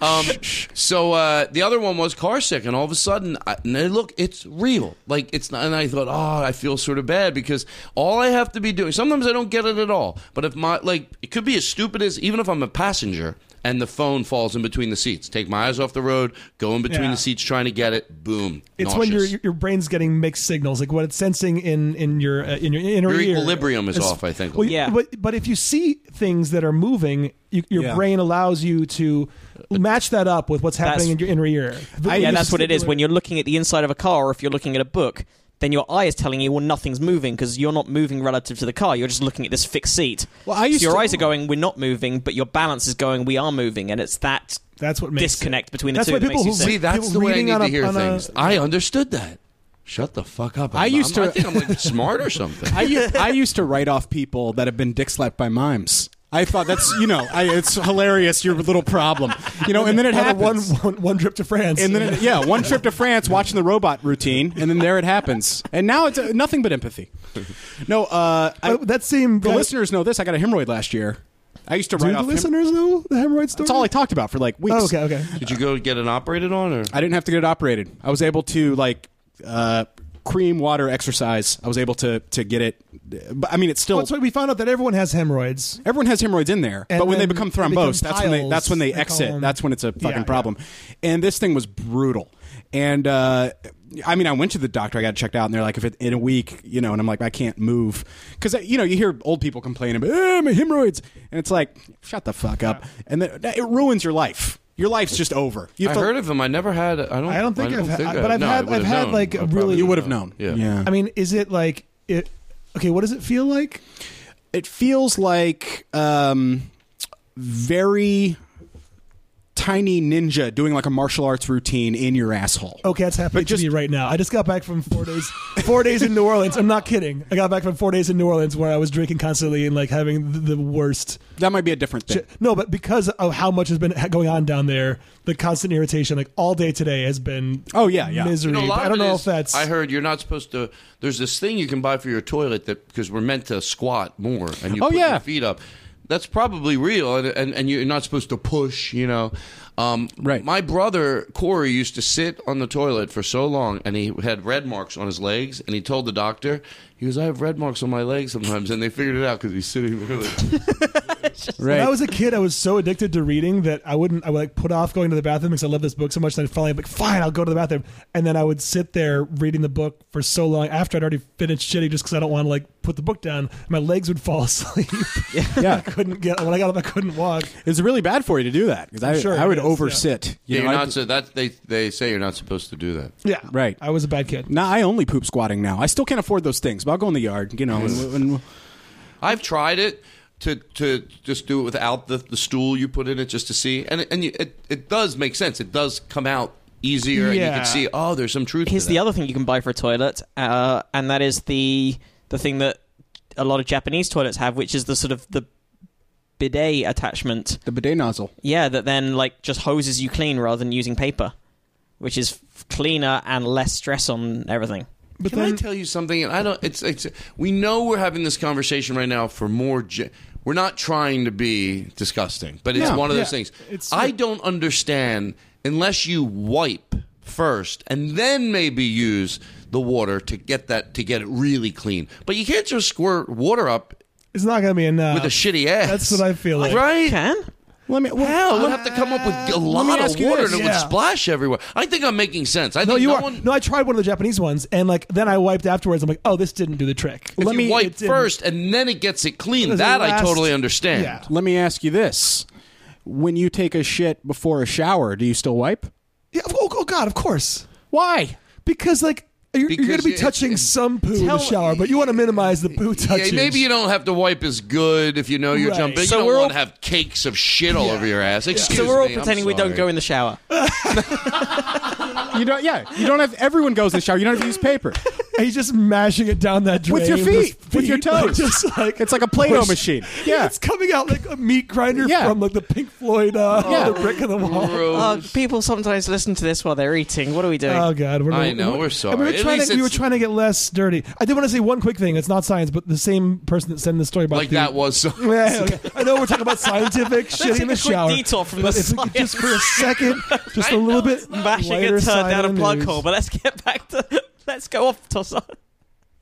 S5: Um, so uh, the other one was car sick, and all of a sudden, I, and I- look, it's real. Like it's not. And I thought, oh, I feel sort of bad because all I have to be doing. Sometimes I don't get it at all. But if my like, it could be as stupid as even if I'm a passenger and the phone falls in between the seats. Take my eyes off the road, go in between
S2: Yeah.
S5: the seats, trying to get it. Boom.
S2: it's
S5: nauseous.
S2: when your your brain's getting mixed signals, like what it's sensing in in your uh, in your inner
S5: Your
S2: ear.
S5: equilibrium is
S2: It's-
S5: off, I think.
S2: Well,
S4: Yeah.
S2: But, but if you see things that are moving, you, your
S3: Yeah.
S2: brain allows you to match that up with what's happening in your inner ear.
S3: I-
S4: yeah,
S3: you
S4: that's what it is. When you're looking at the inside of a car, or if you're looking at a book, then your eye is telling you, well, nothing's moving because you're not moving relative to the car. You're just looking at this fixed seat.
S3: Well, I used
S4: so your
S3: to-
S4: eyes are going, we're not moving, but your balance is going, we are moving, and it's that
S2: That's what makes
S4: disconnect
S2: it.
S4: between the
S2: That's
S4: two
S2: why
S4: that
S2: people
S4: makes you
S2: who
S4: sick.
S5: See, that's the way I
S2: reading
S5: need
S2: on
S5: to
S2: a-
S5: hear
S2: on a-
S5: things. I understood that. Shut the fuck up.
S3: I
S5: I'm-
S3: used
S5: I'm-
S3: to-
S2: (laughs)
S5: I think I'm like smart or something.
S3: I, u- I used to write off people that have been dick slapped by mimes. I thought that's you know I, it's hilarious your little problem, you know. And then it
S2: Well, the
S3: happens.
S2: one, one, one trip to France.
S3: and then
S2: (laughs)
S3: it, yeah, one trip to France watching the robot routine, and then there it happens. And now it's uh, nothing but empathy. No, uh, I,
S2: Uh, that same
S3: the
S2: guy-
S3: listeners know this. I got a hemorrhoid last year. I used to
S2: Do
S3: write
S2: the
S3: off. hem-
S2: listeners know the hemorrhoid story?
S3: that's all I talked about for like weeks.
S2: Oh, okay, okay.
S5: Did you go get it operated on, or
S3: I didn't have to get it operated. I was able to like uh, cream water exercise. I was able to to get it. But I mean, it's still
S2: That's why we found out that everyone has hemorrhoids.
S3: everyone has hemorrhoids in there.
S2: And
S3: But when they
S2: then
S3: become
S2: they become
S3: thrombosed, that's when they
S2: piles,
S3: that's when they,
S2: they call
S3: exit.
S2: them.
S3: That's when it's a fucking
S2: Yeah, yeah.
S3: problem. And this thing was brutal. And uh, I mean, I went to the doctor. I got it checked out, and they're like, "If it in a week, you know," and I'm like, "I can't move," because you know, you hear old people complaining about eh, my hemorrhoids, and it's like, "Shut the fuck up!" And then it ruins your life. Your life's just over. You
S5: I
S3: have to-
S5: heard of them. I never had. I don't.
S2: I don't think I've had-
S5: think I-
S2: but I've
S5: no, I
S2: had-
S5: would've
S2: I've had,
S5: known.
S2: like,
S5: I probably
S2: really-
S3: you would have known.
S5: Yeah.
S2: I mean, is it like it? Okay, what does it feel like?
S3: it feels like um, very tiny ninja doing like a martial arts routine in your asshole.
S2: Okay, that's happening
S3: But just-
S2: to me right now. I just got back from four days, four days in New Orleans. I'm not kidding. I got back from four days in New Orleans where I was drinking constantly and like having the the worst.
S3: That might be a different thing.
S2: (laughs) shit. No, but because of how much has been ha- going on down there, the constant irritation, like all day today, has been
S3: Oh, yeah, yeah.
S2: misery.
S5: You know, a lot
S2: But I
S5: of
S2: don't
S5: it
S2: know
S5: is-
S2: if that's
S5: I heard you're not supposed to. There's this thing you can buy for your toilet that because we're meant to squat more and you
S3: Oh,
S5: put
S3: yeah.
S5: your feet up. That's probably real, and, and, and you're not supposed to push. You know, um,
S3: Right.
S5: My brother Corey used to sit on the toilet for so long, and he had red marks on his legs. And he told the doctor, he goes, "I have red marks on my legs sometimes," and they figured it out because he's sitting there.
S2: (laughs)
S5: Like,
S3: Right.
S2: When I was a kid, I was so addicted to reading that I wouldn't. I would like put off going to the bathroom because I love this book so much. Then finally, I'm like, fine, I'll go to the bathroom, and then I would sit there reading the book for so long after I'd already finished shitting, just because I don't want to like put the book down. My legs would fall (laughs) asleep.
S3: yeah.
S2: I couldn't get when I got up. I couldn't walk.
S3: It's really bad for you to do that because I,
S2: sure
S3: I
S2: it
S3: would
S2: is,
S3: oversit.
S5: yeah,
S3: You
S5: you're
S3: know, I-
S5: not. So that they they say you're not supposed to do that.
S2: Yeah,
S3: Right.
S2: I was a bad kid.
S3: now I only poop squatting now. I still can't afford those things, but I'll go in the yard, you know. And, and,
S5: I've tried it to to just do it without the, the stool you put in it just to see, and it- and you, it it does make sense. It does come out easier, and you
S2: Yeah.
S5: can see oh, there's some truth.
S4: Here's
S5: to
S4: the
S5: that.
S4: other thing you can buy for a toilet, uh, and that is the the thing that a lot of Japanese toilets have, which is the sort of the bidet attachment.
S3: the bidet nozzle.
S4: Yeah, that then like just hoses you clean rather than using paper, which is f- cleaner and less stress on everything.
S2: But
S5: Can I
S2: then
S5: tell you something? And I don't. It's it's. We know we're having this conversation right now for more. Ge- we're not trying to be disgusting, but it's
S3: No,
S5: one of
S2: yeah.
S5: those things.
S2: It's-
S5: I don't understand unless you wipe first and then maybe use the water to get that to get it really clean. But you can't just squirt water up
S2: it's not gonna be enough.
S5: with a shitty ass.
S2: That's what I feel like.
S5: Right?
S4: Can
S3: Let me, well,
S5: Hell, we'd
S3: let-
S5: have to come up with a
S3: me
S5: lot
S3: ask
S5: of
S3: you
S5: water
S3: this.
S5: and it
S2: Yeah.
S5: would splash everywhere. I think I'm making sense. I
S2: No,
S5: think
S2: you
S5: no
S2: are.
S5: one.
S2: no, I tried one of the Japanese ones, and like then I wiped afterwards. I'm like, oh, this didn't do the trick.
S5: if
S3: let
S5: you
S3: me-
S5: wipe
S2: it's in-
S5: first and then it gets it clean.
S2: It's
S5: that
S2: the last-
S5: I totally understand.
S2: Yeah.
S3: let me ask you this: When you take a shit before a shower, do you still wipe?
S2: Yeah, oh, oh God, of course.
S3: Why?
S2: Because like you're, you're
S5: Because
S2: going to be
S5: it-
S2: touching
S5: it-
S2: some poo in the
S4: tell-
S2: shower, but you want to minimize the poo
S5: Yeah,
S2: touching.
S5: maybe you don't have to wipe as good if you know you're
S2: Right.
S5: jumping.
S4: So
S5: you
S4: we're
S5: don't
S4: all-
S5: want to have cakes of shit all over your ass. Excuse
S4: so we're all
S5: me, I'm
S4: pretending we don't
S5: sorry.
S4: go in the shower.
S2: Oh.
S3: You don't. Yeah, you don't have. Everyone goes in the shower. You don't have to use paper.
S2: And he's just mashing it down that drain
S3: With your feet, with your
S2: like,
S3: toes.
S2: just like
S3: It's like a Play-Doh
S2: push- (laughs)
S3: machine. Yeah.
S2: it's coming out like a meat grinder
S3: Yeah.
S2: from like the Pink Floyd, uh,
S3: Yeah.
S2: the brick in the wall.
S4: Oh,
S5: Gross.
S4: people sometimes listen to this while they're eating. What are we doing?
S2: Oh God, we're
S5: I know, we're
S2: and we
S5: sorry.
S2: were
S5: At
S2: trying
S5: least
S2: to we were
S5: it's-
S2: trying to get less dirty. I did want to say one quick thing. It's not science, but the same person that sent the story about
S5: like
S2: the,
S5: that was. So,
S2: (laughs) Yeah, okay. I know we're talking about scientific shitting
S4: take
S2: in
S4: a
S2: the
S4: quick
S2: shower.
S4: detour from
S2: but
S4: the
S2: if we could
S4: science.
S2: just for a second, just
S4: (laughs)
S2: a little bit
S4: Bashing a
S2: lighter
S4: turd
S2: side
S4: down
S2: of
S4: a
S2: the
S4: plug
S2: news.
S4: hole, but let's get back to (laughs) let's go off to something.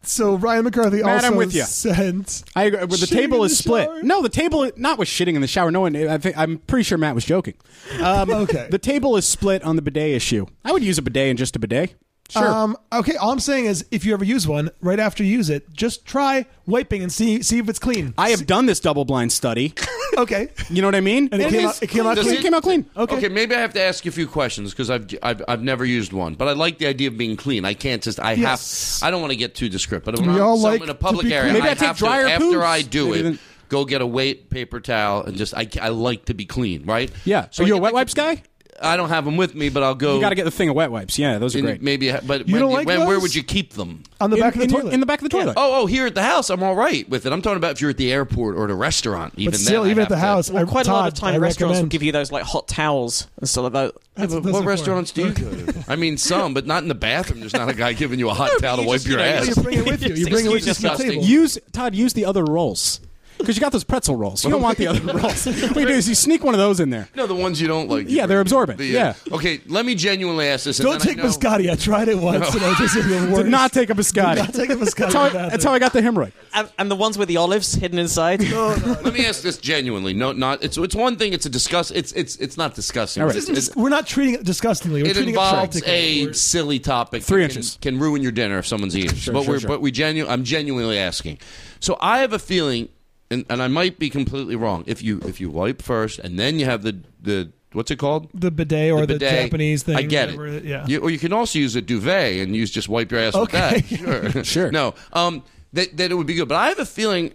S2: So Ryan McCarthy
S3: Matt,
S2: also
S3: I'm with ya.
S2: sent.
S3: I agree. Well, the
S2: Shitting
S3: table
S2: in
S3: is
S2: the
S3: split.
S2: shower?
S3: No, the table not with shitting in the shower. No one. I think, I'm pretty sure Matt was joking. Um,
S2: Okay.
S3: The table is split on the bidet issue. I would use a bidet and just a bidet. Sure.
S2: Um, okay, all I'm saying is if you ever use one, right after you use it, just try wiping and see see if it's clean.
S3: I have done this double blind study.
S2: (laughs) okay.
S3: You know what I mean?
S2: And it came
S3: is
S2: out- it came out
S3: Does
S5: clean?
S3: It came out clean.
S5: okay. maybe I have to ask you a few questions because I've, I've I've never used one, but I like the idea of being clean. I can't just I
S2: Yes.
S5: have I don't want to get too descriptive. But when
S2: We
S5: I'm
S2: all
S5: somewhere
S2: like
S5: in
S2: to
S5: a
S2: be
S5: public
S2: clean.
S5: area,
S3: Maybe I
S5: I
S3: take
S5: have
S3: dryer
S5: to, after I
S3: poops.
S5: do
S3: Maybe
S5: it.
S3: then-
S5: Go get a wet paper towel and just I, I like to be clean, right?
S3: Yeah. So
S5: I
S3: you're a
S5: get
S3: wet
S5: the-
S3: wipes guy?
S5: I don't have them with me, but I'll go.
S3: You got to get the thing of wet wipes. Yeah, those are
S5: in-
S3: great.
S5: Maybe, but
S2: You
S5: when,
S2: don't
S5: do-
S2: like
S5: when- where
S2: those?
S5: would you keep them?
S2: on the
S3: in,
S2: back of the
S3: in your-
S2: toilet.
S3: in the back of the toilet.
S5: Oh, oh, here at the house, I'm all right with it. I'm talking about if you're at the airport or at a restaurant. Even
S2: but still,
S5: then, I
S2: even at the
S5: have to-
S2: house, I,
S4: Well, quite
S2: Todd,
S4: a lot of
S2: I
S4: time restaurants will
S2: recommend.
S4: give you those like hot towels and stuff like that.
S2: That's- that's
S5: What
S2: important.
S5: restaurants do you go to? (laughs) I mean, some, but not in the bathroom. There's not a guy giving you a hot towel to
S4: you
S5: wipe
S4: just-
S5: your
S4: you know,
S2: (laughs)
S5: ass. (laughs)
S2: You bring it with you. You bring it with you to the
S5: Disgusting.
S2: table.
S3: Use Todd. Use the other rolls because you got those pretzel rolls. You don't want the other rolls. What you do is you sneak one of those in there.
S5: No, the ones you don't like.
S3: Yeah, they're absorbent.
S5: The, uh,
S3: Yeah.
S5: Okay, let me genuinely ask this. and
S2: Don't
S5: then
S2: take
S5: I know-
S2: biscotti. I tried it once, and I just it was the worst.
S3: (laughs) Did not take a
S2: (laughs)
S3: biscotti.
S2: Not take a biscotti.
S3: That's how, I,
S2: in the bathroom.
S3: that's how I got the hemorrhoid.
S4: And, and the ones with the olives
S2: (laughs)
S4: hidden inside.
S5: Let me ask this genuinely. No, not it's. It's one thing. It's a discuss. It's it's it's not disgusting.
S3: All right.
S5: It's-
S2: This is-
S5: it's-
S2: we're not treating it disgustingly. We're
S5: it
S2: treating
S5: involves
S2: it practically.
S5: a
S2: We're-
S5: silly topic.
S3: Three
S5: that can-
S3: inches.
S5: can, ruin your dinner if someone's eating.
S3: Sure,
S5: but
S3: sure,
S5: we're
S3: sure.
S5: but we genu- I'm genuinely asking. So I have a feeling, and, and I might be completely wrong. If you if you wipe first and then you have the the what's it called
S2: the bidet or the,
S5: bidet.
S2: Japanese thing.
S5: I get
S2: whatever
S5: it.
S2: Yeah.
S5: You, or you can also use a duvet and use just wipe your ass
S2: Okay.
S5: with that.
S2: (laughs)
S5: Sure.
S3: Sure.
S5: (laughs) No. Um. That that it would be good, but I have a feeling.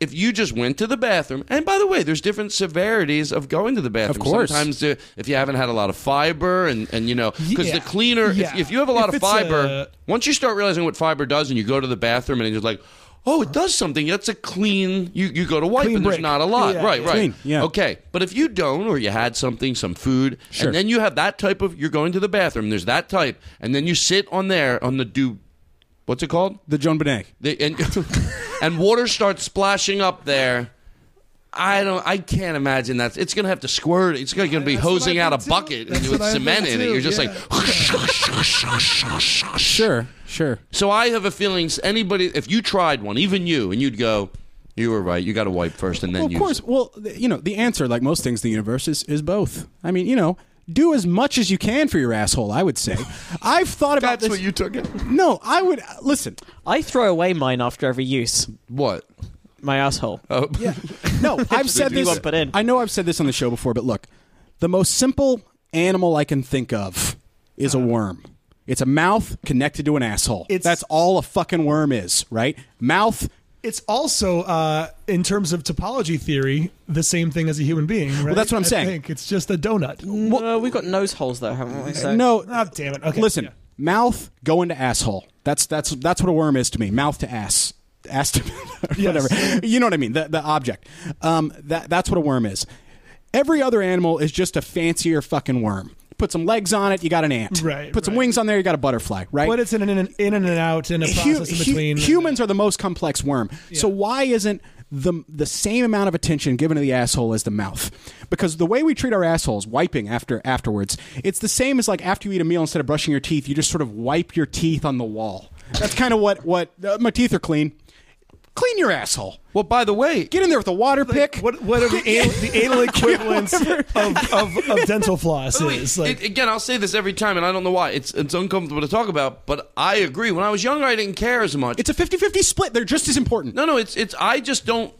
S5: If you just went to the bathroom, and by the way, there's different severities of going to the bathroom.
S3: course.
S5: sometimes uh, if you haven't had a lot of fiber, and, and you know, because
S2: Yeah.
S5: the cleaner,
S2: Yeah.
S5: if, if you have a lot
S2: If
S5: of
S2: it's
S5: fiber,
S2: a-
S5: once you start realizing what fiber does, and you go to the bathroom, and you're like, oh, it does something. That's a clean. You you go to wipe,
S2: Clean
S5: and
S2: break.
S5: there's not a lot.
S2: Yeah.
S5: Right. Right.
S3: Clean, yeah.
S5: Okay. Okay, but if you don't, or you had something, some food,
S3: Sure.
S5: and then you have that type of, you're going to the bathroom. There's that type, and then you sit on there on the do, what's it called?
S3: The Joan Benet.
S5: The, and, (laughs) and water starts splashing up there. I don't. I can't imagine that. It's gonna have to squirt. It's gonna, gonna be
S2: what
S5: hosing
S2: I've
S5: out a
S2: been too.
S5: bucket
S2: That's
S5: and
S2: what
S5: with
S2: I've
S5: cement
S2: been
S5: in it.
S2: too,
S5: You're just
S2: yeah.
S5: (laughs) like.
S3: Sure, sure.
S5: So I have a feeling s- anybody, if you tried one, even you, and you'd go, "You were right. You got to wipe first, and then
S3: Well, of
S5: use
S3: course.
S5: it."
S3: Well, th- you know, the answer, like most things in the universe, is, is both. I mean, you know, do as much as you can for your asshole, I would say. I've thought about
S5: That's
S3: this.
S5: what you took it.
S3: no, I would. Listen,
S4: I throw away mine after every use.
S5: What?
S4: My asshole.
S5: Oh.
S3: no, I've said
S4: you
S3: this.
S4: lump it in?
S3: I know I've said this on the show before, but look, the most simple animal I can think of is a worm. It's a mouth connected to an asshole.
S2: It's-
S3: That's all a fucking worm is, right? Mouth.
S2: It's also, uh, in terms of topology theory, the same thing as a human being. Right?
S3: that's what I'm
S2: I
S3: saying.
S2: Think. It's just a donut.
S4: Uh, we've got nose holes though, haven't we? So
S3: No,
S2: Oh, damn it. Okay.
S3: Listen,
S2: yeah.
S3: mouth going to asshole. That's that's that's what a worm is to me. Mouth to ass, ass to (laughs) whatever. You know what I mean? The the object. Um, that that's what a worm is. Every other animal is just a fancier fucking worm. Put some legs on it, you got an ant.
S2: Right,
S3: Put some
S2: right.
S3: wings on there, you got a butterfly. Right.
S2: But it's in and in, in and out in a
S3: Hu-
S2: process in
S3: hu-
S2: between.
S3: humans are the most complex worm. So why isn't the the same amount of attention given to the asshole as the mouth? Because the way we treat our assholes, wiping after afterwards, it's the same as like after you eat a meal, instead of brushing your teeth, you just sort of wipe your teeth on the wall. That's kind of what what uh, my teeth are clean. Clean your asshole.
S5: (laughs) Well, by the way,
S3: Get in there with a water pick.
S2: What, what are the anal,
S3: (laughs)
S2: the anal equivalents of, of, of dental floss
S5: By the way,
S2: is? Like,
S5: it- again, I'll say this every time, and I don't know why. It's it's uncomfortable to talk about, but I agree. When I was younger, I didn't care as much.
S3: It's a 50-50 split. They're just as important.
S5: no, no, it's it's. I just don't.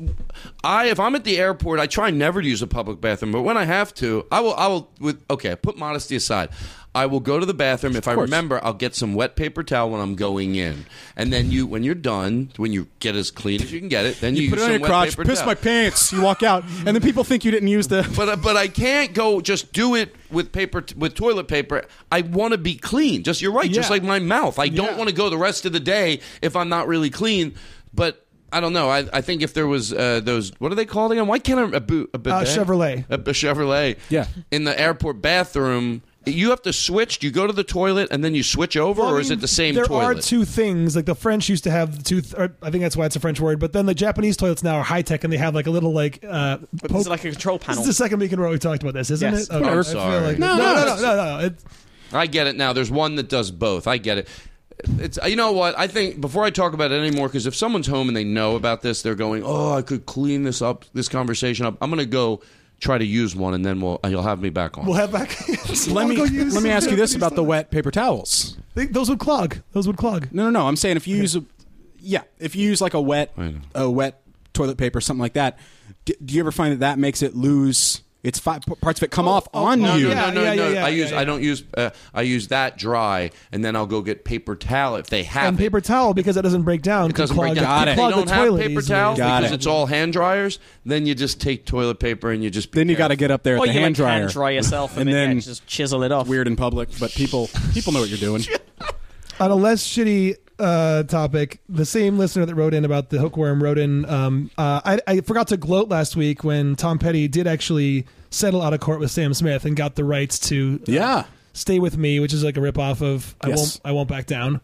S5: I if I'm at the airport, I try never to use a public bathroom, but when I have to, I will. I will. With okay, put modesty aside. I will go to the bathroom if I
S3: course.
S5: remember. I'll get some wet paper towel when I'm going in, and then you, when you're done, when you get as clean as you can get it, then you,
S3: You put it
S5: use
S3: on
S5: some
S3: your
S5: wet
S3: crotch,
S5: paper
S3: piss
S5: towel.
S3: my pants, you walk out, and then people think you didn't use
S5: (laughs)
S3: the
S5: But uh, but I can't go just do it with paper with toilet paper. I want to be clean. Just you're right. Just
S2: Yeah.
S5: like my mouth. I don't
S3: Yeah.
S5: want to go the rest of the day if I'm not really clean. But I don't know. I, I think if there was uh, those what are they called again? Why can't I, a boot a bidet?
S2: Uh, Chevrolet.
S5: a, a Chevrolet
S3: Yeah.
S5: in the airport bathroom. You have to switch. Do you go to the toilet and then you switch over,
S2: Well, I
S5: or is
S2: mean,
S5: it the same
S2: There
S5: toilet?
S2: are two things. Like the French used to have two. Th- or I think that's why it's a French word. But then the Japanese toilets now are high tech, and they have like a little like. Uh, poke-
S4: it's like a control
S2: this
S4: panel.
S2: is the second week in a row we talked about this, isn't it?
S4: Yes.
S2: Okay,
S5: I'm
S2: I feel
S5: sorry.
S2: like-
S3: No,
S2: no,
S3: no,
S2: no, no,
S3: it's-
S2: no, no, It-
S5: I get it now. There's one that does both. I get it. It's you know what I think. Before I talk about it anymore, because if someone's home and they know about this, they're going, "Oh, I could clean this up, this conversation up." I'm gonna go try to use one, and then we'll uh, you'll have me back on.
S2: we'll have back.
S3: let
S2: I'll
S3: me
S2: go use
S3: let me
S2: some
S3: ask you this
S2: Japanese
S3: about the
S2: toilet.
S3: wet paper towels.
S2: They- those would clog. Those would clog.
S3: No, no, no. I'm saying if you use a, yeah, if you use like a wet,
S5: I know.
S3: a wet toilet paper, something like that. Do, do you ever find that that makes it lose It's five parts of it come off
S2: oh,
S3: on
S2: oh,
S3: you.
S2: yeah.
S5: no, no, no. I
S2: yeah,
S5: use.
S2: yeah.
S5: I don't use. Uh, I use that dry, and then I'll go get paper towel if they have
S2: and
S5: it.
S2: paper towel because it doesn't break down.
S5: It doesn't
S2: can
S5: break
S2: clog the-
S5: down.
S2: can
S5: If they
S2: clog
S5: don't
S2: the
S5: have
S2: toilet
S5: paper
S2: easily.
S5: towel
S3: Got
S5: because
S3: it.
S5: it's all hand dryers, then you just take toilet paper and you just. be
S3: Then you got to
S5: careful.
S3: get up there at
S4: Or
S3: the
S4: Oh, you like,
S3: hand dryer.
S4: hand dry yourself and,
S3: And
S4: then, yeah,
S3: then-
S4: just chisel it off.
S3: Weird in public, but people people know what you're doing.
S2: on a less shitty uh, topic, the same listener that wrote in about the hookworm wrote in. Um, uh, I, I forgot to gloat last week when Tom Petty did actually settle out of court with Sam Smith and got the rights to uh,
S3: yeah.
S2: "Stay with Me," which is like a ripoff of "I
S3: Yes.
S2: won't, I won't back down."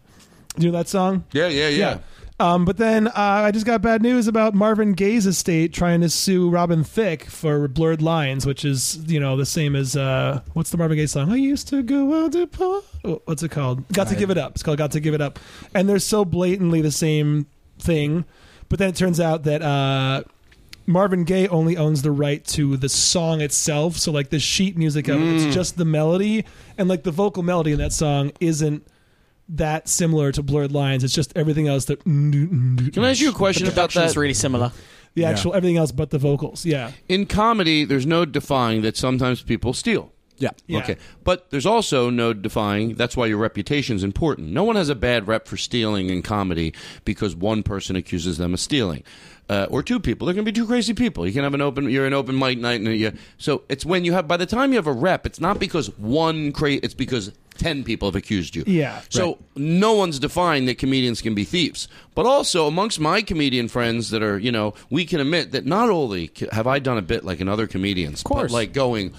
S2: Do you know that song?
S5: Yeah, yeah, yeah.
S2: Um, but then uh, I just got bad news about Marvin Gaye's estate trying to sue Robin Thicke for blurred lines, which is you know the same as uh, what's the Marvin Gaye song? I used to go out to par- oh, What's it called? Got to give it up. It's called Got to Give It Up, and they're so blatantly the same thing. But then it turns out that uh, Marvin Gaye only owns the right to the song itself, so like the sheet music of it,
S5: Mm.
S2: it's just the melody, and like the vocal melody in that song isn't that similar to Blurred Lines. It's just everything else that
S5: Can I ask you a question about
S4: It's
S5: that?
S4: really similar.
S2: the actual everything else but the vocals. Yeah,
S5: In comedy, there's no defying that sometimes people steal.
S3: Yeah.
S2: Yeah.
S5: Okay. But there's also no defying. That's why your reputation's important. No one has a bad rep for stealing in comedy because one person accuses them of stealing, uh, or two people. There can be two crazy people. You can have an open. You're an open mic night, and you. So it's when you have. By the time you have a rep, it's not because one cra It's because ten people have accused you.
S2: Yeah.
S5: So no one's defined that comedians can be thieves. But also amongst my comedian friends that are, you know, we can admit that not only c- have I done a bit like in other comedians, of
S3: course.
S5: but like going.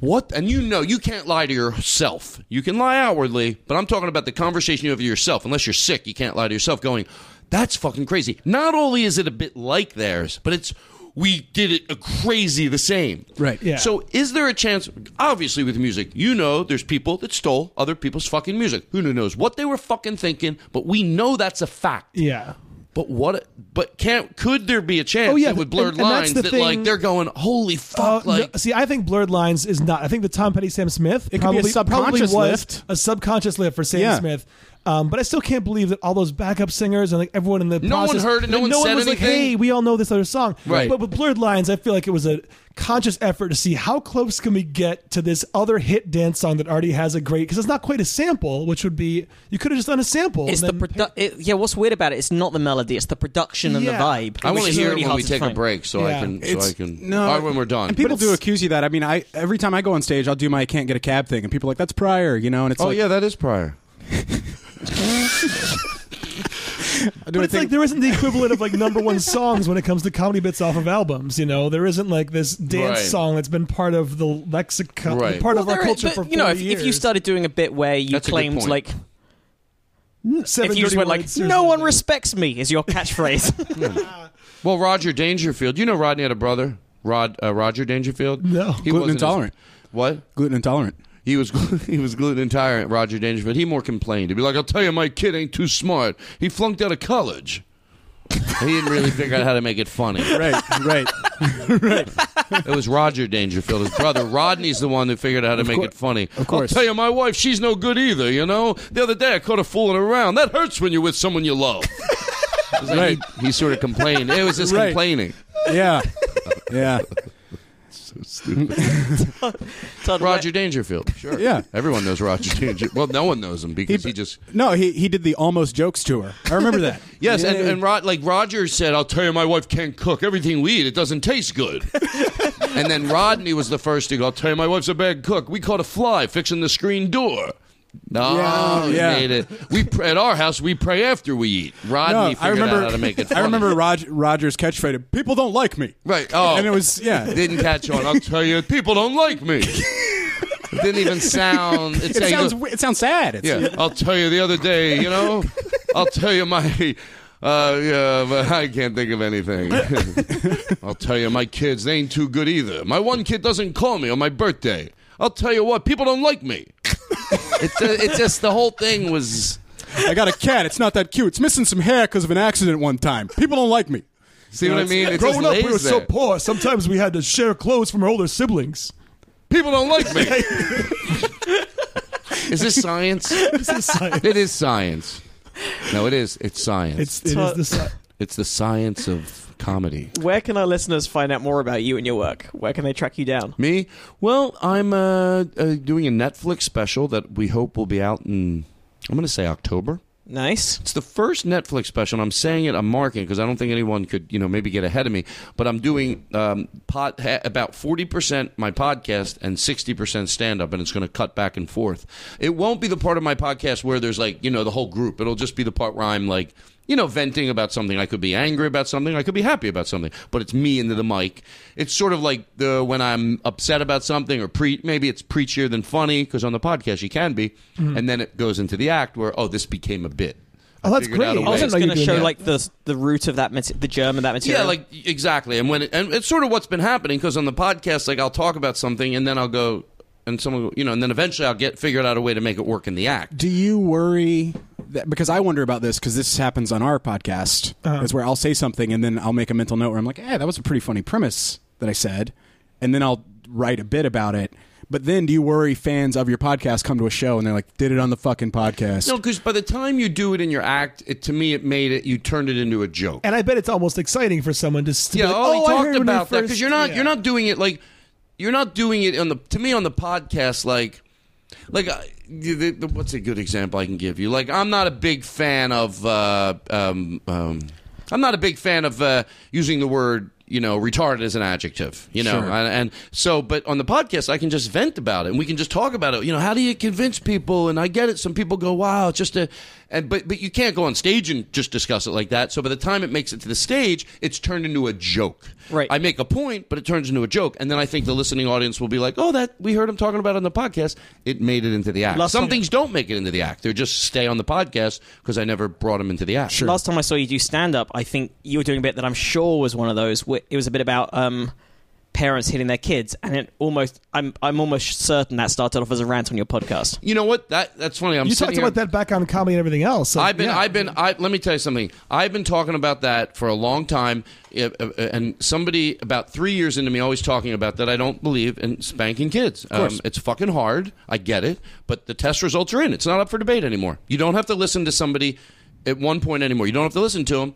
S5: What? And you know, you can't lie to yourself. You can lie outwardly, but I'm talking about the conversation you have with yourself. Unless you're sick, you can't lie to yourself, going, that's fucking crazy. Not only is it a bit like theirs, but it's, we did it crazy the same.
S3: Right.
S2: Yeah.
S5: So is there a chance, obviously with music, you know there's people that stole other people's fucking music. Who knows what they were fucking thinking, but we know that's a fact.
S2: yeah.
S5: But what? But can't? Could there be a chance
S2: Oh, yeah,
S5: that with
S2: and-
S5: blurred
S2: and that's
S5: lines
S2: the
S5: that
S2: thing-
S5: like they're going, holy
S2: Uh,
S5: fuck,
S2: no,
S5: like
S2: see, I think Blurred Lines is not. I think the Tom Petty Sam Smith
S3: It could be a
S2: probably probably
S3: subconscious
S2: was
S3: lift.
S2: a subconscious lift for Sam
S3: Yeah.
S2: Smith. Um, but I still can't believe that all those backup singers and like everyone in the
S5: No one
S2: process,
S5: heard it, no
S2: like,
S5: one said
S2: was like,
S5: anything.
S2: "Hey, we all know this other song."
S5: Right.
S2: But with Blurred Lines, I feel like it was a conscious effort to see how close can we get to this other hit dance song that already has a great because it's not quite a sample, which would be you could have just done a sample.
S4: It's
S2: and
S4: the
S2: then-
S4: produ- it, yeah. What's weird about it? It's not the melody. It's the production and
S2: Yeah.
S4: the vibe.
S5: I want
S4: which
S5: to
S4: is
S5: hear
S4: really
S5: it when
S4: hard
S5: we
S4: to
S5: take a
S4: define.
S5: break, so I
S2: Yeah.
S5: can. So
S3: It's-
S5: I can.
S3: no,
S5: or when we're done.
S3: And people
S5: But
S3: do accuse you that. I mean, I every time I go on stage, I'll do my can't get a cab thing, and people are like, "That's prior," you know. And it's
S5: it's- oh
S3: like,
S5: yeah, that is prior.
S3: I do
S2: but
S3: a
S2: it's
S3: thing-
S2: like there isn't the equivalent of like number
S5: (laughs)
S2: one songs when it comes to comedy bits off of albums. You know, there isn't like this dance
S5: Right.
S2: song that's been part of the lexicon,
S5: Right.
S2: part of
S4: Well,
S2: our
S4: there-
S2: culture
S4: but,
S2: for
S4: you know,
S2: 40
S4: if,
S2: years.
S4: if you started doing a bit where you
S5: That's a good
S4: claimed
S5: point.
S4: like,
S2: Seven
S4: if you just
S2: dirty
S4: went like,
S2: words or
S4: "No one
S2: something.
S4: respects me," is
S2: (laughs)
S4: your catchphrase. (laughs)
S5: Well, Roger Dangerfield. You know, Rodney had a brother, Rod uh, Roger Dangerfield.
S2: No.
S5: wasn't
S3: Gluten
S5: as-
S3: intolerant.
S5: What?
S3: gluten intolerant.
S5: He was (laughs) he was gluten intolerant. Roger Dangerfield. He more complained. He'd be like, "I'll tell you, my kid ain't too smart. He flunked out of college. he didn't really figure out how to make it funny."
S3: Right, right.
S5: It was Roger Dangerfield, his brother. Rodney's the one who figured out how to make
S3: cour-
S5: it funny.
S3: of course.
S5: I'll tell you, my wife, she's no good either. You know, the other day I caught her fooling around. That hurts when you're with someone
S3: (laughs)
S5: you love. It was like
S3: Right.
S5: he, he sort of complained. It was just
S3: Right.
S5: complaining.
S3: (laughs) Yeah,
S5: (laughs)
S3: yeah,
S4: Todd, where-
S5: Roger Dangerfield. Sure.
S3: Yeah.
S5: Everyone knows Roger Dangerfield. Well, no one knows him because he, just.
S3: No, he he did the almost jokes tour. I remember that.
S5: (laughs) Yes, and,
S3: Yeah.
S5: and Rod, like Roger said, I'll tell you, my wife can't cook. Everything we eat, it doesn't
S3: (laughs)
S5: taste good. and then Rodney was the first to go, I'll tell you, my wife's a bad cook. We caught a fly fixing the screen door. No,
S3: Yeah,
S5: he
S3: yeah.
S5: made it. We pr- at our house we pray after we eat. Rodney
S3: No,
S5: figured
S3: I remember.
S5: out how to make it.
S3: (laughs)
S5: Funny.
S3: I remember Rog- Roger's catchphrase: "People don't like me."
S5: Right. Oh,
S3: and it was
S5: (laughs)
S3: yeah.
S5: (laughs) didn't catch on. I'll tell you, people don't like me.
S3: (laughs)
S5: didn't even sound. It,
S3: It sounds
S5: weird.
S3: it sounds sad. It's,
S5: Yeah, I'll tell you the other day, you know, I'll tell you my. Uh, yeah, but I can't think of anything.
S2: (laughs)
S5: I'll tell you, my kids, they ain't too good either. My one kid doesn't call me on my birthday. I'll tell you what, people don't like me. It's, uh, it's just the whole thing was.
S3: I got a cat. It's not that cute. It's missing some hair because of an accident one time. People don't like me.
S5: See what I mean? It's
S2: Growing
S5: just
S2: up, we
S5: lays
S2: were so
S5: there.
S2: poor. Sometimes we had to share clothes from our older siblings.
S5: People don't like me. (laughs) is this science?
S2: (laughs) This is science.
S5: It is science. No, it is. It's science.
S2: It's it is the sci-
S5: It's the science of comedy.
S4: Where can our listeners find out more about you and your work? Where can they track you down?
S5: Me? Well, I'm uh, uh, doing a Netflix special that we hope will be out in, I'm going to say October.
S4: Nice.
S5: It's the first Netflix special, and I'm saying it, I'm marking because I don't think anyone could, you know, maybe get ahead of me. But I'm doing um, pot, ha- about 40% my podcast and 60% stand up, and it's going to cut back and forth. It won't be the part of my podcast where there's like, you know, the whole group. It'll just be the part where I'm like, you know, venting about something. I could be angry about something. I could be happy about something. But it's me into the mic. It's sort of like the when I'm upset about something or pre- maybe it's preachier than funny because on the podcast you can be, and then it goes into the act where oh this became a bit.
S2: Oh, that's
S5: figured out
S2: great.
S5: a
S2: I wasn't
S5: way.
S4: Also, it's
S2: know you
S4: going
S2: were
S4: to
S2: doing
S4: show
S2: that.
S4: like the the root of that mate- the germ of that material.
S5: Yeah, like e, exactly. And when it, and it's sort of what's been happening because on the podcast, like I'll talk about something and then I'll go and someone will- you know, and then eventually I'll get figured out a way to make it work in the act.
S3: Do you worry that because I wonder about this because this happens on our podcast is where I'll say something and then I'll make a mental note where I'm like, "Hey, that was a pretty funny premise that I said," and then I'll write a bit about it. But then, do you worry fans of your podcast come to a show and they're like, "Did it on the fucking podcast?"
S5: No, because by the time you do it in your act, it, to me it made it you turned it into a joke.
S2: And I bet it's almost exciting for someone to. s- to be
S5: yeah,
S2: like,
S5: oh,
S2: I
S5: I
S2: heard
S5: talked
S2: when
S5: about that
S2: first-"
S5: because you're not
S2: Yeah.
S5: you're not doing it like you're not doing it on the to me on the podcast like like uh, the, the, the- what's a good example I can give you? Like I'm not a big fan of uh, um, um, I'm not a big fan of uh, using the word you know retarded as an adjective. You know,
S3: Sure.
S5: and, and so but on the podcast I can just vent about it and we can just talk about it. You know, how do you convince people? And I get it. Some people go, wow, it's just a and but but you can't go on stage and just discuss it like that. So by the time it makes it to the stage, it's turned into a joke.
S4: Right.
S5: I make a point, but it turns into a joke, and then I think the listening audience will be like, "Oh, that we heard him talking about it on the podcast. It made it into the act."
S4: Last
S5: Some
S4: time-
S5: things don't make it into the act; they just stay on the podcast because I never brought them into the act. Sure.
S4: Last time I saw you do stand up, I think you were doing a bit that I'm sure was one of those. wh- It was a bit about um, parents hitting their kids, and it almost I'm I'm almost certain that started off as a rant on your podcast.
S5: You know what? That that's funny. I'm
S2: You
S5: sitting
S2: talked
S5: here-
S2: about that back on comedy and everything else. so,
S5: I've been,
S2: yeah.
S5: I've been, I, let me tell you something. I've been talking about that for a long time, uh, uh, and somebody about three years into me always talking about that. I don't believe in spanking kids. Um, it's fucking hard. I get it, but the test results are in. It's not up for debate anymore. You don't have to listen to somebody at one point anymore. You don't have to listen to them.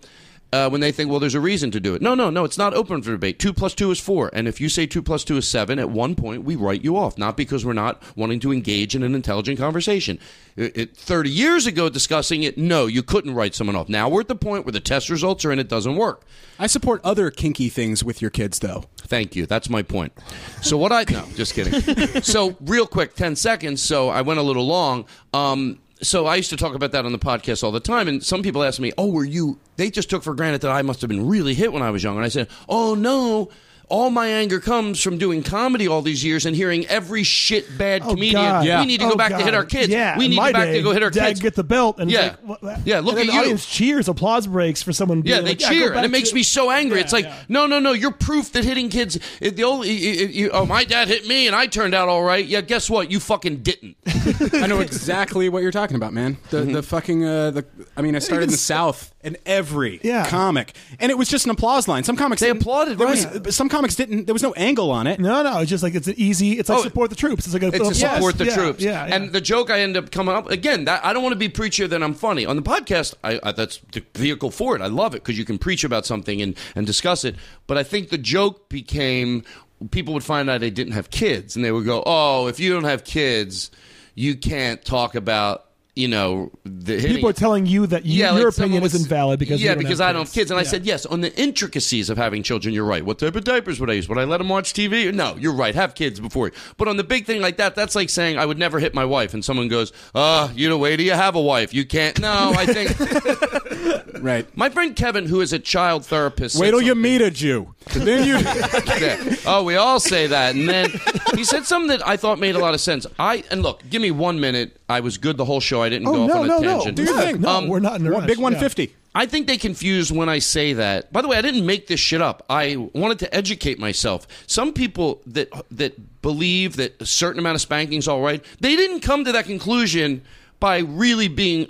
S5: Uh, when they think, well, there's a reason to do it. No, no, no, it's not open for debate. Two plus two is four. And if you say two plus two is seven, at one point we write you off, not because we're not wanting to engage in an intelligent conversation. It, it- 30 years ago, discussing it, no, you couldn't write someone off. Now we're at the point where the test results are in, it doesn't work.
S3: I support other kinky things with your kids, though.
S5: Thank you. That's my point. So what I no, just kidding. So real quick, ten seconds. So I went a little long. Um, so I used to talk about that on the podcast all the time, and some people ask me, "Oh, were you?" They just took for granted that I must have been really hit when I was young, and I said, "Oh no." All my anger comes from doing comedy all these years and hearing every shit bad
S2: Oh,
S5: comedian.
S2: God.
S5: We need to go
S2: Oh,
S5: back to hit
S2: God.
S5: our kids.
S2: Yeah,
S5: we
S2: in
S5: need
S2: my
S5: to back
S2: day,
S5: to go hit our
S2: Dad
S5: kids.
S2: get the belt and it's
S5: Yeah.
S2: like, what- what-
S5: Yeah, look
S2: and then
S5: at
S2: the
S5: you.
S2: audience cheers, applause breaks for someone.
S5: Yeah,
S2: being
S5: they
S2: like, go
S5: cheer, and it
S2: back
S5: makes
S2: to-
S5: me so angry.
S2: Yeah,
S5: it's like,
S2: yeah.
S5: no, no, no, you're proof that hitting kids. It, the only, it, it- you- oh, my dad hit me, and I turned out all right. Yeah, guess what? You fucking didn't.
S2: (laughs)
S3: I know exactly what you're talking about, man. The
S5: Mm-hmm.
S3: the fucking uh, the. I mean, I started in the South, and every
S2: Yeah.
S3: comic, and it was just an applause line. Some comics they
S5: applauded,
S3: There
S5: right.
S3: was, some comics didn't. There was no angle on it.
S2: No, no, it's just like it's an easy. It's like
S5: Oh,
S2: support the troops. It's like a,
S5: It's to
S2: applause.
S5: support the
S2: Yeah,
S5: troops.
S2: Yeah, yeah.
S5: And the joke I end up coming up again. That I don't want to be preacher than I'm funny on the podcast. I, I that's the vehicle for it. I love it because you can preach about something and and discuss it. But I think the joke became people would find out they didn't have kids and they would go, oh, if you don't have kids, you can't talk about. You know, the hitting
S2: people are telling you that you,
S5: yeah,
S2: your
S5: like someone
S2: opinion
S5: was-
S2: is invalid because
S5: yeah,
S2: you don't
S5: because
S2: have
S5: I don't have kids. And I said yes on the intricacies of having children. You're right. What type of diapers would I use? Would I let them watch TV? No, you're right. Have kids before. But on the big thing like that, that's like saying I would never hit my wife, and someone goes, "Uh, you know, wait, do you have a wife? You can't." No, I think (laughs)
S3: Right.
S5: my friend Kevin, who is a child therapist, said
S3: Wait till you
S5: something-
S3: meet a Jew. Then you.
S5: Yeah. Oh, we all say that. And then he said something that I thought made a lot of sense. I and look, give me one minute. I was good the whole show. I didn't
S2: Oh
S5: go off
S2: no,
S5: on a
S2: no, no!
S5: tangent.
S2: Do your thing. No,
S5: Um,
S2: we're not in a
S3: (laughs) One-
S2: rush.
S3: big
S2: Yeah.
S3: 150.
S5: I think they confuse when I say that. By the way, I didn't make this shit up. I wanted to educate myself. Some people that that believe that a certain amount of spanking's all right, they didn't come to that conclusion by really being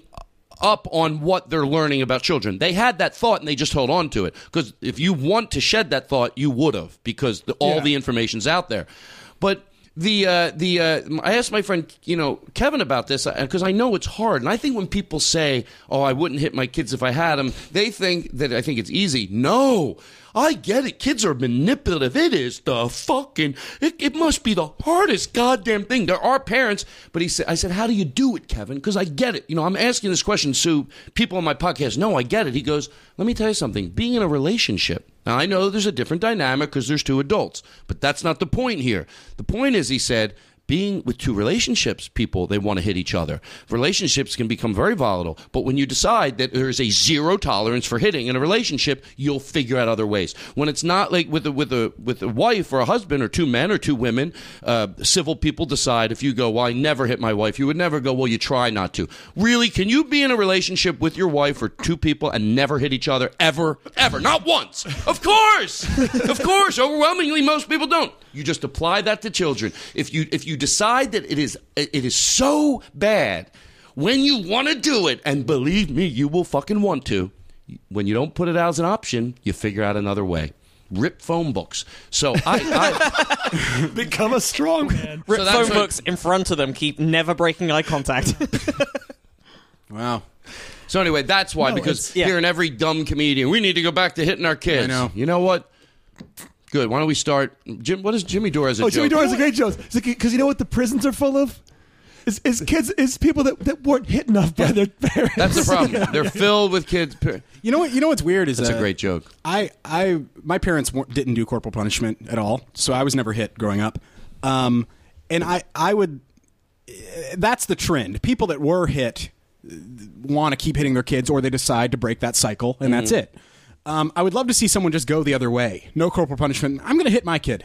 S5: up on what they're learning about children. They had that thought and they just held on to it because if you want to shed that thought, you would have because the, all
S2: Yeah.
S5: the information's out there. But the uh, the uh, I asked my friend you know Kevin about this because I know it's hard, and I think when people say, "Oh, I wouldn't hit my kids if I had them," they think that I think it's easy. No. I get it. Kids are manipulative. It is the fucking. It, it must be the hardest goddamn thing. There are parents, but he said. I said, "How do you do it, Kevin?" Because I get it. You know, I'm asking this question so people on my podcast know I get it. He goes, "Let me tell you something. Being in a relationship." Now, I know there's a different dynamic because there's two adults, but that's not the point here. The point is, he said, being with two relationships, people, they want to hit each other. Relationships can become very volatile, but when you decide that there is a zero tolerance for hitting in a relationship, you'll figure out other ways. When it's not like with a, with a, with a wife or a husband or two men or two women, uh, civil people decide if you go, well, I never hit my wife, you would never go, well, you try not to. Really, can you be in a relationship with your wife or two people and never hit each other ever, ever? Not once. Of course. of course. Overwhelmingly, most people don't. You just apply that to children. If you, if you decide that it is it is so bad when you want to do it and believe me you will fucking want to when you don't put it out as an option you figure out another way rip phone books so i,
S2: Become a strong man.
S5: I so that's
S4: Phone
S5: what-
S4: books in front of them keep never breaking eye contact.
S3: Wow.
S5: so anyway that's why because
S4: it's- yeah.
S5: hearing every dumb comedian we need to go back to hitting our kids
S3: I know.
S5: you know what good why don't we start jim what is jimmy dore as a
S2: Oh, Jimmy
S5: joke?
S2: Dore's a great joke. Because you know what the prisons are full of? Is, is kids, is people that, that weren't hit enough by their parents.
S5: that's the
S2: (laughs)
S5: problem they're filled with kids
S3: You know what? You know what's weird is
S5: that's a
S3: uh,
S5: great joke
S3: I, I, my parents weren't- didn't do corporal punishment at all, so I was never hit growing up. Um, and I, I would. eh, That's the trend. People that were hit want to keep hitting their kids, or they decide to break that cycle, and that's
S2: Mm-hmm.
S3: it. Um, I would love to see someone just go the other way. No corporal punishment. I'm going to hit my kid.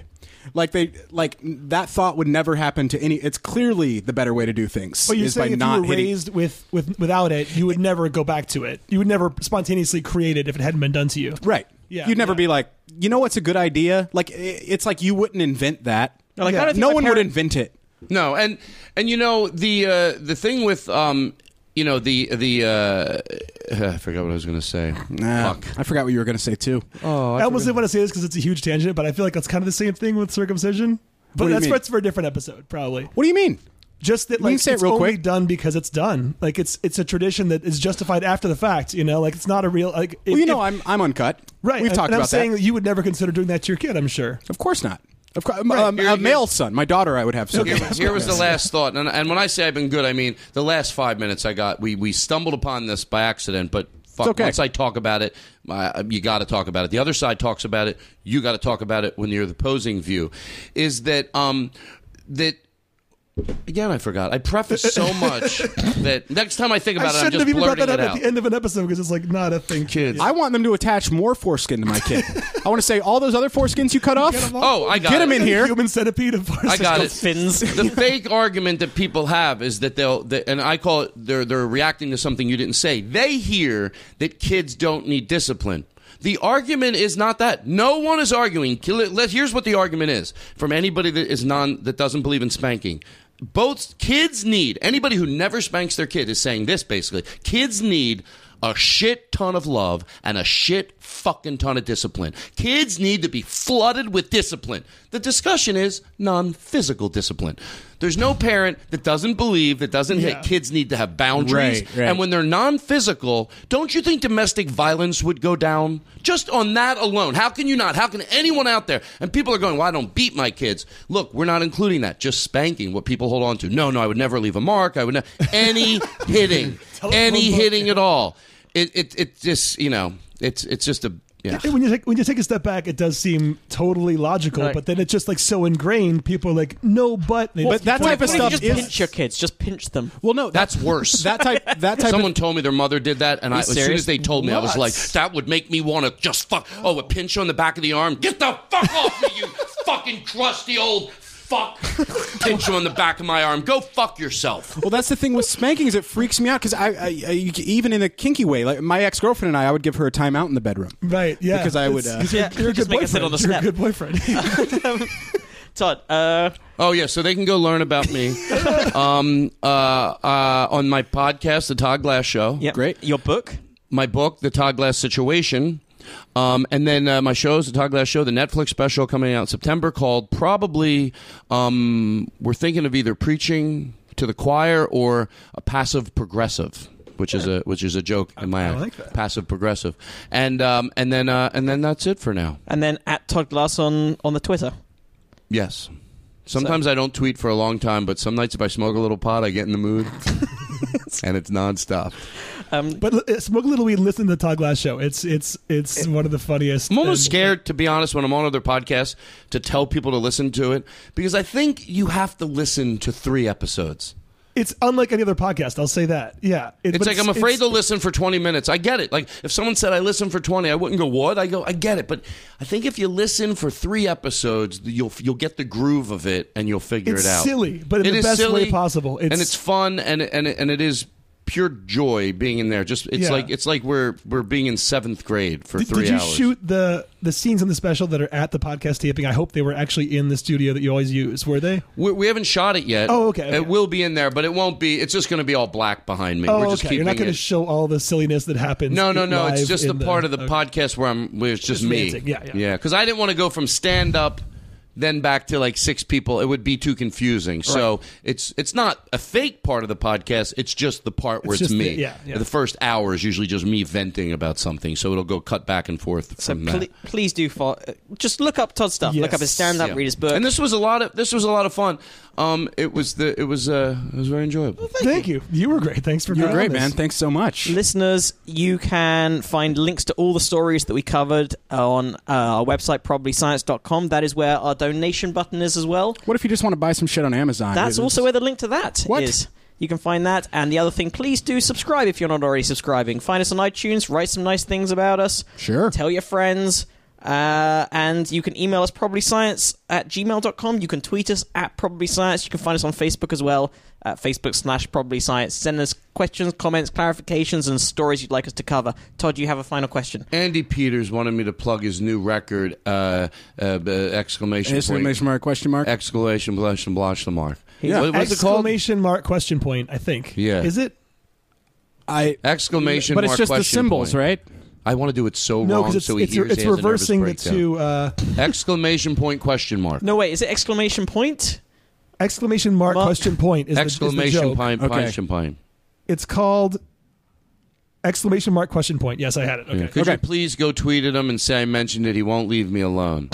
S3: Like they, like that thought would never happen to any. It's clearly the better way to do things.
S2: But you're
S3: is by
S2: saying if
S3: not
S2: you were
S3: hitting.
S2: raised with, with without it, you would never go back to it. You would never spontaneously create it if it hadn't been done to you.
S3: Right.
S2: Yeah,
S3: You'd never
S2: yeah.
S3: be like, you know what's a good idea? Like, i- it's like you wouldn't invent that.
S4: You're like, I don't think
S3: no
S4: my
S3: one would
S4: parent-
S3: invent it.
S5: No, and and you know the uh, the thing with um you know the the uh, (sighs) I forgot what I was going to say.
S3: Nah,
S5: Fuck.
S3: Uh, I forgot what you were going to say, too. Oh,
S2: I almost didn't want to say this because it's a huge tangent, but I feel like that's kind of the same thing with circumcision.
S3: What do
S2: But
S3: you
S2: that's
S3: mean?
S2: that's for a different episode, probably.
S3: What do you mean?
S2: Just that,
S3: You can
S2: like,
S3: say it
S2: it's
S3: real
S2: only
S3: quick.
S2: done because it's done. Like, it's it's a tradition that is justified after the fact. You know, like it's not a real like.
S3: Well,
S2: if-
S3: you know,
S2: if-
S3: I'm, I'm uncut.
S2: right.
S3: We've
S2: and-
S3: talked
S2: and
S3: about
S2: I'm saying
S3: that.
S2: you would never consider doing that to your kid. I'm sure.
S3: Of course not. Of course,
S5: here
S3: a
S5: he
S3: male
S5: is.
S3: son, my daughter, I would have.
S5: Here, here was the last thought, and, and when I say I've been good, I mean the last five minutes I got. We we stumbled upon this by accident, but fuck,
S3: It's okay.
S5: once I talk about it, my, you got to talk about it. The other side talks about it. You got to talk about it when you're the opposing view. Is that um that. Again, I forgot. I prefaced so
S2: (laughs)
S5: much that next time I think
S2: I
S5: about it, I'm
S2: shouldn't
S5: just
S2: have even brought
S5: blurting
S2: that
S5: it
S2: up
S5: out.
S2: at the end of an episode because it's like not a thing.
S5: Kids.
S3: I want them to attach more foreskin to my kid. I want to say all those other foreskins you cut off.
S2: Get 'em all.
S5: Oh, I got
S3: Get
S5: it.
S3: him in
S2: Like a
S3: here.
S2: Human centipede. Of
S5: I got it.
S4: Fins.
S5: the fake argument that people have is that they'll that, and I call it they're they're reacting to something you didn't say. They hear that kids don't need discipline. The argument is not that. No one is arguing. Kill- let- Here's what the argument is from anybody that is non that doesn't believe in spanking. Both kids need anybody who never spanks their kid is saying this basically. Kids need a shit ton of love and a shit fucking ton of discipline. Kids need to be flooded with discipline. The discussion is non physical discipline. There's no parent that doesn't believe, that doesn't
S2: Yeah.
S5: hit kids need to have boundaries.
S3: Right, right.
S5: And when they're non physical, don't you think domestic violence would go down? Just on that alone. How can you not? How can anyone out there? And people are going, well, I don't beat my kids. Look, we're not including that. Just spanking, what people hold on to. No, no, I would never leave a mark. I would never. Any
S3: (laughs)
S5: hitting. any
S2: book.
S5: hitting at all. It, it, it just, you know, it's, it's just a. Yeah.
S2: When you take when you take a step back, it does seem totally logical,
S4: Right.
S2: but then it's just like so ingrained. People are like, no, but they
S3: But
S2: just
S3: that
S2: keep
S3: type of
S2: pointing
S4: Why
S3: stuff
S4: don't you
S3: is-
S4: just pinch your kids. Just pinch them.
S3: Well, no, that,
S5: That's worse.
S3: (laughs) that type, that type.
S5: Someone
S3: of,
S5: told me their mother did that, and I, as soon
S4: serious?
S5: as they told me, I was
S2: What?
S5: like, "That would make me want to just fuck." Oh, a pinch on the back of the arm. Get the fuck off me, you fucking crusty old fuck! (laughs) Pinch you on the back of my arm. Go fuck yourself.
S3: Well, that's the thing with spankings. It freaks me out because I, I, I, even in a kinky way, like my ex girlfriend and I, I would give her a timeout in the bedroom.
S2: Right. Yeah.
S3: Because I would,
S2: It's-
S3: uh,
S2: 'cause you're,
S4: Yeah,
S2: you're a good
S4: just make
S2: boyfriend.
S4: it sit on the
S2: you're a
S4: step.
S2: good boyfriend. (laughs)
S4: Todd, uh,
S5: Oh yeah, so they can go learn about
S3: (laughs)
S5: me um, uh, uh, on my podcast, The Todd Glass Show.
S4: yeah,
S3: Great.
S4: Your book.
S5: My book, The Todd Glass Situation. Um, and then uh, my shows, the Todd Glass Show, the Netflix special coming out in September called probably, um, we're thinking of either preaching to the choir or a passive progressive. Which is a which is a joke in my act.
S2: like that.
S5: passive progressive, and um, and then uh, and then that's it for now.
S4: And then at Todd Glass on, on the Twitter.
S5: Yes. Sometimes I don't tweet for a long time, but some nights if I smoke a little pot, I get in
S2: (laughs)
S5: the mood, and it's nonstop.
S2: But li- smoke a little weed, listen to the Todd Glass show. It's it's it's one of the funniest.
S5: I'm almost
S2: and-
S5: scared, to be honest, when I'm on other podcasts to tell people to listen to it because I think you have to listen to three episodes.
S2: It's unlike any other podcast. I'll say that. Yeah, It-
S5: It's
S2: but
S5: like I'm afraid to
S2: it's-
S5: listen for 20 minutes. I get it. Like if someone said I listen for 20, I wouldn't go what? I go I get it, but I think if you listen for 3 episodes, you'll you'll get the groove of it and you'll figure
S2: It's
S5: it out.
S2: silly, but in
S5: It
S2: the
S5: is
S2: best way
S5: silly,
S2: possible. It's-
S5: and it's fun and and and it is pure joy being in there. Just it's
S2: Yeah.
S5: like it's like we're we're being in 7th grade for
S2: Did,
S5: 3
S2: did you
S5: hours.
S2: shoot the the scenes in the special that are at the podcast taping? I hope they were actually in the studio that you always use. Were they?
S5: We, we haven't shot it yet.
S2: Oh, okay, okay.
S5: It will be in there, but it won't be. It's just going to be all black behind me. We're
S2: Oh,
S5: just
S2: okay. You're
S5: keeping
S2: not going
S5: it.
S2: to show all the silliness that happens.
S5: no, no, no. It's
S2: live
S5: just the
S2: in
S5: part of the
S2: okay.
S5: podcast where I'm. Where it's just,
S2: Just
S5: me.
S2: ranting. Yeah, yeah.
S5: Because I didn't want to go from stand up, then back to like six people. It would be too confusing. So it's it's not a fake part of the podcast. It's just the part where
S2: It's
S5: it's,
S2: just
S5: me.
S2: the- yeah, yeah.
S5: The first hour is usually just me venting about something. So it'll go cut back and forth
S4: So
S5: from
S4: ple-
S5: that.
S4: please do follow. Just look up Todd's stuff. Look up his
S2: Yes.
S4: stand up,
S5: Yeah.
S4: read his book.
S5: And this was a lot of this was a lot of fun. Um, it was the it was uh it was very enjoyable.
S2: Thank you. You were great. Thanks for
S3: You're
S2: being
S3: great,
S2: on this.
S3: man. Thanks so much.
S4: Listeners, you can find links to all the stories that we covered on uh, our website, probablyscience.com. That is where our donation button is as well.
S3: What if you just want to buy some shit on Amazon?
S4: That's
S3: Dude,
S4: also
S3: it's-
S4: where the link to that is.
S3: What?
S4: You can find that. And the other thing, please do subscribe if you're not already subscribing. Find us on iTunes, write some nice things about us,
S3: Sure.
S4: tell your friends. Uh, and you can email us probablyscience at gmail.com. You can tweet us at probablyscience. You can find us on Facebook as well at Facebook slash probablyscience. Send us questions, comments, clarifications, and stories you'd like us to cover. Todd, you have a final question.
S5: Andy Peters wanted me to plug his new record. Uh, uh, uh, exclamation point!
S3: Exclamation mark, question mark.
S5: Exclamation! Blush and blush the mark.
S3: Yeah.
S5: What- what's it called?
S2: Exclamation mark question point. I think.
S5: Yeah.
S2: Is it?
S3: I,
S5: Exclamation!
S3: but it's
S5: mark,
S3: just the
S5: question
S3: symbols,
S5: point.
S3: right?
S5: I want to do it so
S2: No,
S5: wrong,
S2: because it's
S5: so he
S2: it's,
S5: hears
S2: it's
S5: he has a nervous
S2: reversing the
S5: breakdown.
S2: two uh,
S5: Exclamation point! Question mark!
S4: No, wait, is it exclamation point?
S2: exclamation mark
S4: Mark.
S2: question point is the- is the
S5: exclamation
S2: joke.
S5: point!
S3: Okay.
S5: Question point!
S2: It's called exclamation mark question point. Yes, I had it. Okay.
S5: Could
S3: Okay.
S5: you please go tweet at him and say I mentioned it? He won't leave me alone.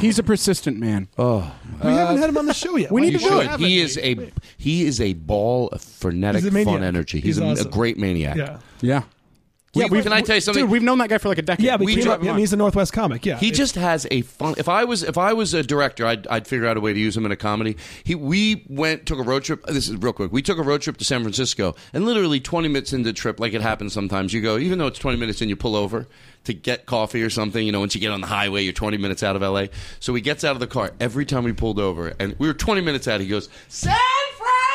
S3: He's a persistent
S5: (laughs)
S3: man.
S5: Oh.
S2: We haven't had him on the show yet.
S3: (laughs) we
S2: Why
S3: need
S5: You
S3: to do
S5: should.
S3: it.
S2: haven't
S5: He
S2: we?
S5: is a he is a ball of frenetic
S2: He's a maniac.
S5: fun energy. He's,
S2: He's
S5: a, a
S2: awesome.
S5: great maniac.
S2: Yeah.
S3: Yeah.
S5: We-
S3: Yeah, we've-
S5: can I tell you something?
S3: Dude, we've known that guy for like a decade.
S2: Yeah, but
S5: We
S2: he came
S5: dro-
S2: up- yeah, he's a Northwest comic. Yeah.
S5: He
S2: It-
S5: just has a fun. If I was if I was a director, I'd, I'd figure out a way to use him in a comedy. He we went took a road trip. This is real quick. We took a road trip to San Francisco, and literally twenty minutes into the trip, like it happens sometimes, you go even though it's twenty minutes, and you pull over to get coffee or something. You know, once you get on the highway, you're twenty minutes out of L.A. So he gets out of the car every time we pulled over, and we were twenty minutes out. He goes San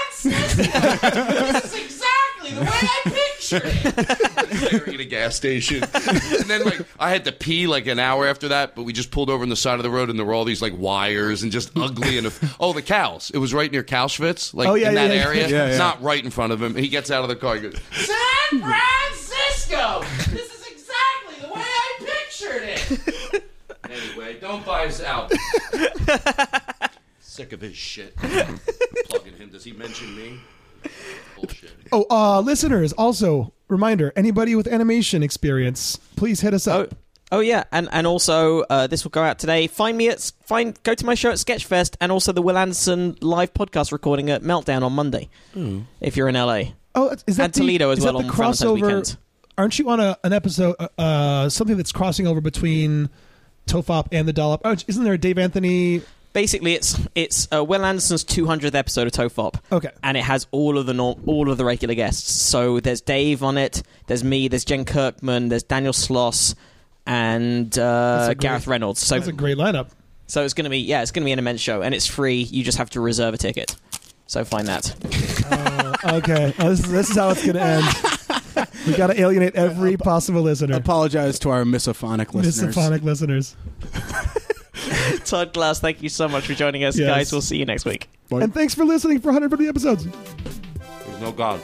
S5: Francisco. (laughs) this is exactly the way I pictured it (laughs) staring at a gas station. (laughs) and then like I had to pee like an hour after that, but we just pulled over on the side of the road and there were all these like wires and just ugly and (laughs) oh the cows. It was right near Clausewitz, like
S2: Oh, yeah,
S5: in
S2: (laughs)
S5: that
S2: yeah, yeah.
S5: area.
S3: Yeah, yeah.
S5: Not right in front of him. He gets out of the car. He goes, San Francisco. this is exactly the way I pictured it. (laughs) anyway, don't buy his (laughs) album. Sick of his (laughs) shit. Plugging him. Does he mention me? Bullshit.
S2: Oh, uh, listeners, also reminder: anybody with animation experience, please hit us up.
S4: Oh yeah, and and also uh, this will go out today. Find me at find go to my show at Sketchfest, and also the Will Anderson live podcast recording at Meltdown on Monday.
S2: Hmm.
S4: If you're in LA,
S2: Oh, is that
S4: and Toledo
S2: the,
S4: as
S2: is
S4: well
S2: That the
S4: on Valentine's
S2: crossover?
S4: weekend.
S2: Aren't you on a, an episode, uh, uh, something that's crossing over between Tofop and the Dollop? Oh, isn't there a Dave Anthony?
S4: basically it's it's uh, Will Anderson's 200th episode of Tofop.
S2: Okay.
S4: and it has all of the norm, all of the regular guests. So there's Dave on it. There's me. There's Jen Kirkman. There's Daniel Sloss. And uh,
S2: a great-
S4: Gareth Reynolds. So,
S2: That's a great lineup.
S4: so it's gonna be yeah, it's gonna be an immense show, and it's free. You just have to reserve a ticket. So find that.
S2: Okay, oh, this, is, this is how it's going to end. we got to alienate every possible listener,
S3: Apologize to our misophonic listeners.
S2: misophonic listeners,
S4: Todd Glass, thank you so much for joining us,
S2: Yes.
S4: guys. We'll see you next week.
S2: and thanks for listening for 150 episodes.
S5: There's no God.